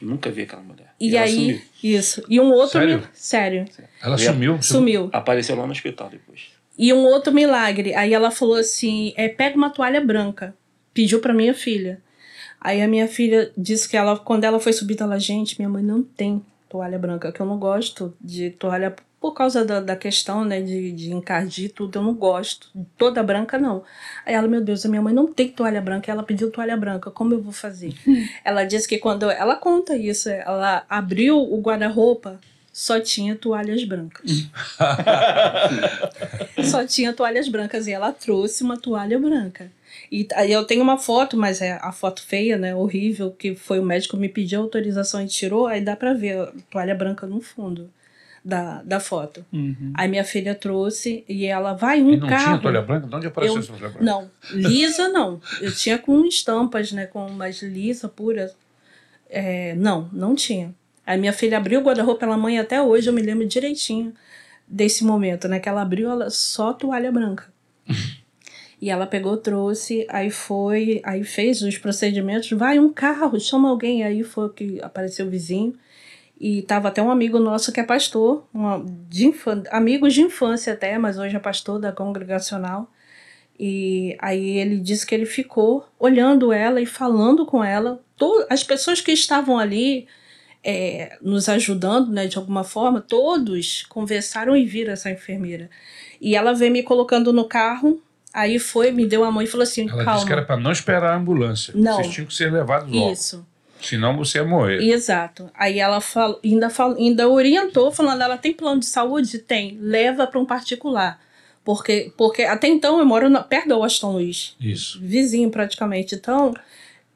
Speaker 4: Nunca vi aquela mulher.
Speaker 3: E,
Speaker 4: ela
Speaker 3: aí,
Speaker 4: sumiu.
Speaker 3: isso. E um outro.
Speaker 1: Sério?
Speaker 3: mi- Sério.
Speaker 1: ela
Speaker 4: Veio-
Speaker 1: sumiu.
Speaker 3: Sumiu.
Speaker 4: Apareceu lá no hospital depois.
Speaker 3: E um outro milagre. Aí ela falou assim: é, pega uma toalha branca. Pediu pra minha filha. Aí a minha filha disse que ela, quando ela foi subir, ela, gente, minha mãe não tem toalha branca, que eu não gosto de toalha por causa da, da questão, né, de, de encardir tudo, eu não gosto. Toda branca, não. Aí ela, meu Deus, a minha mãe não tem toalha branca, ela pediu toalha branca, como eu vou fazer? ela disse que quando. Ela conta isso, ela abriu o guarda-roupa, só tinha toalhas brancas. só tinha toalhas brancas, e ela trouxe uma toalha branca. E aí eu tenho uma foto, mas é a foto feia, né? Horrível, que foi o médico me pediu autorização e tirou, aí dá pra ver a toalha branca no fundo da, da foto.
Speaker 2: Uhum.
Speaker 3: Aí minha filha trouxe e ela vai um
Speaker 1: e não
Speaker 3: carro.
Speaker 1: tinha toalha branca? De onde apareceu
Speaker 3: Eu-
Speaker 1: essa toalha branca?
Speaker 3: Não, lisa não. Eu tinha com estampas, né? Com umas lisa pura. É, não, não tinha. Aí minha filha abriu o guarda-roupa pela mãe até hoje, eu me lembro direitinho desse momento, né? Que ela abriu ela, só toalha branca. E ela pegou, trouxe, aí foi, aí fez os procedimentos. Vai um carro, chama alguém. Aí foi que apareceu o vizinho. E tava até um amigo nosso que é pastor, uma, de infan- amigos de infância até, mas hoje é pastor da congregacional. E aí ele disse que ele ficou olhando ela e falando com ela. To- As pessoas que estavam ali é, nos ajudando, né, de alguma forma, todos conversaram e viram essa enfermeira. E ela veio me colocando no carro, aí foi, me deu a mão e falou assim,
Speaker 1: Ela
Speaker 3: calma.
Speaker 1: disse que era para não esperar a ambulância.
Speaker 3: Não.
Speaker 1: Vocês tinham que ser levados logo.
Speaker 3: Isso.
Speaker 1: Senão você ia morrer.
Speaker 3: Exato. Aí ela fal- ainda, fal- ainda orientou, falando: ela tem plano de saúde? Tem. Leva para um particular. Porque, porque até então eu moro na, perto da Washington Luiz,
Speaker 1: Isso.
Speaker 3: vizinho praticamente. Então,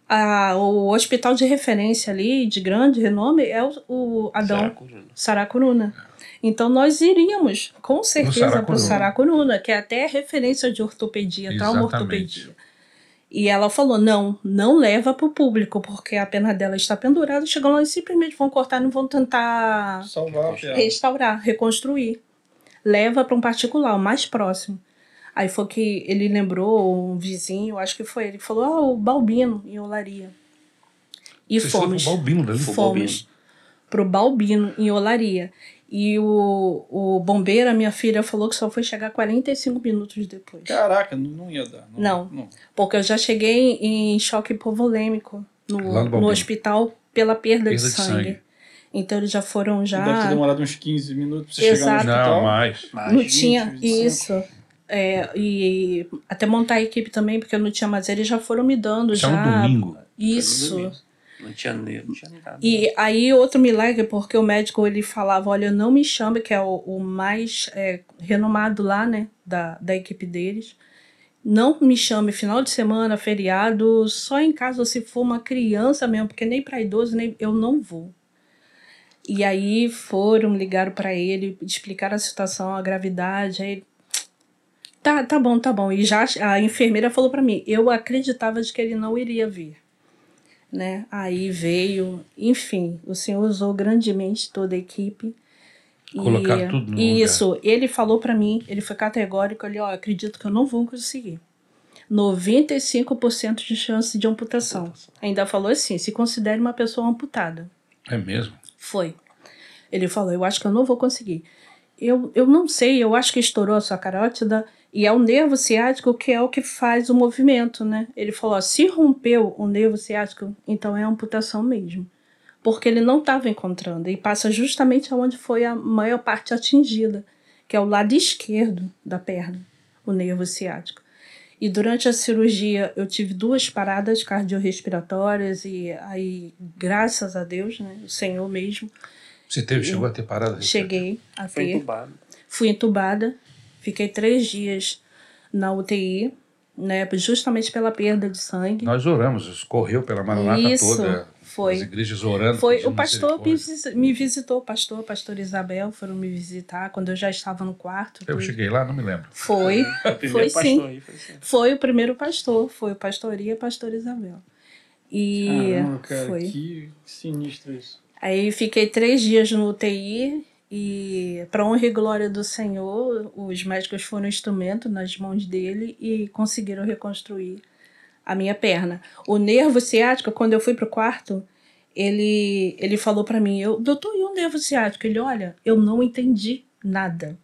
Speaker 3: a, o hospital de referência ali, de grande renome, é o, o Adão
Speaker 4: Saracuruna.
Speaker 3: Saracuruna. Então, nós iríamos, com certeza, para
Speaker 1: Saracuruna.
Speaker 3: o Saracuruna, que é até referência de ortopedia,
Speaker 1: Exatamente.
Speaker 3: traumaortopedia. E ela falou: não, não leva para o público, porque a perna dela está pendurada. Chegam lá e simplesmente vão cortar, não vão
Speaker 1: Uhum.
Speaker 3: tentar
Speaker 2: Salvar a piada.
Speaker 3: restaurar, reconstruir. Leva para um particular, o mais próximo. Aí foi que ele lembrou um vizinho, acho que foi ele, falou: ah, o Balbino, em Olaria. E
Speaker 1: Vocês foram
Speaker 3: fomos
Speaker 1: pro né? Balbino dali?
Speaker 4: Foi.
Speaker 3: fomos pro Balbino, em Olaria. E o, o bombeiro, a minha filha, falou que só foi chegar 45 minutos depois.
Speaker 2: Caraca, não, não ia dar.
Speaker 3: Não. Porque eu já cheguei em choque hipovolêmico no,
Speaker 1: Lá no
Speaker 3: no,
Speaker 1: Balbino.
Speaker 3: hospital pela perda, de,
Speaker 1: Perda de
Speaker 3: sangue.
Speaker 1: sangue.
Speaker 3: Então eles já foram já.
Speaker 2: Deve ter demorado uns 15 minutos pra você
Speaker 3: Exato. Então,
Speaker 2: chegar no
Speaker 1: Não,
Speaker 2: hospital.
Speaker 1: mas.
Speaker 4: Mas
Speaker 3: Não
Speaker 2: gente,
Speaker 3: tinha
Speaker 2: do céu.
Speaker 3: isso. É, e até montar a equipe também, porque eu não tinha mais. Eles já foram me dando
Speaker 1: Isso é
Speaker 3: já.
Speaker 1: um domingo.
Speaker 2: É um
Speaker 3: Isso.
Speaker 4: Não tinha nem, não tinha nada. né?
Speaker 3: E aí, outro milagre, porque o médico ele falava: Olha, não me chame, que é o, o mais é, renomado lá, né, da, da equipe deles. Não me chame final de semana, feriado, só em casa se for uma criança mesmo, porque nem para idoso nem eu não vou. E aí foram, ligaram para ele, explicaram a situação, a gravidade. Aí ele, tá, tá bom, tá bom. E já a enfermeira falou para mim: Eu acreditava de que ele não iria vir né? Aí veio, enfim, o senhor usou grandemente toda a equipe.
Speaker 1: Colocar tudo no
Speaker 3: e Isso, ele falou pra mim, ele foi categórico, ele, ó, acredito que eu não vou conseguir. 95% de chance de amputação. Ainda falou assim, se considere uma pessoa amputada.
Speaker 1: É mesmo.
Speaker 3: Foi. Ele falou, eu acho que eu não vou conseguir. Eu, eu não sei, eu acho que estourou a sua carótida e é o nervo ciático que é o que faz o movimento, né? Ele falou, ó, se rompeu o nervo ciático, então é amputação mesmo. Porque ele não estava encontrando e passa justamente onde foi a maior parte atingida, que é o lado esquerdo da perna, o nervo ciático. E durante a cirurgia eu tive duas paradas cardiorrespiratórias e aí, graças a Deus, né, o Senhor mesmo,
Speaker 1: Você teve, chegou a ter parada?
Speaker 3: cheguei a
Speaker 4: Foi
Speaker 3: ter
Speaker 4: entubado.
Speaker 3: fui entubada, fiquei três dias na UTI, né, justamente pela perda de sangue.
Speaker 1: Nós oramos, correu pela Maranata
Speaker 3: Isso,
Speaker 1: toda.
Speaker 3: foi.
Speaker 1: As igrejas orando.
Speaker 3: Foi
Speaker 1: pedindo
Speaker 3: o pastor me,
Speaker 1: misericórdia.
Speaker 3: visi- me visitou, o pastor, a pastora Isabel foram me visitar quando eu já estava no quarto.
Speaker 1: Eu
Speaker 3: tudo.
Speaker 1: cheguei lá, não me lembro.
Speaker 3: Foi,
Speaker 4: O primeiro
Speaker 3: Foi
Speaker 4: pastor
Speaker 3: sim.
Speaker 4: aí foi assim.
Speaker 3: foi o primeiro pastor, foi o pastoria e a pastora Isabel. E
Speaker 2: Caramba, cara,
Speaker 3: foi.
Speaker 2: que sinistro isso.
Speaker 3: Aí fiquei três dias no UTI e, para honra e glória do Senhor, os médicos foram instrumento nas mãos dele e conseguiram reconstruir a minha perna. O nervo ciático, quando eu fui pro quarto, ele, ele falou para mim, eu, doutor, e o nervo ciático? Ele, olha, eu não entendi nada.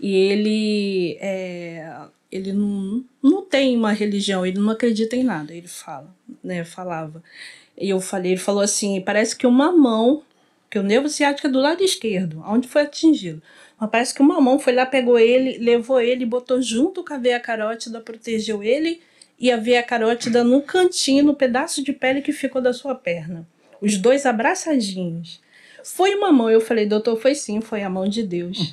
Speaker 3: E ele, é, ele não, não tem uma religião, ele não acredita em nada, ele fala, né, falava. E eu falei, ele falou assim, parece que uma mão, que Porque o nervo ciático é do lado esquerdo, onde foi atingido. Mas parece que uma mão foi lá, pegou ele, levou ele, botou junto com a veia carótida, protegeu ele e a veia carótida no cantinho, no pedaço de pele que ficou da sua perna. Os dois abraçadinhos. Foi uma mão, eu falei, doutor, foi sim, foi a mão de Deus.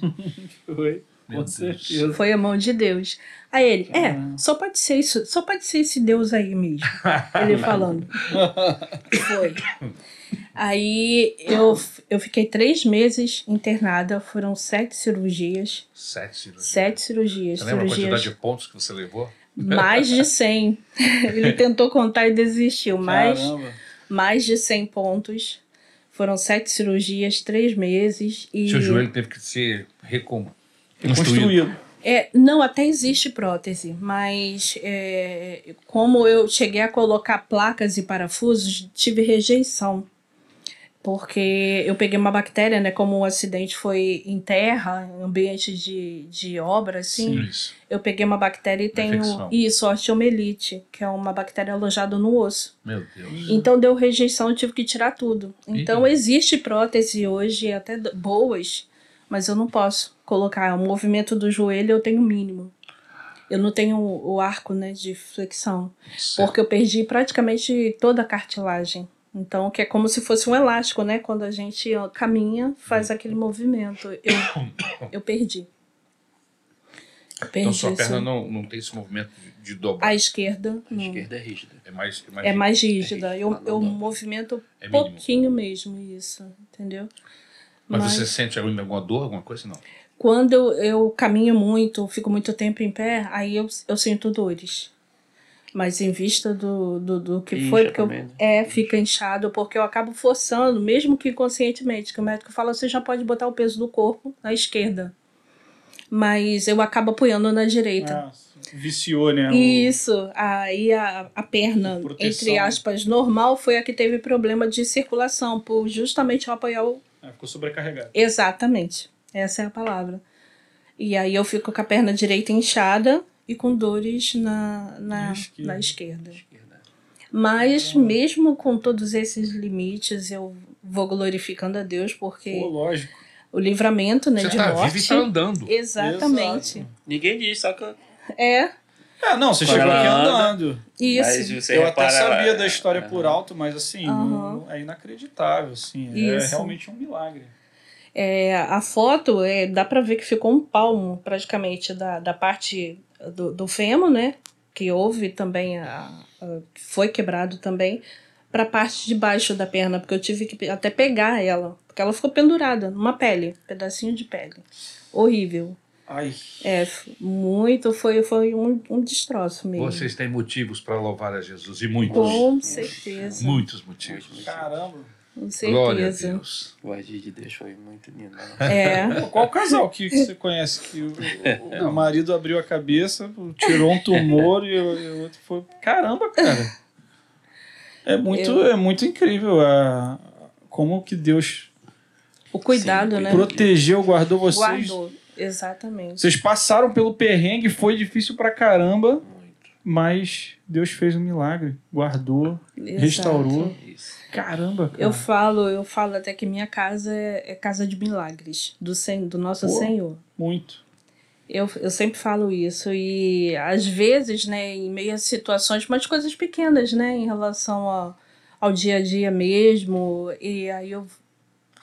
Speaker 2: Foi.
Speaker 1: Meu
Speaker 2: Com
Speaker 1: Deus.
Speaker 2: certeza.
Speaker 3: Foi a mão de Deus. Aí ele, é,
Speaker 2: Ah.
Speaker 3: só pode ser isso, só pode ser esse Deus aí mesmo. Ele falando. Foi. Aí eu, eu fiquei três meses internada, foram sete cirurgias.
Speaker 1: Sete cirurgias.
Speaker 3: Sete cirurgias.
Speaker 1: Você lembra a quantidade
Speaker 3: cirurgias
Speaker 1: de pontos que você levou?
Speaker 3: mais de 100. Ele tentou contar e desistiu, mas
Speaker 2: Caramba.
Speaker 3: mais de 100 pontos. Foram sete cirurgias, três meses. E...
Speaker 1: Seu joelho teve que ser recon... reconstruído.
Speaker 2: Construído.
Speaker 3: É, não, até existe prótese, mas é, como eu cheguei a colocar placas e parafusos, tive rejeição. Porque eu peguei uma bactéria, né? Como o acidente foi em terra, em ambiente de, de obra, assim.
Speaker 1: Isso.
Speaker 3: Eu peguei uma bactéria e tenho.
Speaker 1: infecção.
Speaker 3: Isso, osteomelite, que é uma bactéria alojada no osso.
Speaker 1: Meu Deus.
Speaker 3: Então deu rejeição, eu tive que tirar tudo. Então
Speaker 1: Uhum. Ih.
Speaker 3: existe prótese hoje, até do- boas, mas eu não posso colocar. O movimento do joelho eu tenho mínimo. Eu não tenho o arco né, de flexão, porque eu perdi praticamente toda a cartilagem. Então, que é como se fosse um elástico, né? Quando a gente ó, caminha, faz
Speaker 1: Uhum.
Speaker 3: aquele movimento. Eu, eu perdi. Eu perdi
Speaker 1: Então sua
Speaker 3: isso.
Speaker 1: perna não, não tem esse movimento de- de dobrar.
Speaker 3: A esquerda
Speaker 4: A
Speaker 3: não.
Speaker 4: esquerda é rígida.
Speaker 1: É mais, é mais,
Speaker 3: é mais rígida.
Speaker 4: rígida,
Speaker 3: Eu,
Speaker 4: não
Speaker 3: eu
Speaker 4: dobra.
Speaker 3: movimento
Speaker 1: é mínimo.
Speaker 3: pouquinho mesmo isso, entendeu?
Speaker 1: Mas,
Speaker 3: Mas,
Speaker 1: você sente ainda alguma dor, alguma coisa? Não.
Speaker 3: quando eu, eu caminho muito, fico muito tempo em pé, aí eu, eu sinto dores. Mas em vista do, do, do que
Speaker 4: Incha
Speaker 3: foi, porque eu,
Speaker 4: também, né?
Speaker 3: é, fica inchado, porque eu acabo forçando, mesmo que inconscientemente, que o médico fala, você já pode botar o peso do corpo na esquerda. Mas eu acabo apoiando na
Speaker 2: Ah,
Speaker 3: direita.
Speaker 2: viciou, né? o-
Speaker 3: Isso, aí a, a perna,
Speaker 2: Proteção.
Speaker 3: entre aspas, normal foi a que teve problema de circulação, por justamente eu apoiar o,
Speaker 2: Ah, ficou sobrecarregado.
Speaker 3: Exatamente. Essa é a palavra. E aí eu fico com a perna direita inchada e com dores na, na,
Speaker 2: Na
Speaker 3: na
Speaker 2: esquerda.
Speaker 3: esquerda.
Speaker 4: Esquerda. é.
Speaker 3: Mas mesmo com todos esses limites, eu vou glorificando a Deus, porque
Speaker 2: Pô, lógico.
Speaker 3: o livramento né,
Speaker 1: Você
Speaker 3: de
Speaker 1: tá
Speaker 3: morte.
Speaker 1: vivo e tá andando.
Speaker 3: Exatamente.
Speaker 4: Ninguém diz, só que.
Speaker 3: É,
Speaker 2: É, não, você
Speaker 4: Quando
Speaker 2: chegou
Speaker 4: ela
Speaker 2: aqui
Speaker 4: anda-
Speaker 2: andando.
Speaker 4: Mas
Speaker 3: isso.
Speaker 4: você
Speaker 2: eu
Speaker 4: repara, é,
Speaker 2: até sabia
Speaker 4: ela-
Speaker 2: da história
Speaker 4: ela-
Speaker 2: por alto, mas assim,
Speaker 3: Aham.
Speaker 2: não- é inacreditável, assim. É
Speaker 3: Isso.
Speaker 2: realmente um milagre.
Speaker 3: É, a foto, é, dá pra ver que ficou um palmo praticamente da, da parte do, do fêmur, né? Que houve também, a, a- foi quebrado também, pra parte de baixo da perna, porque eu tive que pe- até pegar ela, porque ela ficou pendurada numa pele, pedacinho de pele. Horrível.
Speaker 2: Ai.
Speaker 3: É, f- muito, foi, foi um, um destroço mesmo.
Speaker 1: Vocês têm motivos para louvar a Jesus e muitos.
Speaker 3: Com certeza.
Speaker 1: Muitos motivos.
Speaker 2: Caramba.
Speaker 3: Com certeza.
Speaker 1: Glória a Deus.
Speaker 4: O agir de Deus foi muito lindo. né?
Speaker 3: É.
Speaker 2: Pô, Qual casal que, que você conhece que o, o- o marido abriu a cabeça, tirou um tumor e o, e o outro foi. Caramba, cara! É muito, é muito incrível a, como que Deus
Speaker 3: O cuidado,
Speaker 4: Sim,
Speaker 3: né?
Speaker 4: pro-
Speaker 2: protegeu, guardou vocês.
Speaker 3: Guardou. Exatamente.
Speaker 2: Vocês passaram pelo perrengue, foi difícil pra caramba,
Speaker 4: Muito.
Speaker 2: mas Deus fez um milagre, guardou. Restaurou.
Speaker 3: Exato.
Speaker 4: É Isso.
Speaker 2: Caramba, cara.
Speaker 3: Eu falo, eu falo até que minha casa é, é casa de milagres do, sen, do nosso
Speaker 2: Pô.
Speaker 3: Senhor.
Speaker 2: Muito.
Speaker 3: Eu, eu sempre falo isso e às vezes, né, em meio a situações, mas coisas pequenas, né, em relação ao, ao dia a dia mesmo. E aí eu,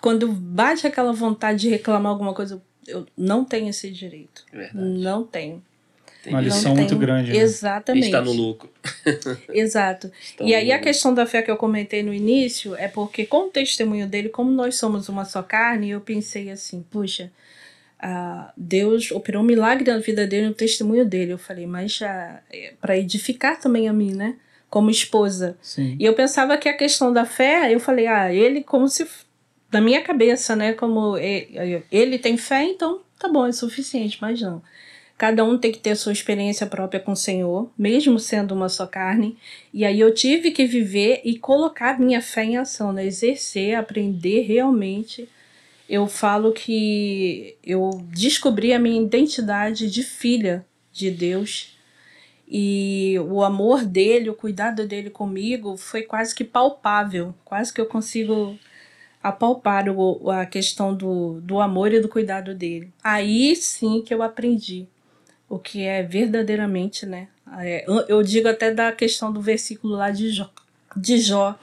Speaker 3: quando bate aquela vontade de reclamar alguma coisa, eu não tenho esse direito.
Speaker 4: é Verdade.
Speaker 3: Não tenho.
Speaker 4: Tem
Speaker 2: Uma
Speaker 4: que-
Speaker 2: lição
Speaker 3: não
Speaker 2: muito
Speaker 3: tenho.
Speaker 2: grande, né?
Speaker 3: Exatamente.
Speaker 4: Está no lucro.
Speaker 3: Exato.
Speaker 4: Está
Speaker 3: E aí
Speaker 4: no
Speaker 3: a
Speaker 4: lucro.
Speaker 3: questão da fé que eu comentei no início é porque com o testemunho dele, como nós somos uma só carne, eu pensei assim, puxa, ah, Deus operou um milagre na vida dele no testemunho dele. Eu falei, mas para edificar também a mim, né? Como esposa.
Speaker 2: Sim.
Speaker 3: E eu pensava que a questão da fé, eu falei, ah, ele como se f- na minha cabeça, né, como e- ele tem fé, então tá bom, é suficiente, mas não. Cada um tem que ter sua experiência própria com o Senhor, mesmo sendo uma só carne. E aí eu tive que viver e colocar minha fé em ação, né? exercer, aprender realmente. Eu falo que eu descobri a minha identidade de filha de Deus e o amor dele, o cuidado dele comigo foi quase que palpável, quase que eu consigo apalpar o, a questão do, do amor e do cuidado dele. Aí sim que eu aprendi o que é verdadeiramente, né? É, eu digo até da questão do versículo lá de Jó. De Jó.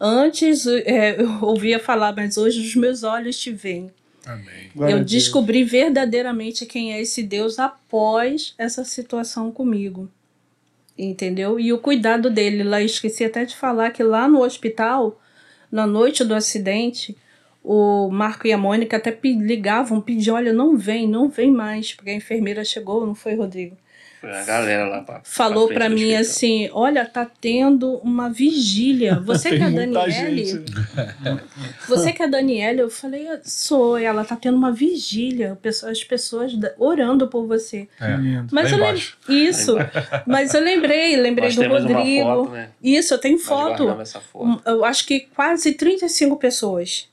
Speaker 3: Antes é, eu ouvia falar, mas hoje os meus olhos te veem.
Speaker 1: Amém.
Speaker 2: Glória a
Speaker 3: eu
Speaker 2: Deus.
Speaker 3: descobri verdadeiramente quem é esse Deus após essa situação comigo. Entendeu? E o cuidado dele lá, eu esqueci até de falar que lá no hospital, na noite do acidente, o Marco e a Mônica até pe- ligavam, pediam, olha, não vem, não vem mais, porque a enfermeira chegou, não foi, Rodrigo?
Speaker 4: Foi a galera lá pra,
Speaker 3: Falou
Speaker 4: frente
Speaker 3: pra
Speaker 4: do
Speaker 3: mim
Speaker 4: hospital.
Speaker 3: assim, olha, tá tendo uma vigília. Você que é a Daniele?
Speaker 2: né?
Speaker 3: Você que é a Daniela, eu falei, eu sou, e ela tá tendo uma vigília, o pessoal- as pessoas da- orando por você.
Speaker 1: É.
Speaker 2: Lindo.
Speaker 3: Mas
Speaker 1: Lá
Speaker 3: eu lem-
Speaker 1: embaixo.
Speaker 3: Isso. Mas eu lembrei, lembrei
Speaker 4: Nós
Speaker 3: do
Speaker 4: temos
Speaker 3: Rodrigo.
Speaker 4: uma foto, né?
Speaker 3: Isso, eu tenho
Speaker 4: Nós
Speaker 3: foto.
Speaker 4: guardamos essa foto.
Speaker 3: Um, Eu acho que quase 35 pessoas.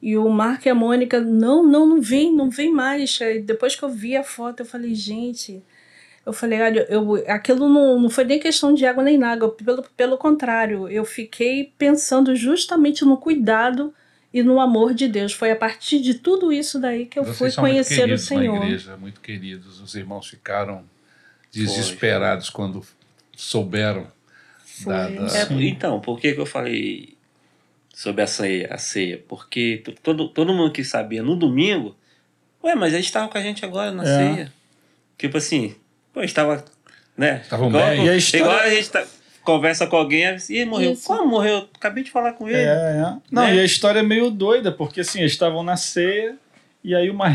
Speaker 3: E o Marco e a Mônica, não, não, não vem, não vem mais. Aí, depois que eu vi a foto, eu falei, gente. Eu falei, olha, eu, aquilo não, não foi nem questão de água nem nada. Pelo, pelo contrário, eu fiquei pensando justamente no cuidado e no amor de Deus. Foi a partir de tudo isso daí que eu
Speaker 1: Vocês
Speaker 3: fui
Speaker 1: são muito
Speaker 3: conhecer o
Speaker 1: queridos na
Speaker 3: Senhor.
Speaker 1: igreja, muito queridos. Os irmãos ficaram desesperados quando quando souberam da-
Speaker 3: Foi.
Speaker 1: da-
Speaker 4: É,
Speaker 2: Sim.
Speaker 4: então, por que, que eu falei sobre a ceia? A ceia? Porque t- todo, todo mundo que sabia no domingo, ué, mas eles estavam com a gente agora na
Speaker 2: É.
Speaker 4: ceia. Tipo assim, pô, estava, né?
Speaker 1: Estavam
Speaker 4: igual,
Speaker 1: bem.
Speaker 2: E a história-
Speaker 4: igual a gente tá- conversa com alguém, e morreu.
Speaker 3: Isso.
Speaker 4: Como morreu? Acabei de falar com ele.
Speaker 2: É, é. Não,
Speaker 4: Né?
Speaker 2: e a história é meio doida, porque assim, eles estavam na ceia e aí uma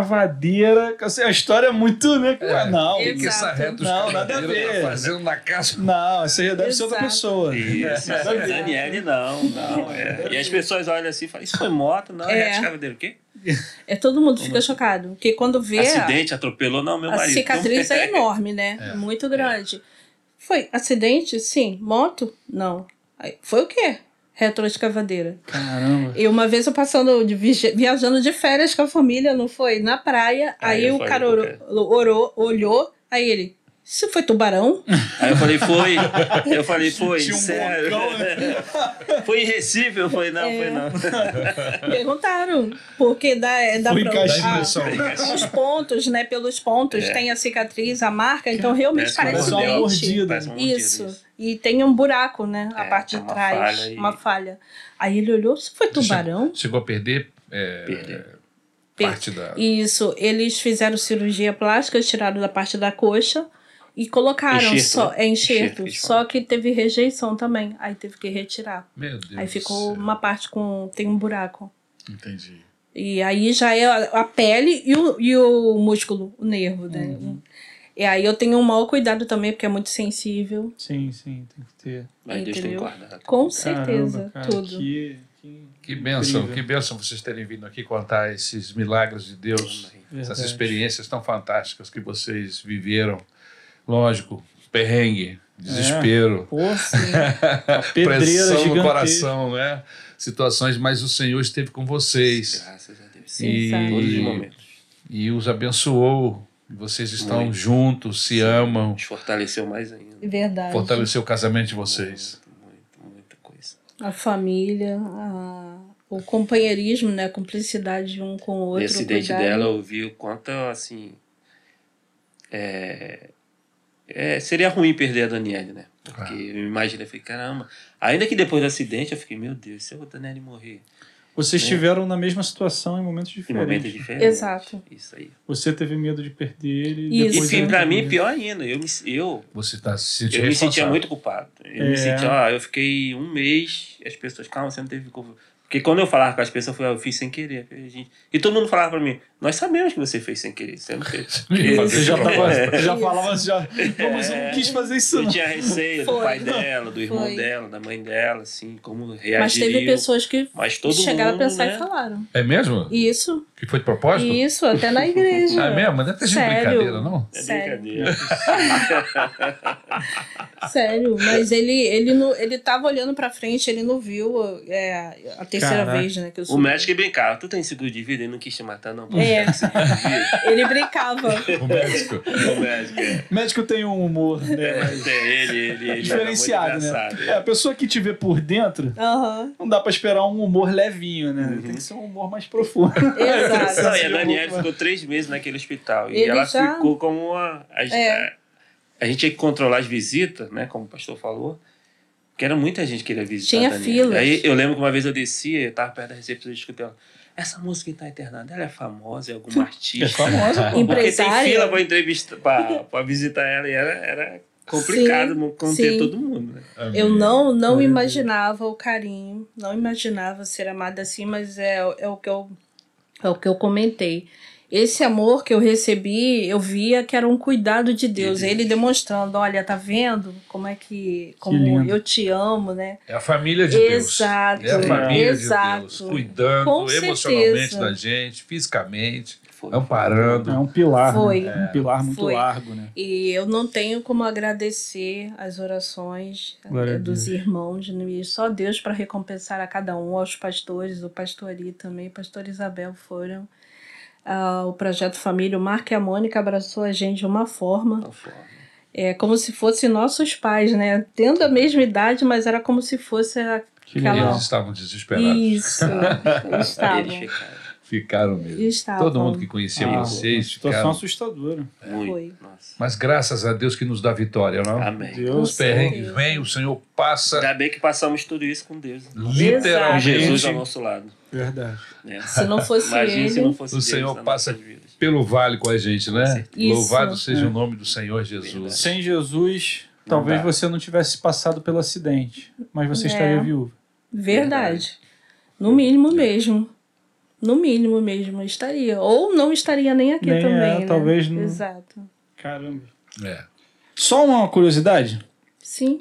Speaker 2: retroescavadeira. assim, a história é muito, né?
Speaker 1: É.
Speaker 2: Não,
Speaker 1: O que, que essa
Speaker 3: Exato.
Speaker 1: reta dos
Speaker 2: Não, nada a
Speaker 1: caminhoneiros
Speaker 2: ver.
Speaker 1: tá fazendo na casa?
Speaker 2: não, essa já deve ser outra
Speaker 3: Exato.
Speaker 2: pessoa.
Speaker 4: Isso,
Speaker 2: Nada a ver.
Speaker 4: Daniele não, não. é. E as pessoas olham assim e falam, isso foi moto, não,
Speaker 3: É.
Speaker 4: é, chave dele, o quê?
Speaker 3: É, todo mundo fica chocado. Porque quando vê. a-
Speaker 4: Acidente, atropelou, não, meu
Speaker 3: a
Speaker 4: marido. um
Speaker 3: cicatriz é enorme, né?
Speaker 1: É.
Speaker 3: Muito grande. Foi acidente? Sim. Moto? Não. Aí, Foi o quê? Retroescavadeira.
Speaker 2: Caramba.
Speaker 3: E uma vez eu passando, de vige- viajando de férias com a família, não foi? Na praia,
Speaker 4: Aí
Speaker 3: aí,
Speaker 4: eu
Speaker 3: o
Speaker 4: falei,
Speaker 3: cara
Speaker 4: por
Speaker 3: orou, orou- olhou, aí ele, isso foi tubarão?
Speaker 4: Aí eu falei, foi. Eu falei, foi,
Speaker 2: Tinha um
Speaker 4: sério.
Speaker 2: bocão, né?
Speaker 4: Foi em Recife, eu falei, não,
Speaker 3: É.
Speaker 4: foi não.
Speaker 3: Perguntaram. Porque dá, é, dá
Speaker 2: Foi
Speaker 3: pra.
Speaker 2: encaixado.
Speaker 3: ah,
Speaker 1: Impressão.
Speaker 3: os pontos, né? Pelos pontos,
Speaker 4: É.
Speaker 3: tem a cicatriz, a marca, então realmente
Speaker 4: Parece
Speaker 3: parece
Speaker 2: Parece
Speaker 3: um
Speaker 4: um
Speaker 2: uma
Speaker 4: dente.
Speaker 3: dente.
Speaker 2: mordida.
Speaker 4: Parece uma mordida,
Speaker 3: Isso. E tem um buraco, né? a
Speaker 4: É,
Speaker 3: parte
Speaker 4: tem
Speaker 3: de
Speaker 4: uma
Speaker 3: trás,
Speaker 4: falha e-
Speaker 3: uma falha. Aí ele olhou, isso foi tubarão?
Speaker 1: Chegou a perder é,
Speaker 4: Perdeu.
Speaker 1: parte da.
Speaker 3: Isso, eles fizeram cirurgia plástica, tiraram da parte da coxa e colocaram
Speaker 4: Enxerto,
Speaker 3: só.
Speaker 4: né?
Speaker 3: É
Speaker 4: Enxerto,
Speaker 3: enxerto.
Speaker 4: eles
Speaker 3: Só que teve rejeição também. Aí teve que retirar.
Speaker 1: Meu Deus.
Speaker 3: aí
Speaker 1: do
Speaker 3: ficou
Speaker 1: céu.
Speaker 3: uma parte com. tem um buraco.
Speaker 1: Entendi.
Speaker 3: E aí já é a a pele e o, e o músculo, o nervo, né?
Speaker 4: Uhum.
Speaker 3: E aí eu tenho um mau cuidado também, porque é muito sensível.
Speaker 2: Sim, sim, tem que ter.
Speaker 4: Mas Deus tem
Speaker 3: Entendeu?
Speaker 4: guardado.
Speaker 3: Com
Speaker 2: Caramba,
Speaker 3: certeza,
Speaker 2: cara,
Speaker 3: tudo.
Speaker 2: Que, que,
Speaker 1: Que bênção,
Speaker 2: incrível.
Speaker 1: que bênção vocês terem vindo aqui contar esses milagres de Deus, essas
Speaker 2: Verdade.
Speaker 1: experiências tão fantásticas que vocês viveram. Lógico, perrengue, desespero,
Speaker 2: É. Pô, a pedreira
Speaker 1: pressão
Speaker 2: gigantesca.
Speaker 1: no coração, né? Situações, mas o Senhor esteve com vocês
Speaker 4: Graças a Deus.
Speaker 3: Sim,
Speaker 1: e,
Speaker 3: sabe.
Speaker 4: Todos os momentos.
Speaker 1: e os abençoou. Vocês estão
Speaker 4: Muito.
Speaker 1: juntos, se amam,
Speaker 4: Nos fortaleceu mais ainda.
Speaker 3: Verdade.
Speaker 1: fortaleceu o casamento de vocês.
Speaker 4: Muito, muito, muita coisa.
Speaker 3: A família, a- o companheirismo, né? A cumplicidade um com o outro.
Speaker 4: Nesse acidente
Speaker 3: cuidado.
Speaker 4: dela, eu vi o quanto, assim. é- é, seria ruim perder a Daniele, né? Porque
Speaker 1: Claro.
Speaker 4: eu imaginei, eu falei, caramba. Ainda que depois do acidente, eu fiquei, meu Deus, se a Daniele morrer.
Speaker 2: Vocês
Speaker 4: É.
Speaker 2: estiveram na mesma situação em momentos
Speaker 4: Em
Speaker 2: diferentes.
Speaker 4: momentos diferentes.
Speaker 3: Exato.
Speaker 4: Isso aí.
Speaker 2: Você teve medo de perder ele.
Speaker 3: Isso.
Speaker 2: depois
Speaker 4: E sim,
Speaker 1: é,
Speaker 2: ele
Speaker 4: pra
Speaker 2: teve
Speaker 4: mim,
Speaker 2: medo.
Speaker 4: pior ainda. Eu me, eu,
Speaker 1: Você está se sentindo
Speaker 4: eu me sentia
Speaker 1: responsável.
Speaker 4: muito culpado. Eu
Speaker 2: É.
Speaker 4: me sentia, ó, eu fiquei um mês, as pessoas, calma, você não teve culpa. Porque quando eu falava com as pessoas, eu falava, eu fiz sem querer. Eu falei, "Gente", E todo mundo falava pra mim, nós sabemos que você fez sem querer, você não fez.
Speaker 2: Você já, tava,
Speaker 1: É.
Speaker 2: você já falava, você já. Não, mas eu não quis fazer isso,
Speaker 4: Eu
Speaker 2: não.
Speaker 4: tinha receio do
Speaker 3: Foi.
Speaker 4: pai dela, do irmão
Speaker 3: Foi.
Speaker 4: dela, da mãe dela, assim, como reagiria.
Speaker 3: Mas teve pessoas que
Speaker 4: Mas todo
Speaker 3: chegaram
Speaker 4: mundo,
Speaker 3: a pensar
Speaker 4: né?
Speaker 3: e falaram.
Speaker 1: É mesmo?
Speaker 3: Isso,
Speaker 1: Que E foi de propósito?
Speaker 3: Isso, até na igreja.
Speaker 1: Ah, é mesmo? Não deve ter sido
Speaker 3: Sério.
Speaker 1: brincadeira, não?
Speaker 4: É
Speaker 3: Sério.
Speaker 4: brincadeira.
Speaker 3: Sério, mas ele, ele, não, ele tava olhando pra frente, ele não viu é, a terceira
Speaker 2: Caraca.
Speaker 3: vez, né? Que eu
Speaker 4: O
Speaker 3: subi.
Speaker 4: médico que brincava, tu tem seguro de vida? Ele não quis te matar, não. pô.
Speaker 3: É.
Speaker 4: Seguro de vida?
Speaker 3: Ele brincava.
Speaker 1: O médico.
Speaker 4: O médico, é.
Speaker 2: Médico tem um humor, né?
Speaker 3: É.
Speaker 4: Tem ele, ele, ele era
Speaker 2: Diferenciado,
Speaker 4: muito
Speaker 2: né?
Speaker 4: engraçado,
Speaker 2: É, a pessoa que te vê por dentro,
Speaker 3: Aham,
Speaker 2: não dá pra esperar um humor levinho, né?
Speaker 4: Uhum.
Speaker 2: Tem que ser um humor mais profundo.
Speaker 3: exato.
Speaker 4: Não, e a
Speaker 2: Esse
Speaker 4: Daniela
Speaker 2: jogo,
Speaker 4: ficou três meses naquele hospital. e
Speaker 3: Ele
Speaker 4: ela
Speaker 3: já-
Speaker 4: ficou como uma. A, gente-
Speaker 3: É.
Speaker 4: a- a gente tinha que controlar as visitas, né? Como o pastor falou. Porque era muita gente que queria visitar.
Speaker 3: Tinha
Speaker 4: a Daniela.
Speaker 3: filas.
Speaker 4: Aí eu lembro que uma vez eu descia, eu tava perto da recepção e escutei ela. Essa moça que tá internada, ela é famosa, é alguma artista.
Speaker 2: É famosa, pô.
Speaker 4: Porque tem
Speaker 3: Empresária.
Speaker 4: fila pra entrevistar, pra, pra visitar ela. E era, era complicado conter
Speaker 3: sim.
Speaker 4: todo mundo, né?
Speaker 3: Eu não, não imaginava o carinho, não imaginava ser amada assim, mas é, é, o que eu, é o que eu comentei. Esse amor que eu recebi, eu via que era um cuidado de Deus.
Speaker 4: Deus.
Speaker 3: Ele demonstrando, olha, tá vendo como é que, como
Speaker 2: lindo.
Speaker 3: eu te amo, né?
Speaker 1: É a família de
Speaker 3: Exato,
Speaker 1: Deus. É a família
Speaker 3: exato.
Speaker 1: de Deus. Cuidando
Speaker 3: Com
Speaker 1: emocionalmente
Speaker 3: certeza.
Speaker 1: da gente, fisicamente,
Speaker 4: Foi.
Speaker 1: amparando.
Speaker 2: É um pilar,
Speaker 3: Foi.
Speaker 2: né? Um pilar muito
Speaker 3: Foi.
Speaker 2: largo, né?
Speaker 3: E eu não tenho como agradecer as orações
Speaker 2: Glória a
Speaker 3: eh, dos irmãos, e só Deus para recompensar a cada um, aos pastores, o pastori também, pastor Isabel foram. Ah, o projeto Família, o Marco e a Mônica abraçou a gente de uma forma,
Speaker 4: Então, foi.
Speaker 3: é como se fossem nossos pais, né? Tendo a mesma idade, mas era como se fosse a...
Speaker 2: Que
Speaker 3: Aquela-
Speaker 2: legal.
Speaker 1: Eles estavam desesperados,
Speaker 3: isso.
Speaker 4: Eles
Speaker 3: Estavam.
Speaker 4: ficaram.
Speaker 1: ficaram mesmo.
Speaker 3: Estavam.
Speaker 1: Todo mundo que conhecia
Speaker 2: Ah,
Speaker 1: vocês
Speaker 2: Situação
Speaker 1: ficaram.
Speaker 2: assustadora.
Speaker 4: Muito.
Speaker 3: Foi.
Speaker 4: Nossa.
Speaker 1: Mas graças a Deus que nos dá vitória, não?
Speaker 4: Amém.
Speaker 2: Deus.
Speaker 1: Os perrengues
Speaker 3: Sim.
Speaker 1: vêm, o Senhor passa
Speaker 4: Ainda bem que passamos tudo isso com Deus. né? Com
Speaker 1: literalmente.
Speaker 4: Jesus ao nosso lado.
Speaker 2: Verdade.
Speaker 4: né?
Speaker 3: Se não fosse
Speaker 4: Imagina se
Speaker 3: ele,
Speaker 4: não fosse
Speaker 1: O
Speaker 4: Deus
Speaker 1: Senhor
Speaker 4: nas
Speaker 1: passa-
Speaker 4: nossas vidas.
Speaker 1: Pelo vale com a gente, né?
Speaker 3: Isso.
Speaker 1: Louvado seja
Speaker 2: É.
Speaker 1: o nome do Senhor Jesus.
Speaker 2: Sem Jesus,
Speaker 4: Não
Speaker 2: talvez
Speaker 4: dá.
Speaker 2: você não tivesse passado pelo acidente, mas você
Speaker 3: É.
Speaker 2: estaria viúva.
Speaker 3: Verdade. No mínimo
Speaker 2: É.
Speaker 3: mesmo. No mínimo mesmo estaria. Ou não estaria nem aqui
Speaker 2: Nem é,
Speaker 3: também. né?
Speaker 2: talvez não.
Speaker 3: Exato.
Speaker 2: Caramba.
Speaker 1: É.
Speaker 2: Só uma curiosidade.
Speaker 3: Sim.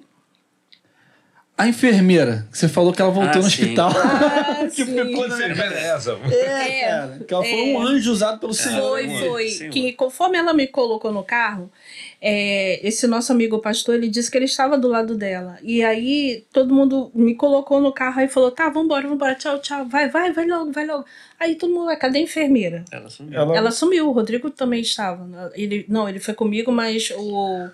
Speaker 2: A enfermeira, que você falou que ela voltou
Speaker 4: Ah,
Speaker 2: no
Speaker 4: sim.
Speaker 2: hospital.
Speaker 3: Ah,
Speaker 2: Que
Speaker 3: sim.
Speaker 2: ficou na minha
Speaker 1: Enfermeira é essa?
Speaker 2: É, cara. Que ela foi um anjo usado pelo Senhor.
Speaker 3: Foi,
Speaker 4: Senhor,
Speaker 3: foi.
Speaker 4: Senhor.
Speaker 3: Que conforme ela me colocou no carro, é, esse nosso amigo pastor, ele disse que ele estava do lado dela. E aí todo mundo me colocou no carro e falou: tá, vambora, vambora, tchau, tchau, vai, vai, vai logo, vai logo. Aí todo mundo, "Ué, cadê a enfermeira?
Speaker 4: Ela sumiu.
Speaker 2: Ela,
Speaker 3: Ela sumiu, o Rodrigo também estava. Ele, não, ele foi comigo, mas o,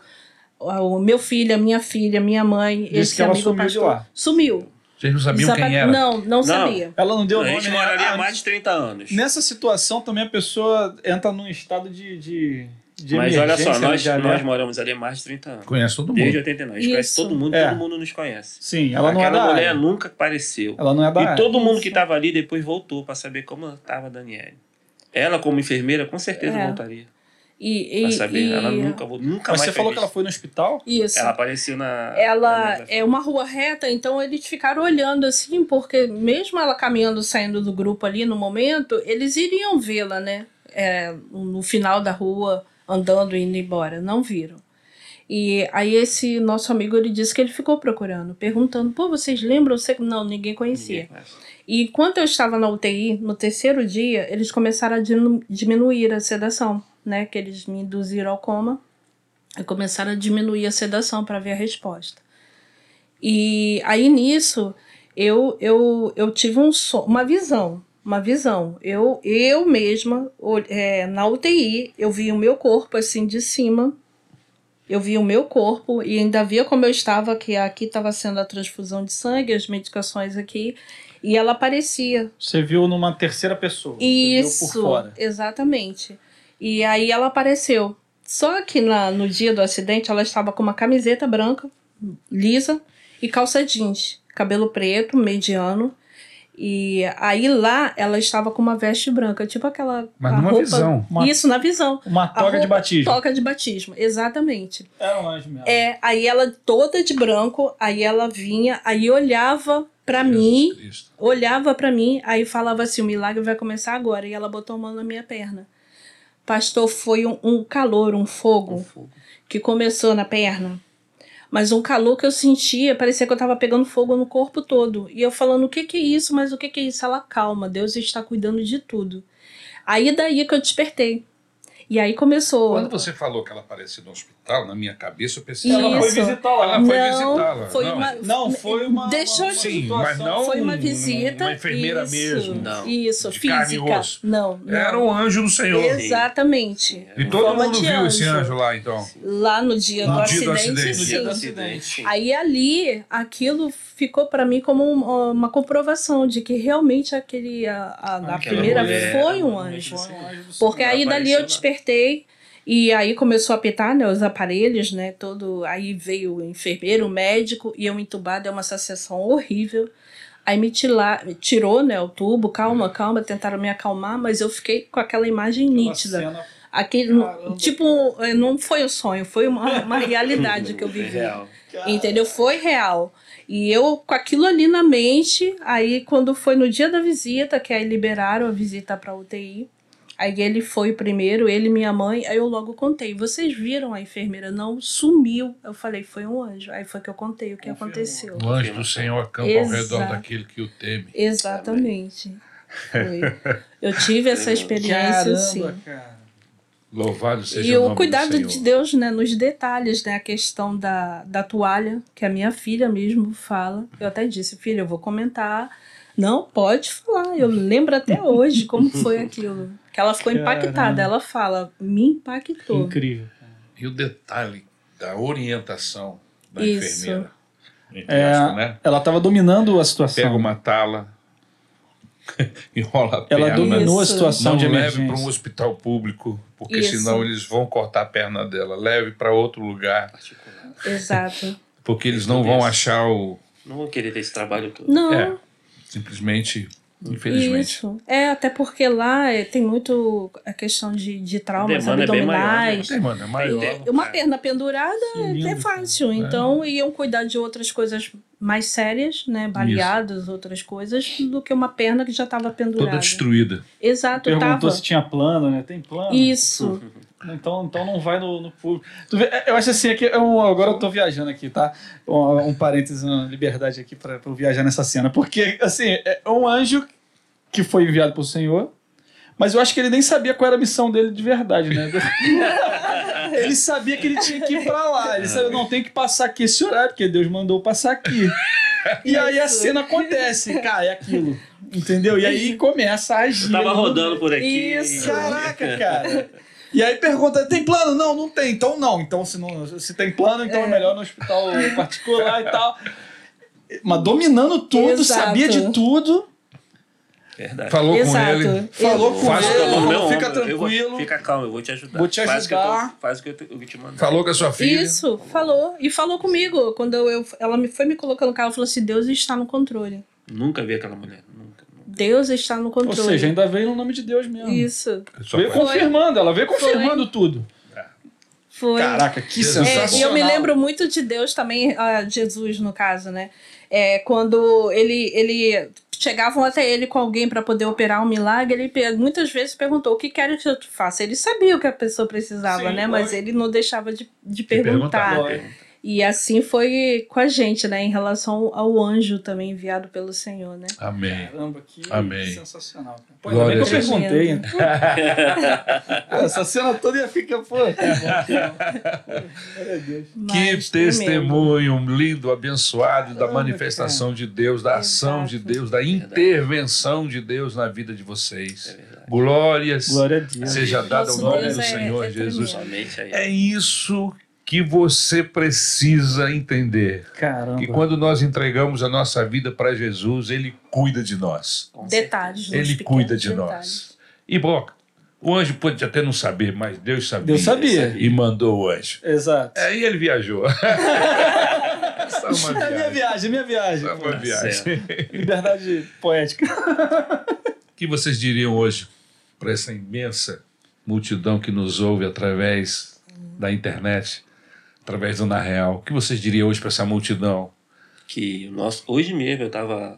Speaker 3: o meu filho, a minha filha, a minha mãe,
Speaker 2: disse
Speaker 3: esse
Speaker 2: que ela
Speaker 3: amigo
Speaker 2: sumiu de
Speaker 3: pastor.
Speaker 2: lá.
Speaker 3: Sumiu.
Speaker 1: Vocês não sabiam
Speaker 3: Desapa-
Speaker 1: quem era?
Speaker 3: Não, não, sabia.
Speaker 2: Ela não deu
Speaker 4: a
Speaker 2: nome.
Speaker 4: gente
Speaker 2: né?
Speaker 4: mora ali
Speaker 2: Ah,
Speaker 4: há mais de 30 anos.
Speaker 2: Nessa situação também a pessoa entra num estado de. de, de
Speaker 4: Mas olha só,
Speaker 2: emergência, né,
Speaker 4: nós,
Speaker 2: de alerta.
Speaker 4: nós moramos ali há mais de 30 anos.
Speaker 1: Conhece todo mundo.
Speaker 4: Desde 89. A gente conhece
Speaker 3: Isso.
Speaker 4: todo mundo,
Speaker 2: É.
Speaker 4: todo mundo nos conhece.
Speaker 2: Sim, ela não é
Speaker 4: Aquela
Speaker 2: da
Speaker 4: mulher
Speaker 2: área.
Speaker 4: nunca apareceu.
Speaker 2: Ela não é da
Speaker 4: E
Speaker 2: área.
Speaker 4: todo mundo
Speaker 3: Isso.
Speaker 4: que estava ali depois voltou para saber como estava a Daniele. Ela, como enfermeira, com certeza
Speaker 3: É.
Speaker 4: voltaria.
Speaker 3: E,
Speaker 4: Pra
Speaker 3: e,
Speaker 4: saber.
Speaker 3: e-
Speaker 4: Ela nunca voltou. Nunca
Speaker 2: Mas
Speaker 4: mais
Speaker 2: você
Speaker 4: foi
Speaker 2: falou que
Speaker 4: vista.
Speaker 2: ela foi assim. no hospital?
Speaker 3: Isso.
Speaker 4: Ela apareceu na. na
Speaker 3: Ela
Speaker 4: minha-
Speaker 3: é uma rua reta, então eles ficaram olhando assim, porque mesmo ela caminhando, saindo do grupo ali no momento, eles iriam vê-la, né? É, no final da rua, andando, indo embora. Não viram. E aí esse nosso amigo, ele disse que ele ficou procurando, perguntando, pô, vocês lembram? Você... Não, ninguém conhecia.
Speaker 4: Ninguém conhece.
Speaker 3: E enquanto eu estava na UTI, no terceiro dia, eles começaram a dinu- diminuir a sedação, né? Que eles me induziram ao coma e começaram a diminuir a sedação para ver a resposta. E aí nisso, eu eu, eu tive um so- uma visão, uma visão. Eu eu mesma ol- é, na UTI, eu vi o meu corpo assim de cima. Eu vi o meu corpo e ainda via como eu estava, que aqui estava sendo a transfusão de sangue, as medicações aqui. E ela aparecia.
Speaker 2: Você viu numa terceira pessoa. Você viu por
Speaker 3: Isso,
Speaker 2: fora.
Speaker 3: exatamente. E aí ela apareceu. Só que na, no dia do acidente ela estava com uma camiseta branca, lisa, e calça jeans, cabelo preto, mediano. E aí lá ela estava com uma veste branca, tipo aquela.
Speaker 1: Mas
Speaker 3: a
Speaker 1: numa
Speaker 3: roupa-
Speaker 1: visão.
Speaker 2: Uma,
Speaker 3: Isso, na visão.
Speaker 2: uma
Speaker 3: A
Speaker 2: toga de
Speaker 3: roupa-
Speaker 2: batismo.
Speaker 3: Toca de batismo, exatamente.
Speaker 2: Era um anjo mesmo.
Speaker 3: É, aí ela toda de branco, aí ela vinha, aí olhava pra
Speaker 1: Jesus
Speaker 3: mim,
Speaker 1: Cristo.
Speaker 3: olhava pra mim, aí falava assim: o milagre vai começar agora. E ela botou a mão na minha perna. Pastor, foi um, um calor, um
Speaker 4: Com
Speaker 3: fogo
Speaker 4: fogo.
Speaker 3: que começou na perna. Mas um calor que eu sentia, parecia que eu tava pegando fogo no corpo todo. E eu falando: o que que é isso? Mas o que que é isso? Ela calma, Deus está cuidando de tudo. Aí daí que eu despertei. E aí começou.
Speaker 1: Quando você falou que ela apareceu no hospital, na minha cabeça eu pensei.
Speaker 3: Isso.
Speaker 2: Ela foi visitar lá.
Speaker 1: Ela foi
Speaker 3: Não,
Speaker 1: visitá-la.
Speaker 3: foi
Speaker 1: não.
Speaker 3: uma-
Speaker 2: Não, foi uma.
Speaker 3: Deixa eu-
Speaker 2: uma
Speaker 1: Sim,
Speaker 2: situação.
Speaker 1: mas não-
Speaker 3: foi uma
Speaker 1: um-
Speaker 3: visita.
Speaker 1: uma enfermeira
Speaker 3: isso,
Speaker 1: mesmo,
Speaker 4: não.
Speaker 3: Isso,
Speaker 1: De carne e
Speaker 3: física.
Speaker 1: osso.
Speaker 3: Não, não.
Speaker 1: Era um anjo do Senhor.
Speaker 3: Exatamente.
Speaker 4: É.
Speaker 1: E todo
Speaker 3: Forma
Speaker 1: mundo
Speaker 3: de
Speaker 1: viu esse
Speaker 3: anjo.
Speaker 1: anjo lá, então.
Speaker 3: Lá no dia,
Speaker 1: No
Speaker 3: do,
Speaker 1: dia do acidente.
Speaker 3: acidente,
Speaker 4: No
Speaker 3: sim.
Speaker 4: dia do acidente.
Speaker 3: Aí ali, aquilo ficou pra mim como um- uma comprovação de que realmente aquele a, a- a
Speaker 2: Aquela
Speaker 3: primeira
Speaker 4: mulher,
Speaker 3: foi um
Speaker 4: uma
Speaker 3: anjo.
Speaker 1: assim,
Speaker 4: mulher que
Speaker 3: Porque é aí
Speaker 4: Ela
Speaker 3: dali eu
Speaker 4: apareceu lá.
Speaker 3: despertei e aí começou a apitar, né, os aparelhos, né, todo, aí veio o enfermeiro, o médico e eu entubada, é uma sensação horrível. Aí me tila, me tirou, né, o tubo, calma, calma, tentaram me acalmar, mas eu fiquei com aquela imagem
Speaker 2: Aquela
Speaker 3: nítida.
Speaker 2: cena-
Speaker 3: Aquele,
Speaker 2: Caramba.
Speaker 3: tipo, eh, não foi um sonho, foi uma, uma realidade que eu
Speaker 4: Foi
Speaker 3: vivi.
Speaker 4: real.
Speaker 3: Entendeu? Foi real. E eu com aquilo ali na mente, aí quando foi no dia da visita, que aí liberaram a visita para UTI, aí ele foi primeiro, ele e minha mãe, aí eu logo contei. Vocês viram a enfermeira? Não, sumiu. Eu falei, foi um anjo. Aí foi que eu contei o que
Speaker 2: Confirmou.
Speaker 3: aconteceu.
Speaker 1: O anjo do Senhor acampa ao
Speaker 3: Exato.
Speaker 1: redor daquele que o teme.
Speaker 3: Exatamente. Foi. Eu tive essa experiência, sim.
Speaker 2: cara.
Speaker 1: Louvado seja
Speaker 3: E
Speaker 1: o
Speaker 3: o
Speaker 1: nome do
Speaker 3: cuidado
Speaker 1: Senhor.
Speaker 3: de Deus, né, nos detalhes, né, a questão da, da toalha, que a minha filha mesmo fala. Eu até disse, filha, eu vou comentar. Não, pode falar. Eu lembro até hoje como foi aquilo. Que ela ficou impactada.
Speaker 2: Caramba.
Speaker 3: Ela fala, me impactou.
Speaker 2: Incrível.
Speaker 1: E o detalhe da orientação da
Speaker 3: Isso.
Speaker 1: enfermeira. Entre
Speaker 2: É,
Speaker 1: aspas, né?
Speaker 2: Ela tava dominando a situação.
Speaker 1: Pega uma tala, enrola a
Speaker 2: Ela
Speaker 1: perna.
Speaker 2: dominou a
Speaker 3: Isso.
Speaker 2: situação
Speaker 1: Não
Speaker 2: de
Speaker 1: leve
Speaker 2: emergência.
Speaker 1: para um hospital público, porque
Speaker 3: Isso.
Speaker 1: senão eles vão cortar a perna dela. Leve para outro lugar,
Speaker 4: Particular.
Speaker 3: Exato.
Speaker 1: porque eles não vão
Speaker 4: Isso.
Speaker 1: achar o.
Speaker 4: Não vou querer ter esse trabalho todo.
Speaker 3: Não,
Speaker 1: É, simplesmente, infelizmente.
Speaker 3: isso. É, até porque lá eh, tem muito a questão de, de traumas
Speaker 4: Demanda é bem maior, né?
Speaker 1: Não
Speaker 3: abdominais.
Speaker 1: tem, mano, é maior.
Speaker 4: Tem-
Speaker 3: Uma
Speaker 4: É.
Speaker 3: perna pendurada
Speaker 2: Que
Speaker 3: é- é
Speaker 2: lindo,
Speaker 3: fácil.
Speaker 1: cara.
Speaker 3: Então, iam cuidar de outras coisas mais sérias, né? Baleadas, outras coisas, do que uma perna que já estava pendurada.
Speaker 1: Toda destruída.
Speaker 3: Exato,
Speaker 2: Perguntou
Speaker 3: tava.
Speaker 2: se tinha plano, né? Tem plano?
Speaker 3: Isso.
Speaker 2: Então, então não vai no, no público. Tu vê, Eu acho assim, aqui, é um- agora eu tô viajando aqui, tá? Um, um parênteses, uma liberdade aqui pra, pra eu viajar nessa cena. Porque, assim, é um anjo que foi enviado pro Senhor, mas eu acho que ele nem sabia qual era a missão dele de verdade, né? ele sabia que ele tinha que ir pra lá.
Speaker 4: É.
Speaker 2: Ele sabia, não, tem que passar aqui esse horário, porque Deus mandou passar aqui. E aí a cena acontece, cara, é aquilo. Entendeu? E aí começa a agir.
Speaker 4: Eu tava rodando por aqui.
Speaker 3: Isso.
Speaker 2: Caraca, cara. E aí pergunta, tem plano? Não, não tem. Então não. Então se, não, se tem plano, então é, melhor no hospital particular e tal. Mas dominando tudo,
Speaker 3: Exato.
Speaker 2: sabia de tudo.
Speaker 4: Verdade.
Speaker 1: Falou
Speaker 3: Exato.
Speaker 1: com ele.
Speaker 2: Falou com
Speaker 1: Faz
Speaker 2: ele,
Speaker 1: todo
Speaker 4: Falou,
Speaker 1: mundo,
Speaker 2: falou,
Speaker 4: não,
Speaker 2: fica
Speaker 4: eu vou-
Speaker 2: tranquilo.
Speaker 4: fica calmo, eu vou te ajudar.
Speaker 2: Vou te
Speaker 4: Faz o que eu tô-
Speaker 2: ajudar.
Speaker 4: Faz o que eu, tô, eu te mandar.
Speaker 1: Falou com a sua filha.
Speaker 3: Isso, falou. E falou comigo. Quando eu, ela me, foi me colocando no carro, ela falou assim: Deus está no controle.
Speaker 4: Nunca vi aquela mulher. Nunca. nunca.
Speaker 3: Deus está no
Speaker 2: Ou
Speaker 3: controle.
Speaker 2: seja, então ainda veio no nome de Deus mesmo.
Speaker 3: Isso.
Speaker 1: Só
Speaker 2: Veio
Speaker 1: foi.
Speaker 2: confirmando, ela veio confirmando tudo.
Speaker 3: Foi.
Speaker 2: Caraca, que
Speaker 1: Jesus.
Speaker 3: É, e eu
Speaker 2: sensacional.
Speaker 3: me lembro muito de Deus também, ah, Jesus no caso, né? É, quando ele, ele chegavam até ele com alguém para poder operar um milagre, ele pe- muitas vezes perguntou o que queres que eu te faça. Ele sabia o que a pessoa precisava,
Speaker 2: Sim,
Speaker 3: né?
Speaker 2: lógico.
Speaker 3: Mas ele não deixava de, de
Speaker 1: perguntar,
Speaker 3: perguntar.
Speaker 2: Lógico.
Speaker 4: é
Speaker 3: E assim foi com a gente, né? Em relação ao anjo também enviado pelo Senhor, né?
Speaker 1: Amém.
Speaker 2: Caramba, que
Speaker 1: Amém.
Speaker 2: sensacional. cara. Pô, ainda
Speaker 1: Glória
Speaker 2: bem que eu
Speaker 3: a Deus.
Speaker 2: perguntei. né? Pô, Essa cena toda ia ficar, pô. tá bom, tá bom. Glória a Deus.
Speaker 1: Que
Speaker 3: Mas tremendo.
Speaker 1: testemunho lindo, abençoado da
Speaker 2: Caramba,
Speaker 1: manifestação de Deus, da ação de
Speaker 3: Exato.
Speaker 1: Deus, da intervenção de Deus na vida de vocês.
Speaker 4: É verdade.
Speaker 1: Glórias
Speaker 2: Glória a Deus.
Speaker 1: seja dada ao
Speaker 3: Nosso
Speaker 1: nome
Speaker 3: Deus
Speaker 1: do
Speaker 3: é-
Speaker 1: Senhor
Speaker 3: é
Speaker 1: Jesus.
Speaker 3: tremendo.
Speaker 4: Somente aí.
Speaker 1: É isso que você precisa entender.
Speaker 2: Caramba.
Speaker 1: Que quando nós entregamos a nossa vida para Jesus, Ele cuida de nós.
Speaker 4: Com
Speaker 3: Detalhes.
Speaker 4: certeza.
Speaker 3: nos
Speaker 1: Ele
Speaker 3: pequenos
Speaker 1: cuida de
Speaker 3: detalhes.
Speaker 1: nós. E Boca, o anjo pôde até não saber, mas Deus sabia.
Speaker 2: Deus sabia.
Speaker 1: E mandou o anjo.
Speaker 2: Exato.
Speaker 1: Aí ele viajou. Essa é uma
Speaker 2: É a minha
Speaker 1: viagem.
Speaker 2: viagem, minha viagem.
Speaker 1: Essa é
Speaker 2: pô.
Speaker 1: uma viagem.
Speaker 2: Liberdade poética.
Speaker 1: O que vocês diriam hoje para essa imensa multidão que nos ouve através da internet, através do Na Real? O que vocês diriam hoje para essa multidão?
Speaker 4: que o nosso hoje mesmo eu estava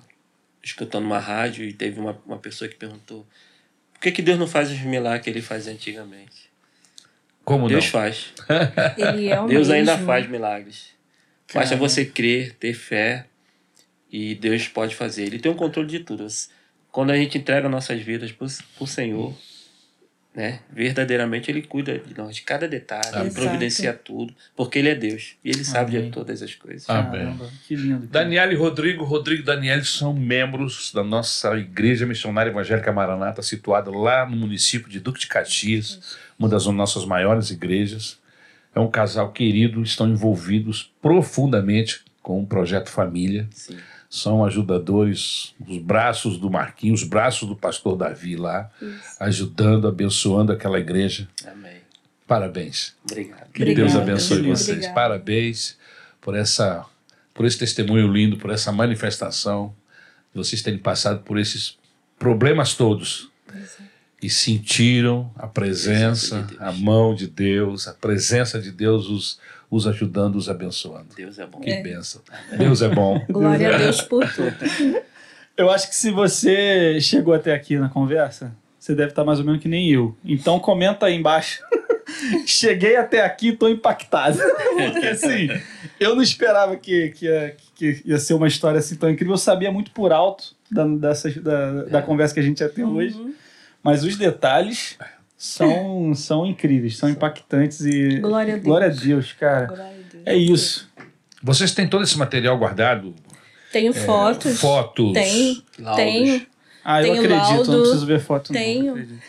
Speaker 4: escutando uma rádio e teve uma, uma pessoa que perguntou por que, que Deus não faz os milagres que ele fazia antigamente?
Speaker 1: Como
Speaker 4: Deus
Speaker 1: não?
Speaker 4: faz.
Speaker 3: Ele é o
Speaker 4: Deus ainda
Speaker 3: mesmo.
Speaker 4: faz milagres. Basta você crer, ter fé e Deus pode fazer. Ele tem o controle de tudo. Quando a gente entrega nossas vidas para o Senhor, né? Verdadeiramente ele cuida de nós, de cada detalhe, ele
Speaker 3: Exato.
Speaker 4: providencia tudo, porque ele é Deus e ele sabe
Speaker 2: Amém. Ah.
Speaker 4: de todas as coisas.
Speaker 1: Amém.
Speaker 2: Caramba, que lindo. cara.
Speaker 1: Daniel e Rodrigo, Rodrigo e Daniel são membros da nossa Igreja Missionária Evangélica Maranata, situada lá no município de Duque de Caxias, uma das nossas maiores igrejas. É um casal querido, estão envolvidos profundamente com o projeto Família.
Speaker 4: Sim.
Speaker 1: São ajudadores, os braços do Marquinhos, os braços do pastor Davi lá,
Speaker 3: Isso.
Speaker 1: ajudando, abençoando aquela igreja.
Speaker 4: Amém.
Speaker 1: Parabéns.
Speaker 4: Obrigado.
Speaker 1: Que
Speaker 3: Obrigada.
Speaker 1: Deus abençoe
Speaker 2: Obrigada.
Speaker 1: vocês.
Speaker 3: Obrigada.
Speaker 1: Parabéns por essa por esse testemunho lindo, por essa manifestação. Vocês terem passado por esses problemas todos e sentiram a presença,
Speaker 4: Presença de Deus.
Speaker 1: a mão de Deus, a presença de Deus os, os ajudando, os abençoando.
Speaker 4: Deus é bom.
Speaker 1: Que
Speaker 3: É.
Speaker 1: bênção. Deus é bom.
Speaker 3: Glória a Deus por tudo.
Speaker 2: Eu acho que se você chegou até aqui na conversa, você deve estar mais ou menos que nem eu. Então comenta aí embaixo. Cheguei até aqui e tô impactado. Porque assim, eu não esperava que, que, ia- que ia ser uma história assim tão incrível. Eu sabia muito por alto da, dessa, da,
Speaker 1: É.
Speaker 2: da conversa que a gente ia ter hoje.
Speaker 3: Uhum.
Speaker 2: Mas os detalhes são, são incríveis, são impactantes e.
Speaker 3: Glória a Deus.
Speaker 2: Glória a Deus, cara.
Speaker 3: Glória a Deus.
Speaker 2: É isso.
Speaker 1: Vocês têm todo esse material guardado?
Speaker 3: Tenho fotos.
Speaker 1: É, Fotos.
Speaker 3: Tenho,
Speaker 4: Laudos.
Speaker 3: tenho,
Speaker 2: Ah, eu
Speaker 3: Tem o
Speaker 2: acredito, eu não
Speaker 3: laudo,
Speaker 2: preciso ver foto.
Speaker 3: tenho.
Speaker 2: Não, acredito.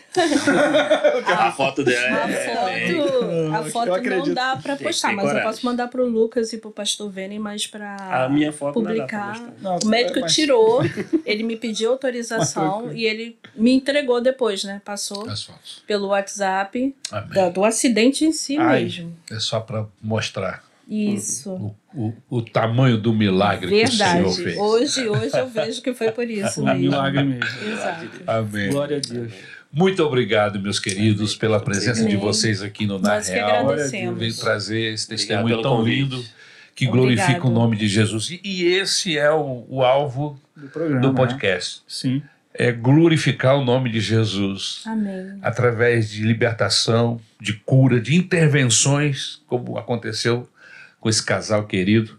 Speaker 4: Ah, a foto dela
Speaker 3: A
Speaker 4: é, é, é.
Speaker 2: Eu
Speaker 3: foto, a foto
Speaker 2: acredito.
Speaker 3: não dá pra
Speaker 4: Tem que
Speaker 3: postar,
Speaker 4: ter
Speaker 3: mas eu
Speaker 4: coragem.
Speaker 3: posso mandar pro Lucas e pro pastor Vene, mas pra.
Speaker 4: A minha foto não dá pra
Speaker 3: Publicar.
Speaker 4: mostrar.
Speaker 2: Não,
Speaker 3: O médico
Speaker 2: mas-
Speaker 3: tirou, ele me pediu
Speaker 2: Mas
Speaker 3: autorização
Speaker 2: tranquilo.
Speaker 3: e ele me entregou depois, né? Passou
Speaker 1: As fotos.
Speaker 3: pelo WhatsApp
Speaker 1: Amém.
Speaker 3: da- do acidente em si
Speaker 2: Ai.
Speaker 3: mesmo.
Speaker 1: É só para mostrar
Speaker 3: Isso.
Speaker 1: o, o, o tamanho do Uhum. milagre que o Senhor
Speaker 3: Verdade.
Speaker 1: fez.
Speaker 3: Hoje, hoje eu vejo que foi por isso
Speaker 2: Um
Speaker 3: mesmo.
Speaker 2: milagre mesmo.
Speaker 3: Exato.
Speaker 1: Amém.
Speaker 2: Glória a Deus.
Speaker 1: Muito obrigado, meus queridos, pela presença de
Speaker 3: Amém.
Speaker 1: vocês aqui no Na
Speaker 3: Nós que
Speaker 1: Real. é um
Speaker 2: agrade-
Speaker 1: Vem
Speaker 3: agradecemos.
Speaker 1: trazer esse
Speaker 4: Obrigado
Speaker 1: testemunho
Speaker 4: pelo
Speaker 1: tão
Speaker 4: convite.
Speaker 1: lindo que
Speaker 3: Obrigado.
Speaker 1: glorifica o nome de Jesus. E, e esse é o, o alvo
Speaker 2: Do programa.
Speaker 1: do
Speaker 2: né?
Speaker 1: podcast:
Speaker 2: Sim.
Speaker 1: é glorificar o nome de Jesus
Speaker 3: Amém.
Speaker 1: através de libertação, de cura, de intervenções, como aconteceu com esse casal querido.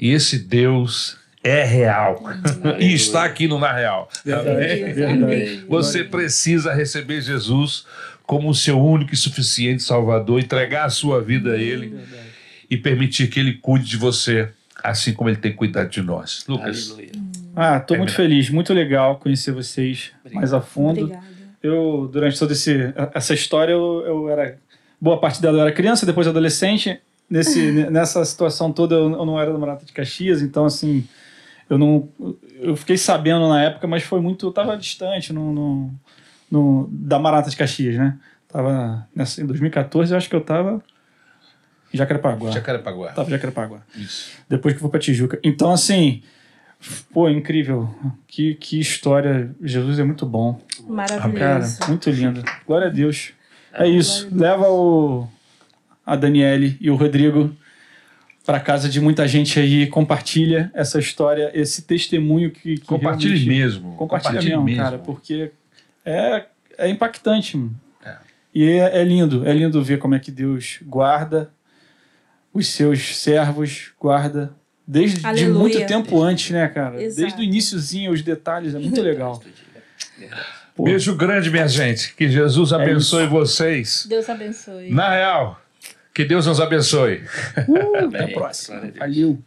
Speaker 1: E esse Deus é real e está aqui no Na Real. Amém?
Speaker 2: É Verdade.
Speaker 1: Você precisa receber Jesus como o seu único e suficiente Salvador, entregar a sua vida a Ele
Speaker 2: É Verdade.
Speaker 1: e permitir que Ele cuide de você, assim como Ele tem cuidado de nós. Lucas,
Speaker 4: Aleluia.
Speaker 2: Ah, tô muito feliz, muito legal conhecer vocês
Speaker 4: Obrigado.
Speaker 2: mais a fundo.
Speaker 3: Obrigada.
Speaker 2: Eu, durante toda esse, essa história, eu, eu era. Boa parte dela eu era criança, depois adolescente. Nesse, ne- nessa situação toda, eu, eu não era do Marata de Caxias, então, assim. Eu não. Eu fiquei sabendo na época, mas foi muito. Eu tava distante no, no, no- da Marata de Caxias, né? Tava. Nessa, em 2014, eu acho que eu tava. em Jacarepaguá.
Speaker 1: Jacarepaguá.
Speaker 2: Tava em Jacarepaguá.
Speaker 1: Isso.
Speaker 2: depois que eu vou pra Tijuca. Então, assim, pô, incrível. Que, que história. Jesus é muito bom. Cara,
Speaker 3: Maravilhoso.
Speaker 2: muito lindo. Glória a Deus. É isso. Leva o a Daniele e o Rodrigo pra casa de muita gente aí. Compartilha essa história, esse testemunho que, que
Speaker 1: Compartilhe
Speaker 2: realmente-
Speaker 1: mesmo.
Speaker 2: Compartilha
Speaker 1: compartilhe
Speaker 2: mesmo, cara, porque é, é impactante, mano. E é, é lindo, é lindo ver como é que Deus guarda os seus servos, guarda desde de
Speaker 3: Aleluia.
Speaker 2: muito tempo antes, né, cara?
Speaker 3: Exato.
Speaker 2: Desde o iníciozinho, os detalhes, é muito legal. Pô,
Speaker 1: Beijo grande, minha gente. Que Jesus
Speaker 2: É
Speaker 1: abençoe vocês.
Speaker 3: Deus abençoe.
Speaker 1: Na real, que Deus nos abençoe.
Speaker 2: até a
Speaker 4: Amém.
Speaker 2: próxima.
Speaker 4: Glória a Deus.
Speaker 2: Valeu.